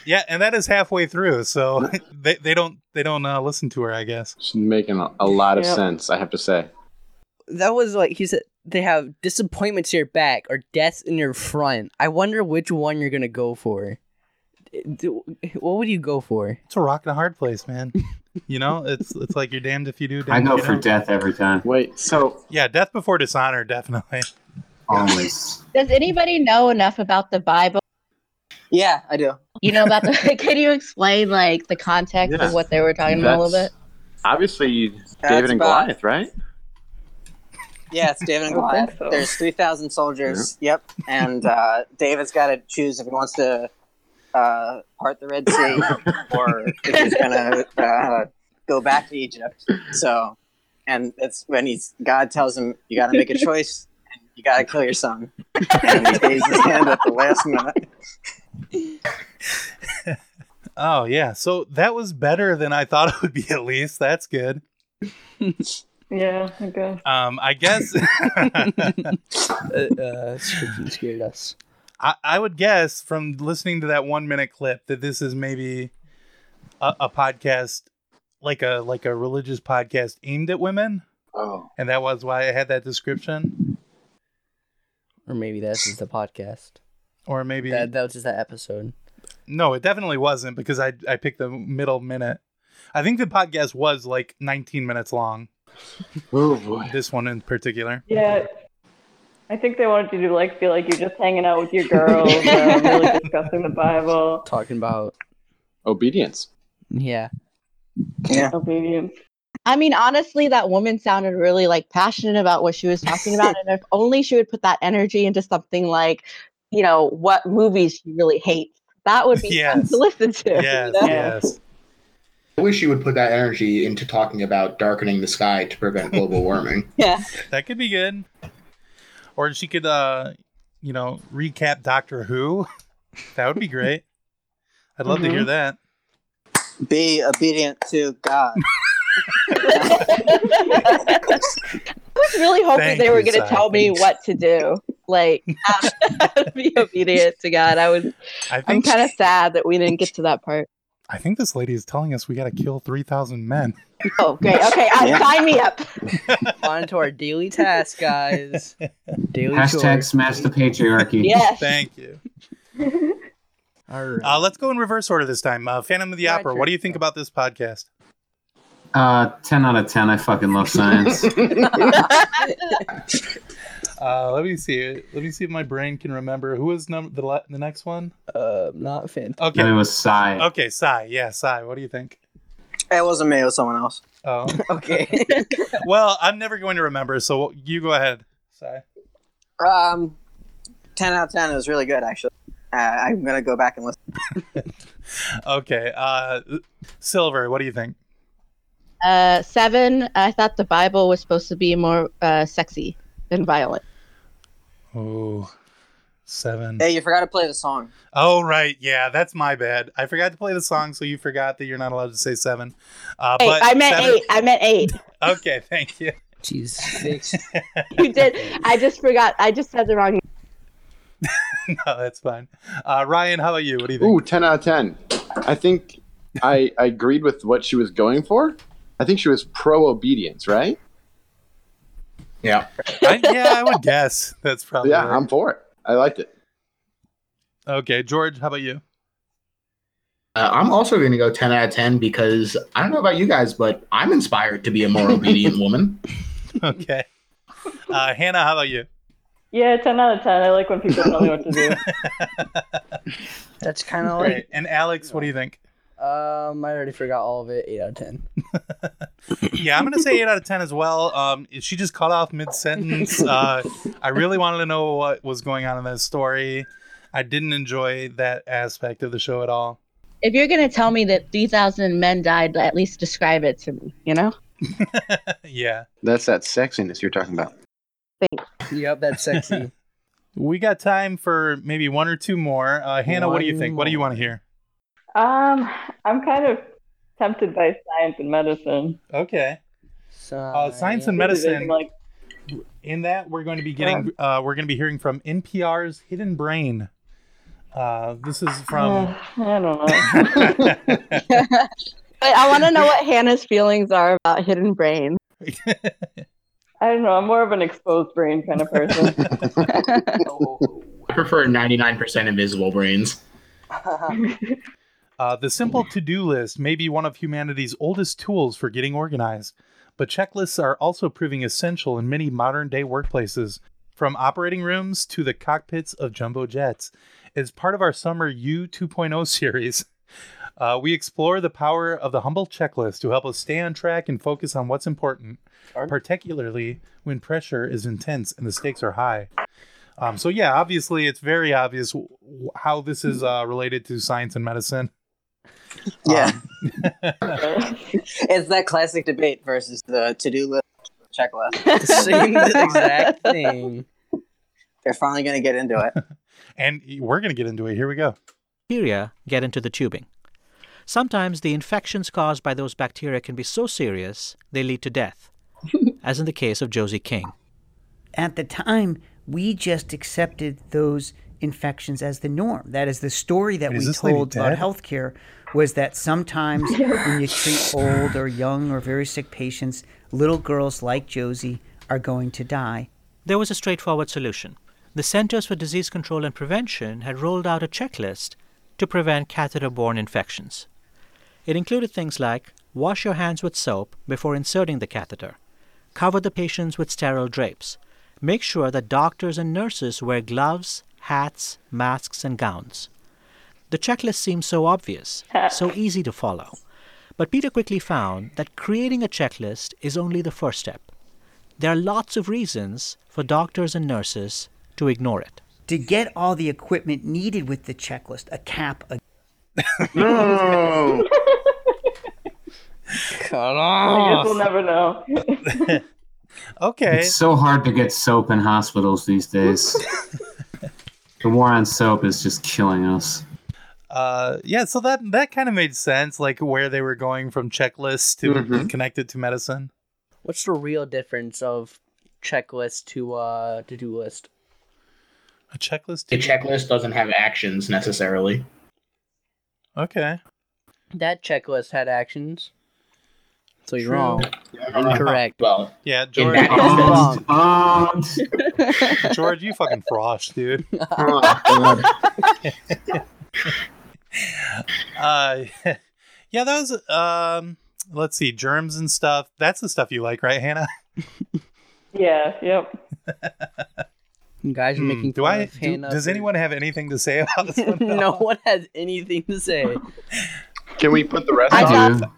S1: Yeah, and that is halfway through, so they, they don't they don't uh, listen to her, I guess.
S12: It's making a, a lot of
S2: Yep.
S12: sense, I have to say.
S2: That was like he said they have disappointments in your back or deaths in your front. I wonder which one you're gonna go for. Do- What would you go for?
S1: It's a rock and a hard place, man. You know, it's it's like you're damned if you do.
S6: I
S1: Damned
S6: go
S1: if you
S6: for
S1: don't.
S6: death every time.
S12: Wait, so
S1: yeah, death before dishonor, definitely.
S6: Always.
S9: Does anybody know enough about the Bible?
S3: Yeah, I do.
S9: You know about the? can you explain like the context
S12: Yeah.
S9: of what they were talking about a little bit?
S12: That's- Obviously, David
S3: That's
S12: and
S3: about-
S12: Goliath, right?
S3: Yeah, it's David and
S5: Oh, I don't think
S3: Goliath.
S5: so.
S3: There's 3,000 soldiers. Yep. And uh, David's got to choose if he wants to uh, part the Red Sea or if he's going to uh, go back to Egypt. So, and it's when he's God tells him, you got to make a choice and you got to kill your son. And he raises his hand at the last minute.
S1: Oh yeah, so that was better than I thought it would be. At least that's good.
S5: Yeah, I guess.
S1: Um, I guess.
S2: uh, scared us.
S1: I, I would guess from listening to that one minute clip that this is maybe a, a podcast like a like a religious podcast aimed at women,
S12: Oh.
S1: and that was why I had that description.
S2: Or maybe that's just the podcast.
S1: Or maybe
S2: that, that was just that episode.
S1: No, it definitely wasn't because I I picked the middle minute. I think the podcast was like 19 minutes long.
S12: Oh boy.
S1: This one in particular.
S5: Yeah. I think they wanted you to like feel like you're just hanging out with your girls, um, really discussing the Bible,
S2: Talking about
S12: Obedience.
S2: yeah.
S3: Yeah.
S5: obedience.
S9: I mean, honestly, that woman sounded really like passionate about what she was talking about, and if only she would put that energy into something like, you know, what movies she really hates. That would be fun
S4: Yes.
S9: to listen to. you know?
S1: yes.
S4: I wish you would put that energy into talking about darkening the sky to prevent global warming.
S9: Yeah.
S1: That could be good. Or she could uh, you know, recap Doctor Who. That would be great. I'd love to hear
S3: Mhm.
S1: that.
S3: Be obedient to God.
S9: I was really hoping
S1: Thank
S9: they were
S1: you,
S9: going to
S1: Sai.
S9: tell me what to do. Like, be obedient to God. I was.
S1: I
S9: I'm
S1: think
S9: kind of sad that we didn't get to that part.
S1: I think this lady is telling us we got to kill 3000 men.
S9: Oh, great. Okay, I,
S1: Yeah.
S9: sign me up.
S2: On to our daily task, guys. daily
S6: Hashtag
S2: chores.
S6: smash the patriarchy.
S9: Yes.
S1: Thank you.
S2: All right.
S1: Uh, let's go in reverse order this time. Uh, Phantom of the
S2: Roger.
S1: Opera. What do you think about this podcast?
S6: Uh, ten out of ten. I fucking love science.
S1: Uh, let me see. Let me see if my brain can remember. Who is num- the la- the next one?
S9: Um,
S2: Uh, not Finn.
S1: Okay.
S6: And it was sci.
S1: Okay, Sai. Yeah, Sai. What do you think?
S3: It wasn't me, it was someone else.
S1: Oh,
S2: okay.
S1: well, I'm never going to remember. So you go ahead, Sai.
S3: Um, 10 out of 10. It was really good, actually. Uh, I'm going to go back and listen.
S1: Okay. Uh, Silver. What do you think?
S9: Uh, seven. I thought the Bible was supposed to be more uh, sexy than violent.
S1: Oh, seven.
S3: Hey, you forgot to play the song.
S1: Oh, right. Yeah, that's my bad. I forgot to play the song, so you forgot that you're not allowed to say seven. Uh,
S9: Eight.
S1: but
S9: I meant
S1: seven-
S9: eight. I meant eight.
S1: Okay. Thank you.
S2: Jeez, six.
S9: You did. I just forgot. I just said the wrong.
S1: no, that's fine. Uh, Ryan, how about you? What do you think?
S12: Ooh, 10 out of 10. I think I, I agreed with what she was going for. I think she was pro obedience, right?
S4: Yeah.
S1: I, yeah, I would guess that's probably.
S12: yeah,
S1: right.
S12: I'm for it. I liked it.
S1: Okay, George, how about you?
S4: Uh, I'm also going to go 10 out of 10 because I don't know about you guys, but I'm inspired to be a more obedient woman.
S1: Okay. Uh, Hannah, how about you?
S5: Yeah, 10 out of 10. I like when people tell me what to do.
S2: That's kind of
S1: Great.
S2: like.
S1: And Alex, what do you think?
S2: Um, I already forgot all of it. Eight out of ten.
S1: Yeah, I'm gonna say eight out of ten as well. Um, she just cut off mid sentence. Uh, I really wanted to know what was going on in that story. I didn't enjoy that aspect of the show at all.
S9: If you're gonna tell me that three thousand men died, at least describe it to me. You know.
S1: yeah.
S12: That's that sexiness you're talking about.
S2: Yep, that's sexy.
S1: We got time for maybe one or two more. Uh, Hannah, what do you
S2: One
S1: think? What do you want to hear?
S5: Um, I'm kind of tempted by science and medicine.
S1: Okay.
S2: So,
S1: Uh, science and
S5: Because it is,
S1: medicine.
S5: Like,
S1: in that we're going to be getting uh, we're going to be hearing from npr's hidden brain uh, this is from
S5: I don't
S9: know. but I want to know what Hannah's feelings are about hidden brain.
S5: I don't know. I'm more of an exposed brain kind of person.
S4: I prefer 99% invisible brains.
S1: uh, the simple to-do list may be one of humanity's oldest tools for getting organized but checklists are also proving essential in many modern day workplaces from operating rooms to the cockpits of jumbo jets as part of our summer u 2.0 series uh, we explore the power of the humble checklist to help us stay on track and focus on what's important particularly when pressure is intense and the stakes are high um, so yeah, obviously it's very obvious w- w- how this is uh, related to science and medicine.
S3: Yeah. it's that classic debate versus the to-do list checklist.
S2: Same exact thing.
S3: They're finally going to get into it.
S1: And we're going to get into it. Here we go.
S14: Bacteria get into the tubing. Sometimes the infections caused by those bacteria can be so serious they lead to death, as in the case of Josie King.
S15: at the time, we just accepted those infections as the norm. That is the story that
S14: Is
S15: we
S14: this lady
S15: told about
S14: dead?
S15: healthcare was that sometimes when you treat old or young or very sick patients, little girls like Josie are going to die.
S14: There was a straightforward solution. The Centers for Disease Control and Prevention had rolled out a checklist to prevent catheter borne infections. It included things like wash your hands with soap before inserting the catheter, cover the patients with sterile drapes, make sure that doctors and nurses wear gloves, hats, masks, and gowns. The checklist seemed so obvious, so easy to follow. But Peter quickly found that creating a checklist is only the first step. There are lots of reasons for doctors and nurses to ignore it.
S15: To get all the equipment needed with the checklist, a cap, a
S1: Um,
S7: No.
S15: Oh.
S2: Cut
S5: I guess we'll never know.
S1: Okay.
S6: It's so hard to get soap in hospitals these days. the war on soap is just killing us.
S1: Uh, yeah, so that that kind of made sense, like where they were going from checklists to
S2: Mhm.
S1: connected to medicine.
S2: What's the real difference of checklist to uh to do list?
S1: A checklist.
S4: The checklist doesn't have actions necessarily.
S1: Okay.
S2: That checklist had actions. So you're
S1: True.
S2: wrong. Incorrect.
S4: Well,
S1: yeah,
S2: in
S1: George.
S2: that instance-
S1: George, you fucking frosh, dude. uh, yeah, that was. Um, let's see, germs and stuff. That's the stuff you like, right, Hannah?
S5: Yeah. Yep.
S2: You guys are
S1: Hmm,
S2: making
S1: do
S2: fun
S1: I?
S2: of
S1: do-
S2: Hannah
S1: does
S2: for-
S1: anyone have anything to say about this one?
S2: no one has anything to say.
S7: Can we put the rest
S1: on?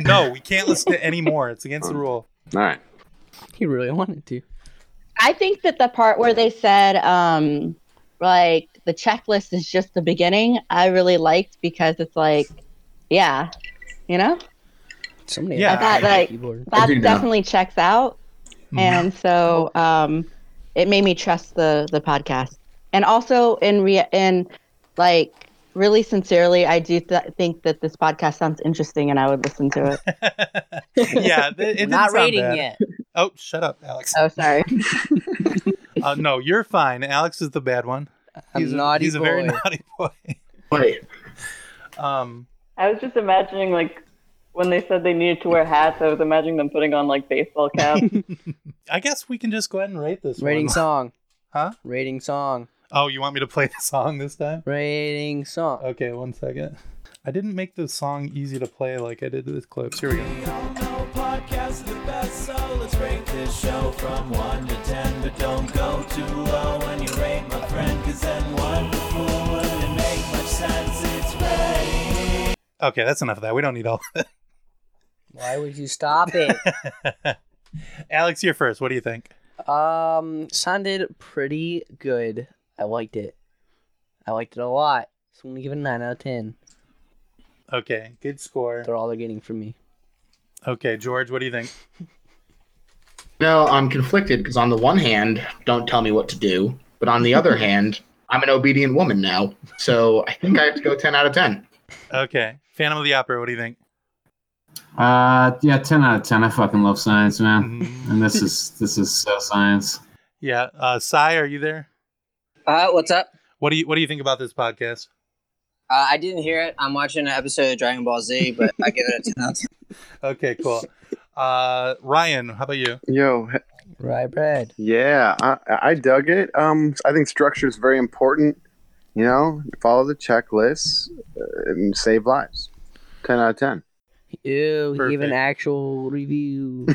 S1: no, we can't listen to any more. It's against the rule.
S7: Hmm. All right.
S2: He really wanted to.
S9: I think that the part where they said, um, like, the checklist is just the beginning, I really liked because it's like, yeah, you know?
S2: Somebody
S9: I thought, like, that definitely checks out. And so um, it made me trust the, the podcast. And also, in, re- in like, really sincerely, I do th- think that this podcast sounds interesting and I would listen to it.
S1: yeah, th- it didn't
S9: Not
S1: sound
S9: rating
S1: bad.
S9: yet.
S1: Oh, shut up, Alex.
S9: Oh, sorry.
S1: uh, no, you're fine. Alex is the bad one.
S2: I'm
S1: he's a,
S2: naughty
S1: he's a very
S2: boy.
S1: naughty boy.
S4: Wait.
S1: Um,
S5: I was just imagining like when they said they needed to wear hats. I was imagining them putting on like baseball caps.
S1: I guess we can just go ahead and rate this
S2: Rating
S1: one.
S2: song.
S1: Huh?
S2: Rating song.
S1: Oh, you want me to play the song this time?
S2: Rating song.
S1: Okay, one second. I didn't make the song easy to play like I did with clips. Here we go.
S16: podcast is the best, so let's rate this show from 1 to 10. But don't go too low when you rate my friend, cause then wonderful wouldn't make much sense. It's rating.
S1: Okay, that's enough of that. We don't need all that.
S2: Why would you stop it?
S1: Alex, you're first. What do you think?
S2: um, sounded pretty good. I liked it. I liked it a lot. So I'm gonna give it a nine out of ten.
S1: Okay, good score.
S2: They're all they're getting from me.
S1: Okay, George, what do you think?
S4: No, I'm conflicted because on the one hand, don't tell me what to do, but on the other hand, I'm an obedient woman now, so I think I have to go 10 out of 10.
S1: Okay, Phantom of the Opera, what do you think?
S6: Uh, yeah, ten out of ten. I fucking love science, man. and this is this is so science.
S1: Yeah. Uh, Cy, are you there?
S17: Uh, what's up?
S1: What do you What do you think about this podcast?
S17: Uh, I didn't hear it. I'm watching an episode of Dragon Ball Z, but I give it a 10 out of 10.
S1: Okay, cool. Uh, Ryan, how about you?
S12: Yo, he-
S2: Rye bread.
S12: yeah, I, I dug it. Um, I think structure is very important. You know, follow the checklist uh, and save lives. Ten out of ten.
S2: Ew, he gave an actual review.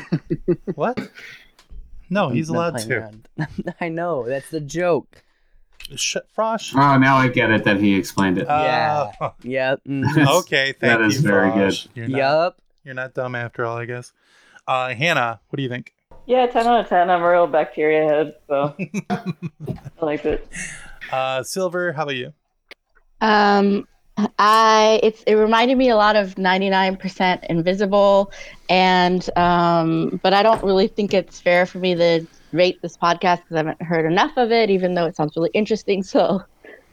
S1: what? No, Oh, he's allowed
S2: I
S1: to.
S2: know. I know. That's the joke.
S1: Sh- Frosh.
S6: Oh, now I get it that he explained it.
S2: Yeah.
S1: Oh.
S2: Yep. mm-hmm.
S1: okay, thank
S6: That
S1: you.
S6: is very
S1: Frosh.
S6: good.
S1: You're not,
S2: Yup.
S1: You're not dumb after all, I guess. Uh, Hannah, what do you think?
S5: Yeah, 10 out of 10. I'm a real bacteria head, so I liked it.
S1: Uh, Silver, how about you?
S9: Um, I it's it reminded me a lot of 99% Invisible, and um, but I don't really think it's fair for me to rate this podcast because I haven't heard enough of it, even though it sounds really interesting. So,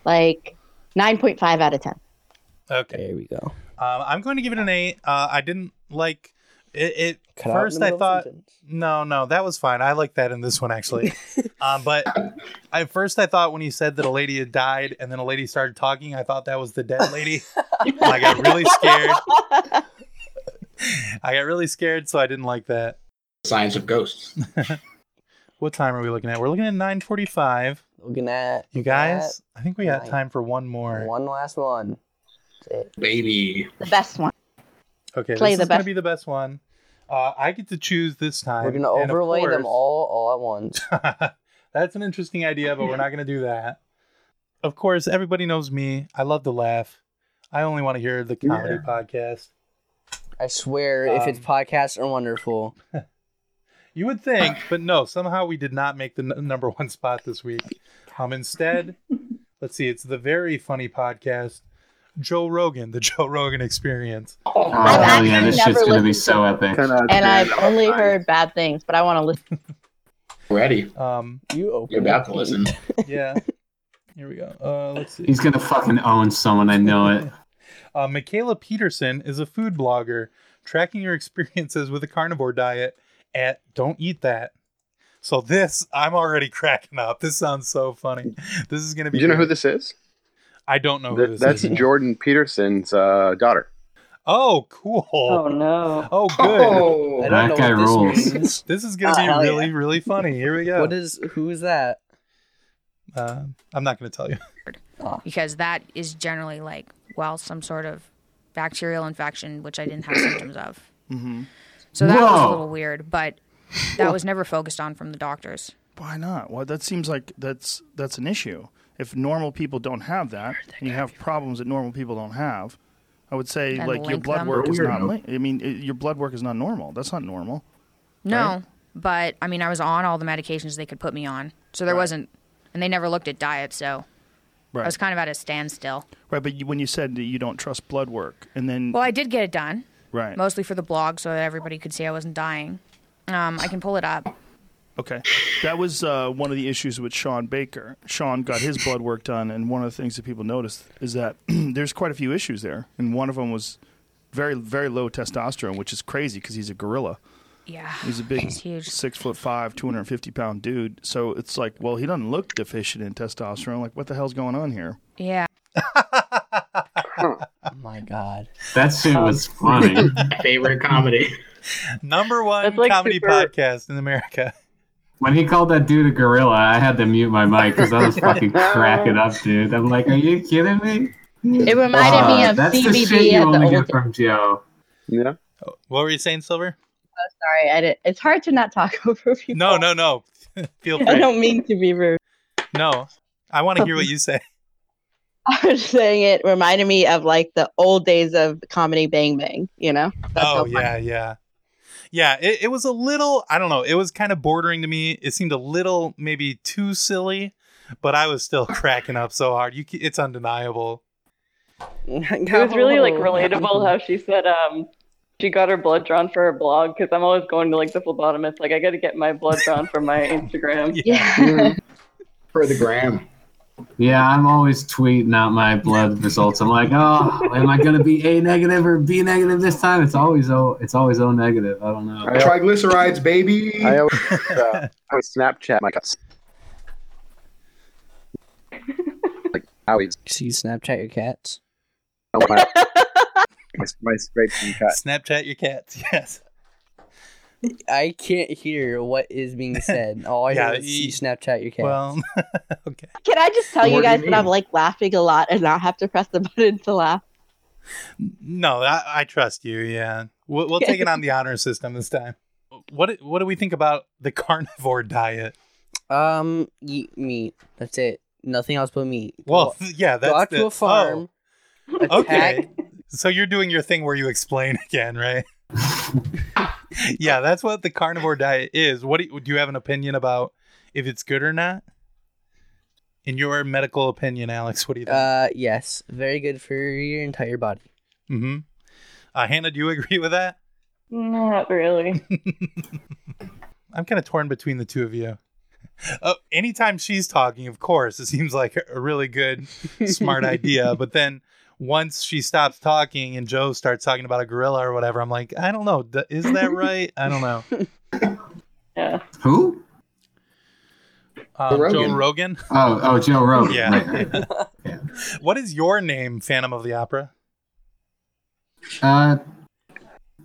S9: like 9.5 out of 10.
S1: Okay.
S2: There we go.
S1: Um, I'm going to give it an eight. Uh, I didn't like it. it
S2: Cut out in
S1: first,
S2: the
S1: I
S2: middle
S1: thought no, no, that was fine. I like that in this one actually. um, but at first, I thought when he said that a lady had died and then a lady started talking, I thought that was the dead lady. And I got really scared. I got really scared, so I didn't like that.
S4: Signs of ghosts.
S1: What time are we looking at? We're looking at 9:45.
S2: Looking at
S1: You guys, I think we got time for one more.
S2: one last one. That's it.
S4: Baby.
S9: The best one.
S1: Okay,
S2: Play
S1: this
S2: the
S1: is going to
S2: best.
S1: be the best one. Uh, I get to choose this time.
S2: We're gonna
S1: and of
S2: overlay them
S1: course-
S2: all all at once.
S1: That's an interesting idea, but we're not going to do that. Of course, everybody knows me. I love to laugh. I only want to hear the comedy podcast.
S2: I swear, if it's
S1: Um,
S2: podcasts are wonderful.
S1: You would think, but no, somehow we did not make the n- number one spot this week. Um, instead, let's see, it's the very funny podcast, Joe Rogan, the Joe Rogan Experience.
S6: Oh, hell yeah, this shit's gonna be so epic.
S9: And I've only heard bad things, but I want to listen.
S4: Ready.
S1: Um,
S2: you open.
S4: You're about to listen.
S1: yeah. Here we go. Uh, let's see.
S6: He's gonna fucking own someone. I know it.
S1: Uh, Michaela Peterson is a food blogger tracking your experiences with a carnivore diet at Don't Eat That. So this, I'm already cracking up. This sounds so funny. This is going to
S12: Do
S1: be.
S12: you know who
S1: great.
S12: this is?
S1: I don't know who
S12: Th-
S1: this
S12: that's
S1: is.
S12: Jordan Peterson's uh, daughter.
S1: Oh, cool.
S5: Oh, no.
S1: Oh, good.
S12: Oh. I don't know That guy what this rules.
S1: This, is going to
S2: Ah,
S1: be
S2: hell
S1: really, really funny. Here we go.
S2: What is? Who is that?
S1: Uh, I'm not going to tell you.
S18: because that is generally like well some sort of bacterial infection which I didn't have symptoms of.
S1: Mm-hmm.
S18: So that was a
S19: Whoa.
S18: little weird, but that was never focused on from the doctors.
S19: Why not? Well, that seems like that's that's an issue. If normal people don't have that, and you have problems that normal people don't have, I would say
S18: Then
S19: like your
S18: link
S19: blood
S18: them.
S19: work is
S18: Weird.
S19: not. Li- I mean, i your blood work is not normal. That's not normal.
S18: No, but I mean I was on all the medications they could put me on. So there wasn't and they never looked at diet, so
S19: Right.
S18: I was kind of at a standstill.
S19: Right, but you, when you said that you don't trust blood work, and then
S18: Well, I did get it done.
S19: right,
S18: Mostly for the blog so that everybody could see I wasn't dying. Um, I can pull it up.
S19: okay, that was uh, one of the issues with Sean Baker. Sean got his blood work done, and one of the things that people noticed is that there's quite a few issues there, and one of them was very very low testosterone, which is crazy because he's a gorilla.
S18: Yeah.
S19: He's a big six foot five, two hundred and fifty pound dude. So it's like, well, he doesn't look deficient in testosterone. Like, what the hell's going on here?
S18: Yeah.
S2: My God.
S6: That shit was
S19: Um,
S6: funny.
S4: Favorite comedy.
S1: Number one
S4: like
S1: comedy
S4: super-
S1: podcast in America.
S6: When he called that dude a gorilla, I had to mute my mic because I was fucking cracking up, dude. I'm like, are you kidding me?
S9: It reminded me
S6: Uh,
S9: of
S6: that's the shit you
S9: CBB at the
S6: only
S9: old.
S6: get from Joe.
S12: Yeah.
S1: What were you saying, Silver?
S9: Oh, sorry, I didn't. It's hard to not talk over people.
S1: No, no, no. Feel free.
S9: I don't mean to be rude.
S1: No, I want to hear what you say.
S9: I was saying it reminded me of like the old days of comedy Bang Bang. You know,
S1: oh yeah, yeah, yeah. It, it was a little. I don't know. It was kind of bordering to me. It seemed a little maybe too silly, but I was still cracking up so hard. You, c- it's undeniable.
S5: It was really like relatable how she said um she got her blood drawn for her blog because I'm always going to like the phlebotomist like I got to get my blood drawn for my Instagram.
S1: Yeah.
S4: For the gram.
S6: Yeah, I'm always tweeting out my blood results. I'm like, oh, am I gonna be A negative or B negative this time? It's always O. It's always O negative. I don't know.
S12: Triglycerides, baby. I always, uh, I always Snapchat uh, my cuts. Like owies.
S2: So you Snapchat your cats?
S12: Oh, my, my, my scrapes and cuts.
S1: Snapchat your cats. Yes.
S2: I can't hear what is being said. All I
S1: Yeah,
S2: hear is
S1: you-
S2: you Snapchat your cats.
S1: Well,
S9: Can I just tell
S1: What do
S9: you
S1: you
S9: guys that I'm
S1: mean?
S9: like laughing a lot and not have to press the button to laugh?
S1: No, I, I trust you. Yeah, we'll, we'll take it on the honor system this time. What what do we think about the carnivore diet?
S2: Um, eat meat. That's it. Nothing else but meat.
S1: Well,
S2: Go-
S1: yeah, that's
S2: go out
S1: the-
S2: to
S1: oh.
S2: a farm.
S1: Okay, so you're doing your thing where you explain again, right? yeah, that's what the carnivore diet is. What do you, do you have an opinion about if it's good or not? In your medical opinion, Alex, what do you think?
S2: Uh, yes, very good for your entire body.
S1: mm-hmm. uh, Hannah, do you agree with that?
S5: Not really.
S1: I'm kind of torn between the two of you. Oh, anytime she's talking, of course, it seems like a really good, smart idea. But then once she stops talking and Joe starts talking about a gorilla or whatever, I'm like, I don't know. D- Is that right? I don't know.
S5: Yeah.
S6: Who?
S1: Um,
S6: Rogan.
S1: Joe Rogan.
S6: Oh, oh, Joe Rogan.
S1: Yeah.
S6: Right, right,
S1: What is your name, Phantom of the Opera?
S6: Uh,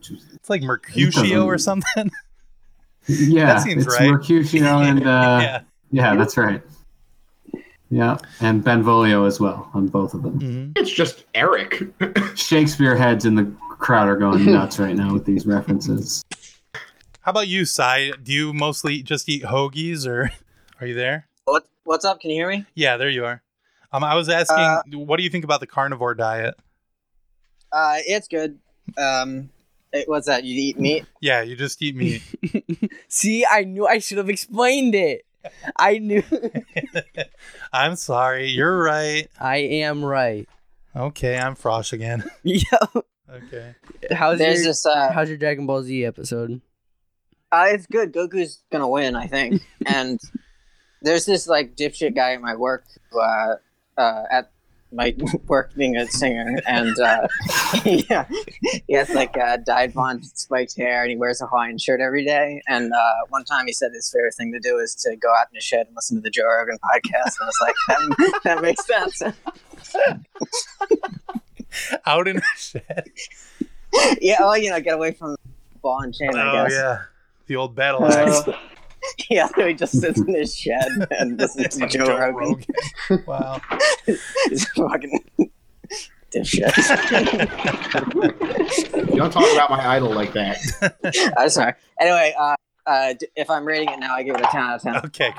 S1: It's like Mercutio or something.
S6: yeah,
S1: That seems
S6: it's
S1: right.
S6: Mercutio and uh,
S1: Yeah.
S6: yeah. that's right. Yeah, and Benvolio as well on both of them.
S1: Mm-hmm.
S4: It's just Eric.
S6: Shakespeare heads in the crowd are going nuts right now with these references.
S1: How about you, Sai? Do you mostly just eat hoagies or are you there?
S3: What What's up? Can you hear me?
S1: Yeah, there you are. Um, I was asking, what do you think about the carnivore diet?
S3: Uh, it's good. Um, it, what's that? You eat meat?
S1: Yeah, you just eat meat.
S2: See, I knew I should have explained it. I knew.
S1: I'm sorry. You're right.
S2: I am right.
S1: Okay, I'm Frosh again.
S2: Yo.
S1: Okay.
S2: How's
S3: There's
S2: your
S3: this, uh,
S2: How's your Dragon Ball Z episode?
S3: Uh, it's good. Goku's gonna win, I think. and there's this like dipshit guy at my work, who, uh, uh, at my work being a singer, and uh, yeah, he has like uh, dyed blonde, spiked hair, and he wears a Hawaiian shirt every day. And uh, one time he said his favorite thing to do is to go out in a shed and listen to the Joe Rogan podcast. And I was like, that, that makes sense.
S1: Out in a shed.
S3: yeah, well, you know, get away from ball and chain. I
S1: oh
S3: guess.
S1: yeah, the old battle axe.
S3: Yeah, so he just sits in his shed and listens to Joe, Rogan.
S1: Wow.
S3: He's a fucking dipshit.
S4: You don't talk about my idol like that.
S3: I'm sorry. Anyway, uh, uh, d- if I'm rating it now, I give it a 10 out of 10.
S1: Okay.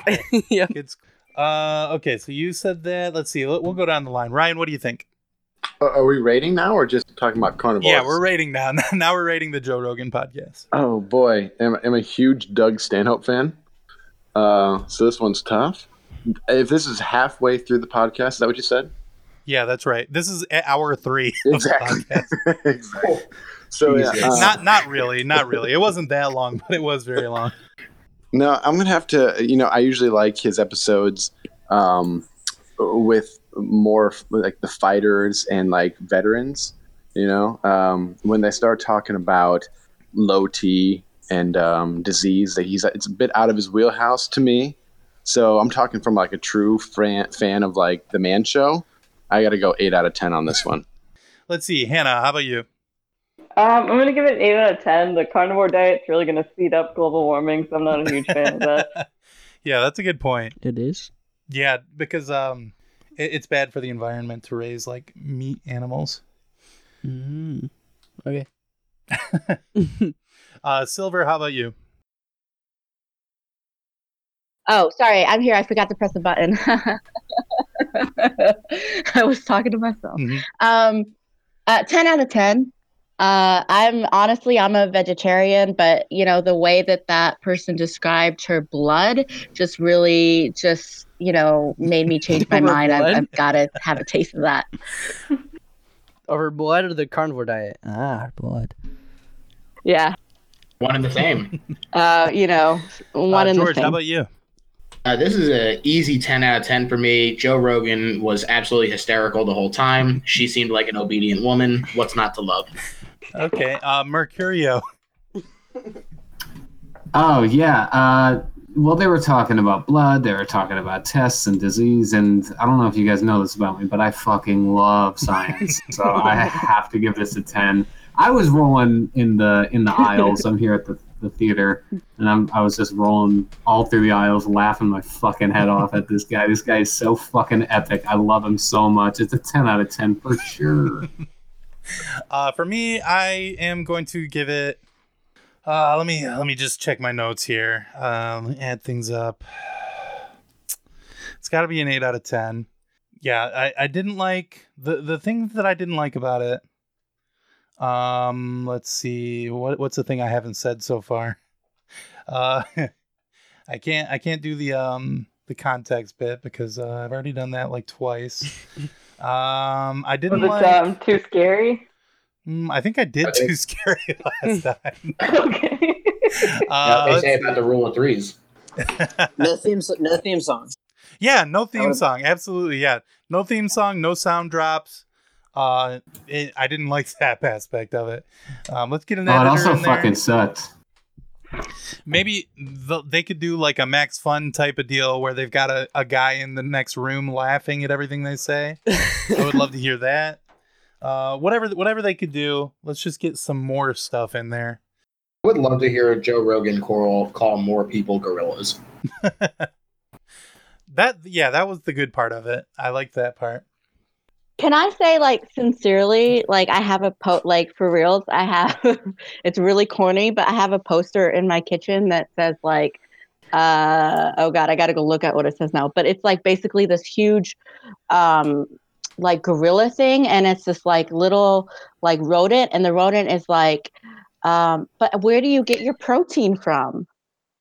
S2: yeah.
S1: Good. sc- Uh, okay, so you said that. Let's see. We'll we'll go down the line. Ryan, what do you think?
S12: Uh, are we rating now or just talking about carnivores?
S1: Yeah, we're rating now. Now we're rating the Joe Rogan podcast.
S12: Oh boy, I'm, I'm a huge Doug Stanhope fan. Uh, so this one's tough. If this is halfway through the podcast, is that what you said?
S1: Yeah, that's right. This is at hour three. Of
S12: Exactly.
S1: the podcast.
S12: exactly. So yeah, uh,
S1: not not really, not really. It wasn't that long, but it was very long.
S12: No, I'm gonna have to. You know, I usually like his episodes um, with more like the fighters and like veterans. You know, um, when they start talking about low T and um, disease, that he's it's a bit out of his wheelhouse to me. So I'm talking from like a true fan fan of like the Man Show. I got to go eight out of ten on this one.
S1: Let's see, Hannah. How about you?
S5: Um, I'm gonna give it an eight out of ten. The carnivore diet's really gonna speed up global warming, so I'm not a huge fan of that.
S1: Yeah, that's a good point.
S2: It is.
S1: Yeah, because um, it, it's bad for the environment to raise like meat animals.
S2: Mm. Okay.
S1: Uh, Silver, how about you?
S9: Oh, sorry, I'm here. I forgot to press the button. I was talking to myself.
S1: Mm-hmm.
S9: Um, uh, ten out of ten. Uh, I'm honestly, I'm a vegetarian, but you know the way that that person described her blood just really just you know made me change my
S2: Her
S9: mind. I've,
S2: blood?
S9: I've got to have a taste of that.
S2: Of her blood or the carnivore diet? Ah, her blood.
S9: Yeah.
S4: One and the same.
S9: Uh, you know, one
S1: uh,
S9: in
S1: George,
S9: the same.
S1: how about you?
S4: Uh, this is an easy 10 out of 10 for me. Joe Rogan was absolutely hysterical the whole time. She seemed like an obedient woman. What's not to love?
S1: Okay, uh, Mercurio.
S6: Oh yeah. Uh, well, they were talking about blood. They were talking about tests and disease. And I don't know if you guys know this about me, but I fucking love science. so I have to give this a ten. I was rolling in the in the aisles. I'm here at the, the theater, and I'm I was just rolling all through the aisles, laughing my fucking head off at this guy. This guy is so fucking epic. I love him so much. It's a ten out of ten for sure.
S1: Uh, for me, I am going to give it. Uh, let me let me just check my notes here. Um, let me add things up. It's got to be an eight out of ten. Yeah, I, I didn't like the the thing that I didn't like about it. Um, let's see what what's the thing I haven't said so far. Uh, I can't I can't do the um the context bit because uh, I've already done that like twice. um, I didn't
S5: Was it
S1: like.
S5: um, too scary?
S1: Mm, I think I did too scary last time. Uh, okay.
S4: Yeah, they say about the rule of threes.
S17: no theme, so- no theme song.
S1: Yeah, no theme song. Absolutely, yeah. No theme song, no sound drops. Uh, it, I didn't like that aspect of it. Um, let's get an
S6: Oh, it
S1: editor
S6: also
S1: in there.
S6: fucking sucked.
S1: Maybe th- they could do like a Max Fun type of deal where they've got a, a guy in the next room laughing at everything they say. I would love to hear that. Uh, whatever, whatever they could do. Let's just get some more stuff in there.
S4: I would love to hear Joe Rogan choral call more people gorillas.
S1: That, yeah, that was the good part of it. I liked that part.
S9: Can I say, like, sincerely, like, I have a po, like, for reals, I have, it's really corny, but I have a poster in my kitchen that says, like, uh, oh God, I gotta go look at what it says now. But it's like basically this huge, um, like, gorilla thing, and it's this, like, little, like, rodent, and the rodent is like, um, but where do you get your protein from?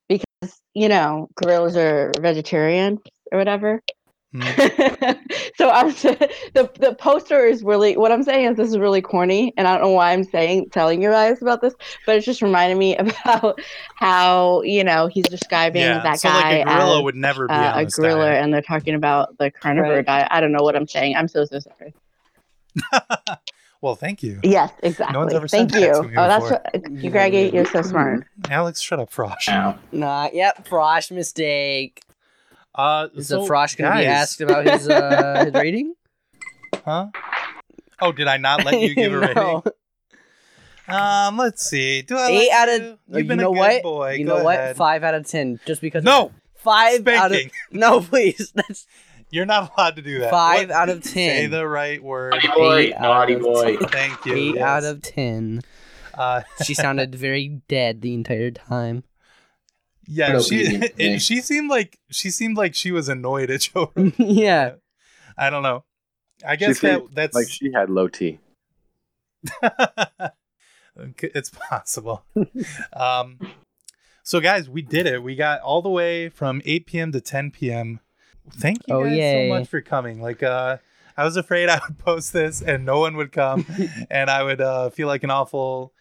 S9: Because, you know, gorillas are vegetarian or whatever.
S1: Mm.
S9: So I'm s- the the poster is really what I'm saying is this is really corny, and I don't know why I'm saying telling you guys about this, but it just reminded me about how you know he's describing
S1: Yeah,
S9: that
S1: so, like,
S9: guy
S1: a gorilla
S9: as,
S1: would never be
S9: uh,
S1: on
S9: a
S1: this
S9: gorilla,
S1: diet.
S9: and they're talking about the carnivore
S1: Right.
S9: diet. I don't know what I'm saying. I'm so so sorry.
S1: Well, thank you.
S9: Yes, exactly.
S1: No one's ever
S9: Thank
S1: said
S9: you.
S1: That to me
S9: oh, that's
S1: before.
S9: what, you, Greggy. You're so smart.
S1: Alex, shut up, Frosh.
S2: Nah, yep, Frosh mistake.
S1: Uh,
S2: Is
S1: so,
S2: the Frosh gonna be
S1: guys.
S2: asked about his uh his rating?
S1: Huh? Oh, did I not let you give a rating?
S2: No.
S1: Um, let's see. Do I
S2: Eight
S1: let
S2: out
S1: you?
S2: of
S1: You've
S2: you
S1: been a
S2: know
S1: good
S2: what?
S1: boy.
S2: You
S1: Go
S2: know what?
S1: ahead.
S2: Five out of ten, just because no five
S1: Spanking.
S2: out of no please that's
S1: You're not allowed to do that.
S2: Five
S1: What-
S2: out of
S1: Say
S2: ten.
S1: the right word.
S2: Eight out of ten.
S1: Thank you.
S2: Eight
S1: yes.
S2: out of ten.
S1: Uh,
S2: she sounded very dead the entire time.
S1: Yeah, she and she seemed like she seemed like she was annoyed at Joe. Rogan.
S2: yeah.
S1: I don't know. I
S7: She
S1: guess that
S7: seemed
S1: that's
S7: like she had low T.
S1: it's possible. um, so guys, we did it. We got all the way from 8 p.m. to 10 p.m. Thank you
S2: Oh,
S1: guys
S2: yay.
S1: so much for coming. Like, uh, I was afraid I would post this and no one would come, and I would uh, feel like an awful,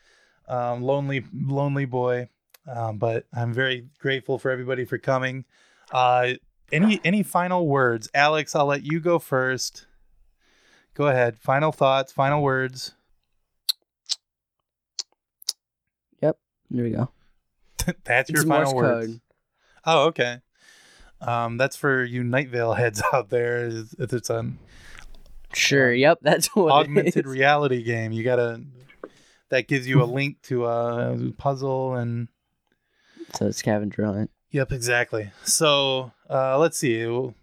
S1: um, lonely, lonely boy. Um, but I'm very grateful for everybody for coming. Uh, any any final words, Alex? I'll let you go first. Go ahead. Final thoughts. Final words.
S2: Yep. There we go.
S1: That's your
S2: It's
S1: final
S2: Morse
S1: words.
S2: code.
S1: Oh, okay. Um, that's for you Nightvale heads out there. It's- It's an
S2: Sure. Yep. That's what it
S1: augmented
S2: is.
S1: reality game. You gotta that gives you a link to a puzzle and
S2: So it's scavenger hunt.
S1: Yep, exactly. So uh, let's see.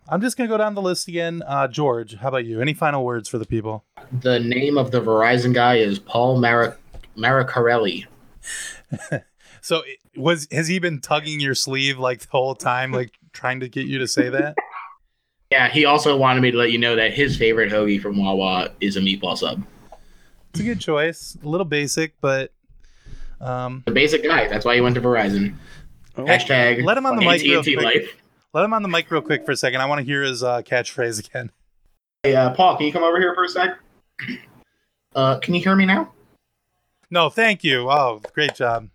S1: I'm just gonna go down the list again. Uh, George, how about you? Any final words for the people?
S4: The name of the Verizon guy is Paul Mara- Maricarelli.
S1: So it- was has he been tugging your sleeve like the whole time, like trying to get you to say that?
S4: Yeah, he also wanted me to let you know that his favorite hoagie from Wawa is a meatball sub.
S1: It's a good choice. A little basic, but um,
S4: The basic guy. That's why he went to Verizon. Hashtag.
S1: Oh. Let him on the mic real
S4: AT&T
S1: quick.
S4: life.
S1: Let him on the mic real quick for a second. I want to hear his uh, catchphrase again.
S4: Hey, uh, Paul, can you come over here for a sec? Uh, can you hear me now?
S1: No, thank you. Oh, great job.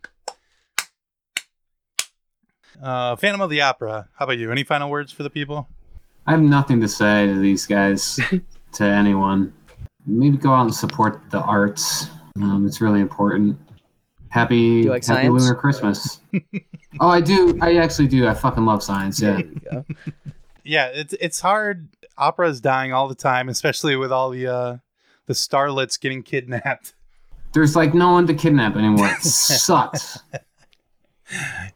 S1: Uh, Phantom of the Opera. How about you? Any final words for the people?
S6: I have nothing to say to these guys, to anyone. Maybe go out and support the arts. Um, it's really important. Happy,
S2: like
S6: happy
S2: science?
S6: lunar Christmas. oh, I do. I actually do. I fucking love science. Yeah.
S1: Yeah, it's it's hard. Opera is dying all the time, especially with all the uh, the starlets getting kidnapped.
S6: There's like no one to kidnap anymore. It sucks.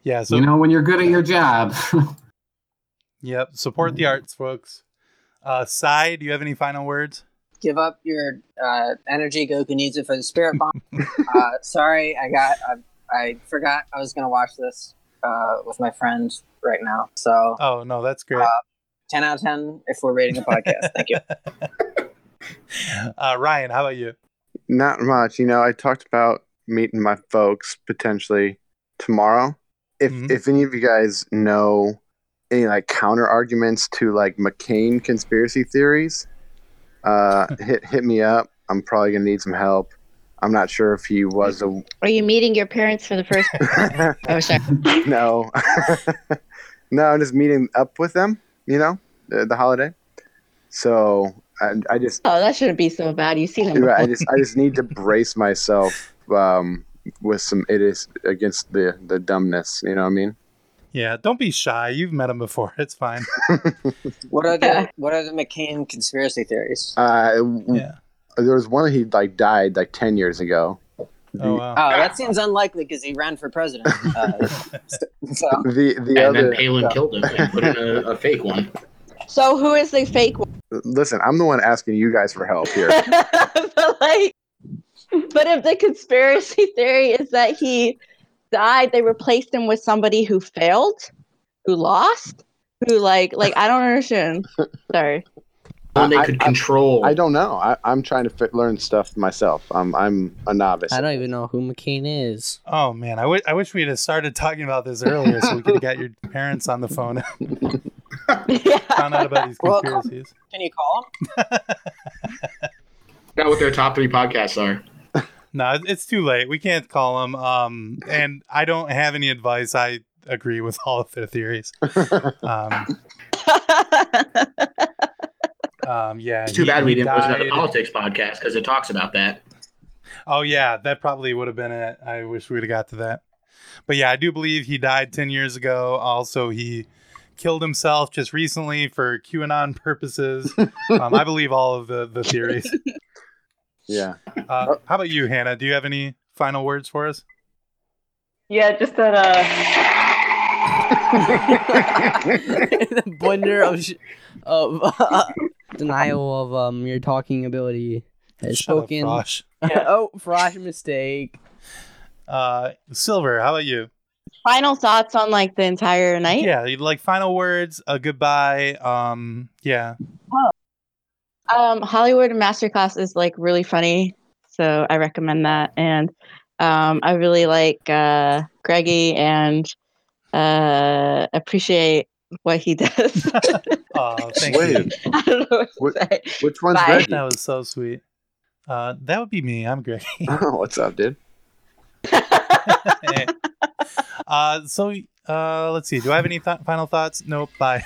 S1: Yeah, so
S6: you know, when you're good at your job.
S1: Yep. Support the arts, folks. Uh, Sai, do you have any final words?
S17: Give up your uh, energy. Goku needs it for the spirit bomb. uh, sorry, I got. I, I forgot I was gonna watch this uh, with my friend right now. So.
S1: Oh no, that's great.
S2: Uh,
S17: Ten out of ten. If we're rating a podcast, thank you.
S1: Uh, Ryan, how about you?
S12: Not much. You know, I talked about meeting my folks potentially tomorrow. If if any of you guys know any like counter arguments to like McCain conspiracy theories, uh, hit hit me up. I'm probably gonna need some help. I'm not sure if he was a
S9: Are you meeting your parents for the first? oh, sorry.
S12: no, no. I'm just meeting up with them. You know, the, the holiday. So I, I just
S9: Oh, that shouldn't be so bad. You see them.
S12: Right, I just I just need to brace myself um, with some it is against the the dumbness. You know what I mean?
S1: Yeah, don't be shy. You've met him before. It's fine.
S17: What are the What are the McCain conspiracy theories?
S12: Uh, There was one he like died like ten years ago.
S1: Oh,
S17: Oh, that seems unlikely because he ran for president. Uh, so.
S12: The the
S4: and
S12: other
S4: then Palin killed him and put in a, a fake one.
S9: So who is the fake one?
S12: Listen, I'm the one asking you guys for help here.
S9: but like, but if the conspiracy theory is that he died, they replaced him with somebody who failed, who lost, who like like I don't understand. Sorry.
S12: I,
S4: they could control.
S12: I, don't know. I, I'm trying to fit, learn stuff myself. I'm I'm a novice.
S2: I don't even know who McCain is.
S1: Oh man, I wi- I wish we had started talking about this earlier so we could have got your parents on the phone. Found out about these
S17: Well,
S1: conspiracies.
S17: Can you call him?
S4: Not what their top three podcasts are.
S1: No, it- it's too late. We can't call them. Um, and I don't have any advice. I agree with all of their theories. Um, um, yeah,
S4: It's too
S1: he-
S4: bad we
S1: he
S4: didn't listen to the
S1: died.
S4: politics podcast because it talks about that.
S1: Oh yeah, that probably would have been it. I wish we'd have got to that. But yeah, I do believe he died ten years ago. Also, he killed himself just recently for QAnon purposes. um, I believe all of the the theories.
S12: Yeah.
S1: Uh, how about you, Hannah? Do you have any final words for us?
S5: Yeah, just that. Uh,
S2: the blender of, sh- of denial of um your talking ability has
S1: Shut up,
S2: spoken.
S1: Frosh.
S2: oh, Frosh mistake.
S1: Uh, Silver, how about you?
S9: Final thoughts on like the entire night.
S1: Yeah, you'd like final words, a goodbye. Um, yeah,
S9: Um, Hollywood Masterclass is like really funny, so I recommend that. And um, I really like uh, Greggy and uh, appreciate what he does.
S1: Oh, thank
S12: Wait.
S1: you.
S9: I don't know.
S12: Which one's
S9: Bye.
S12: Reggie?
S1: That was so sweet. Uh, that would be me. I'm Greg.
S12: Oh, what's up, dude?
S1: uh, so uh, let's see. Do I have any th- final thoughts? Nope. Bye.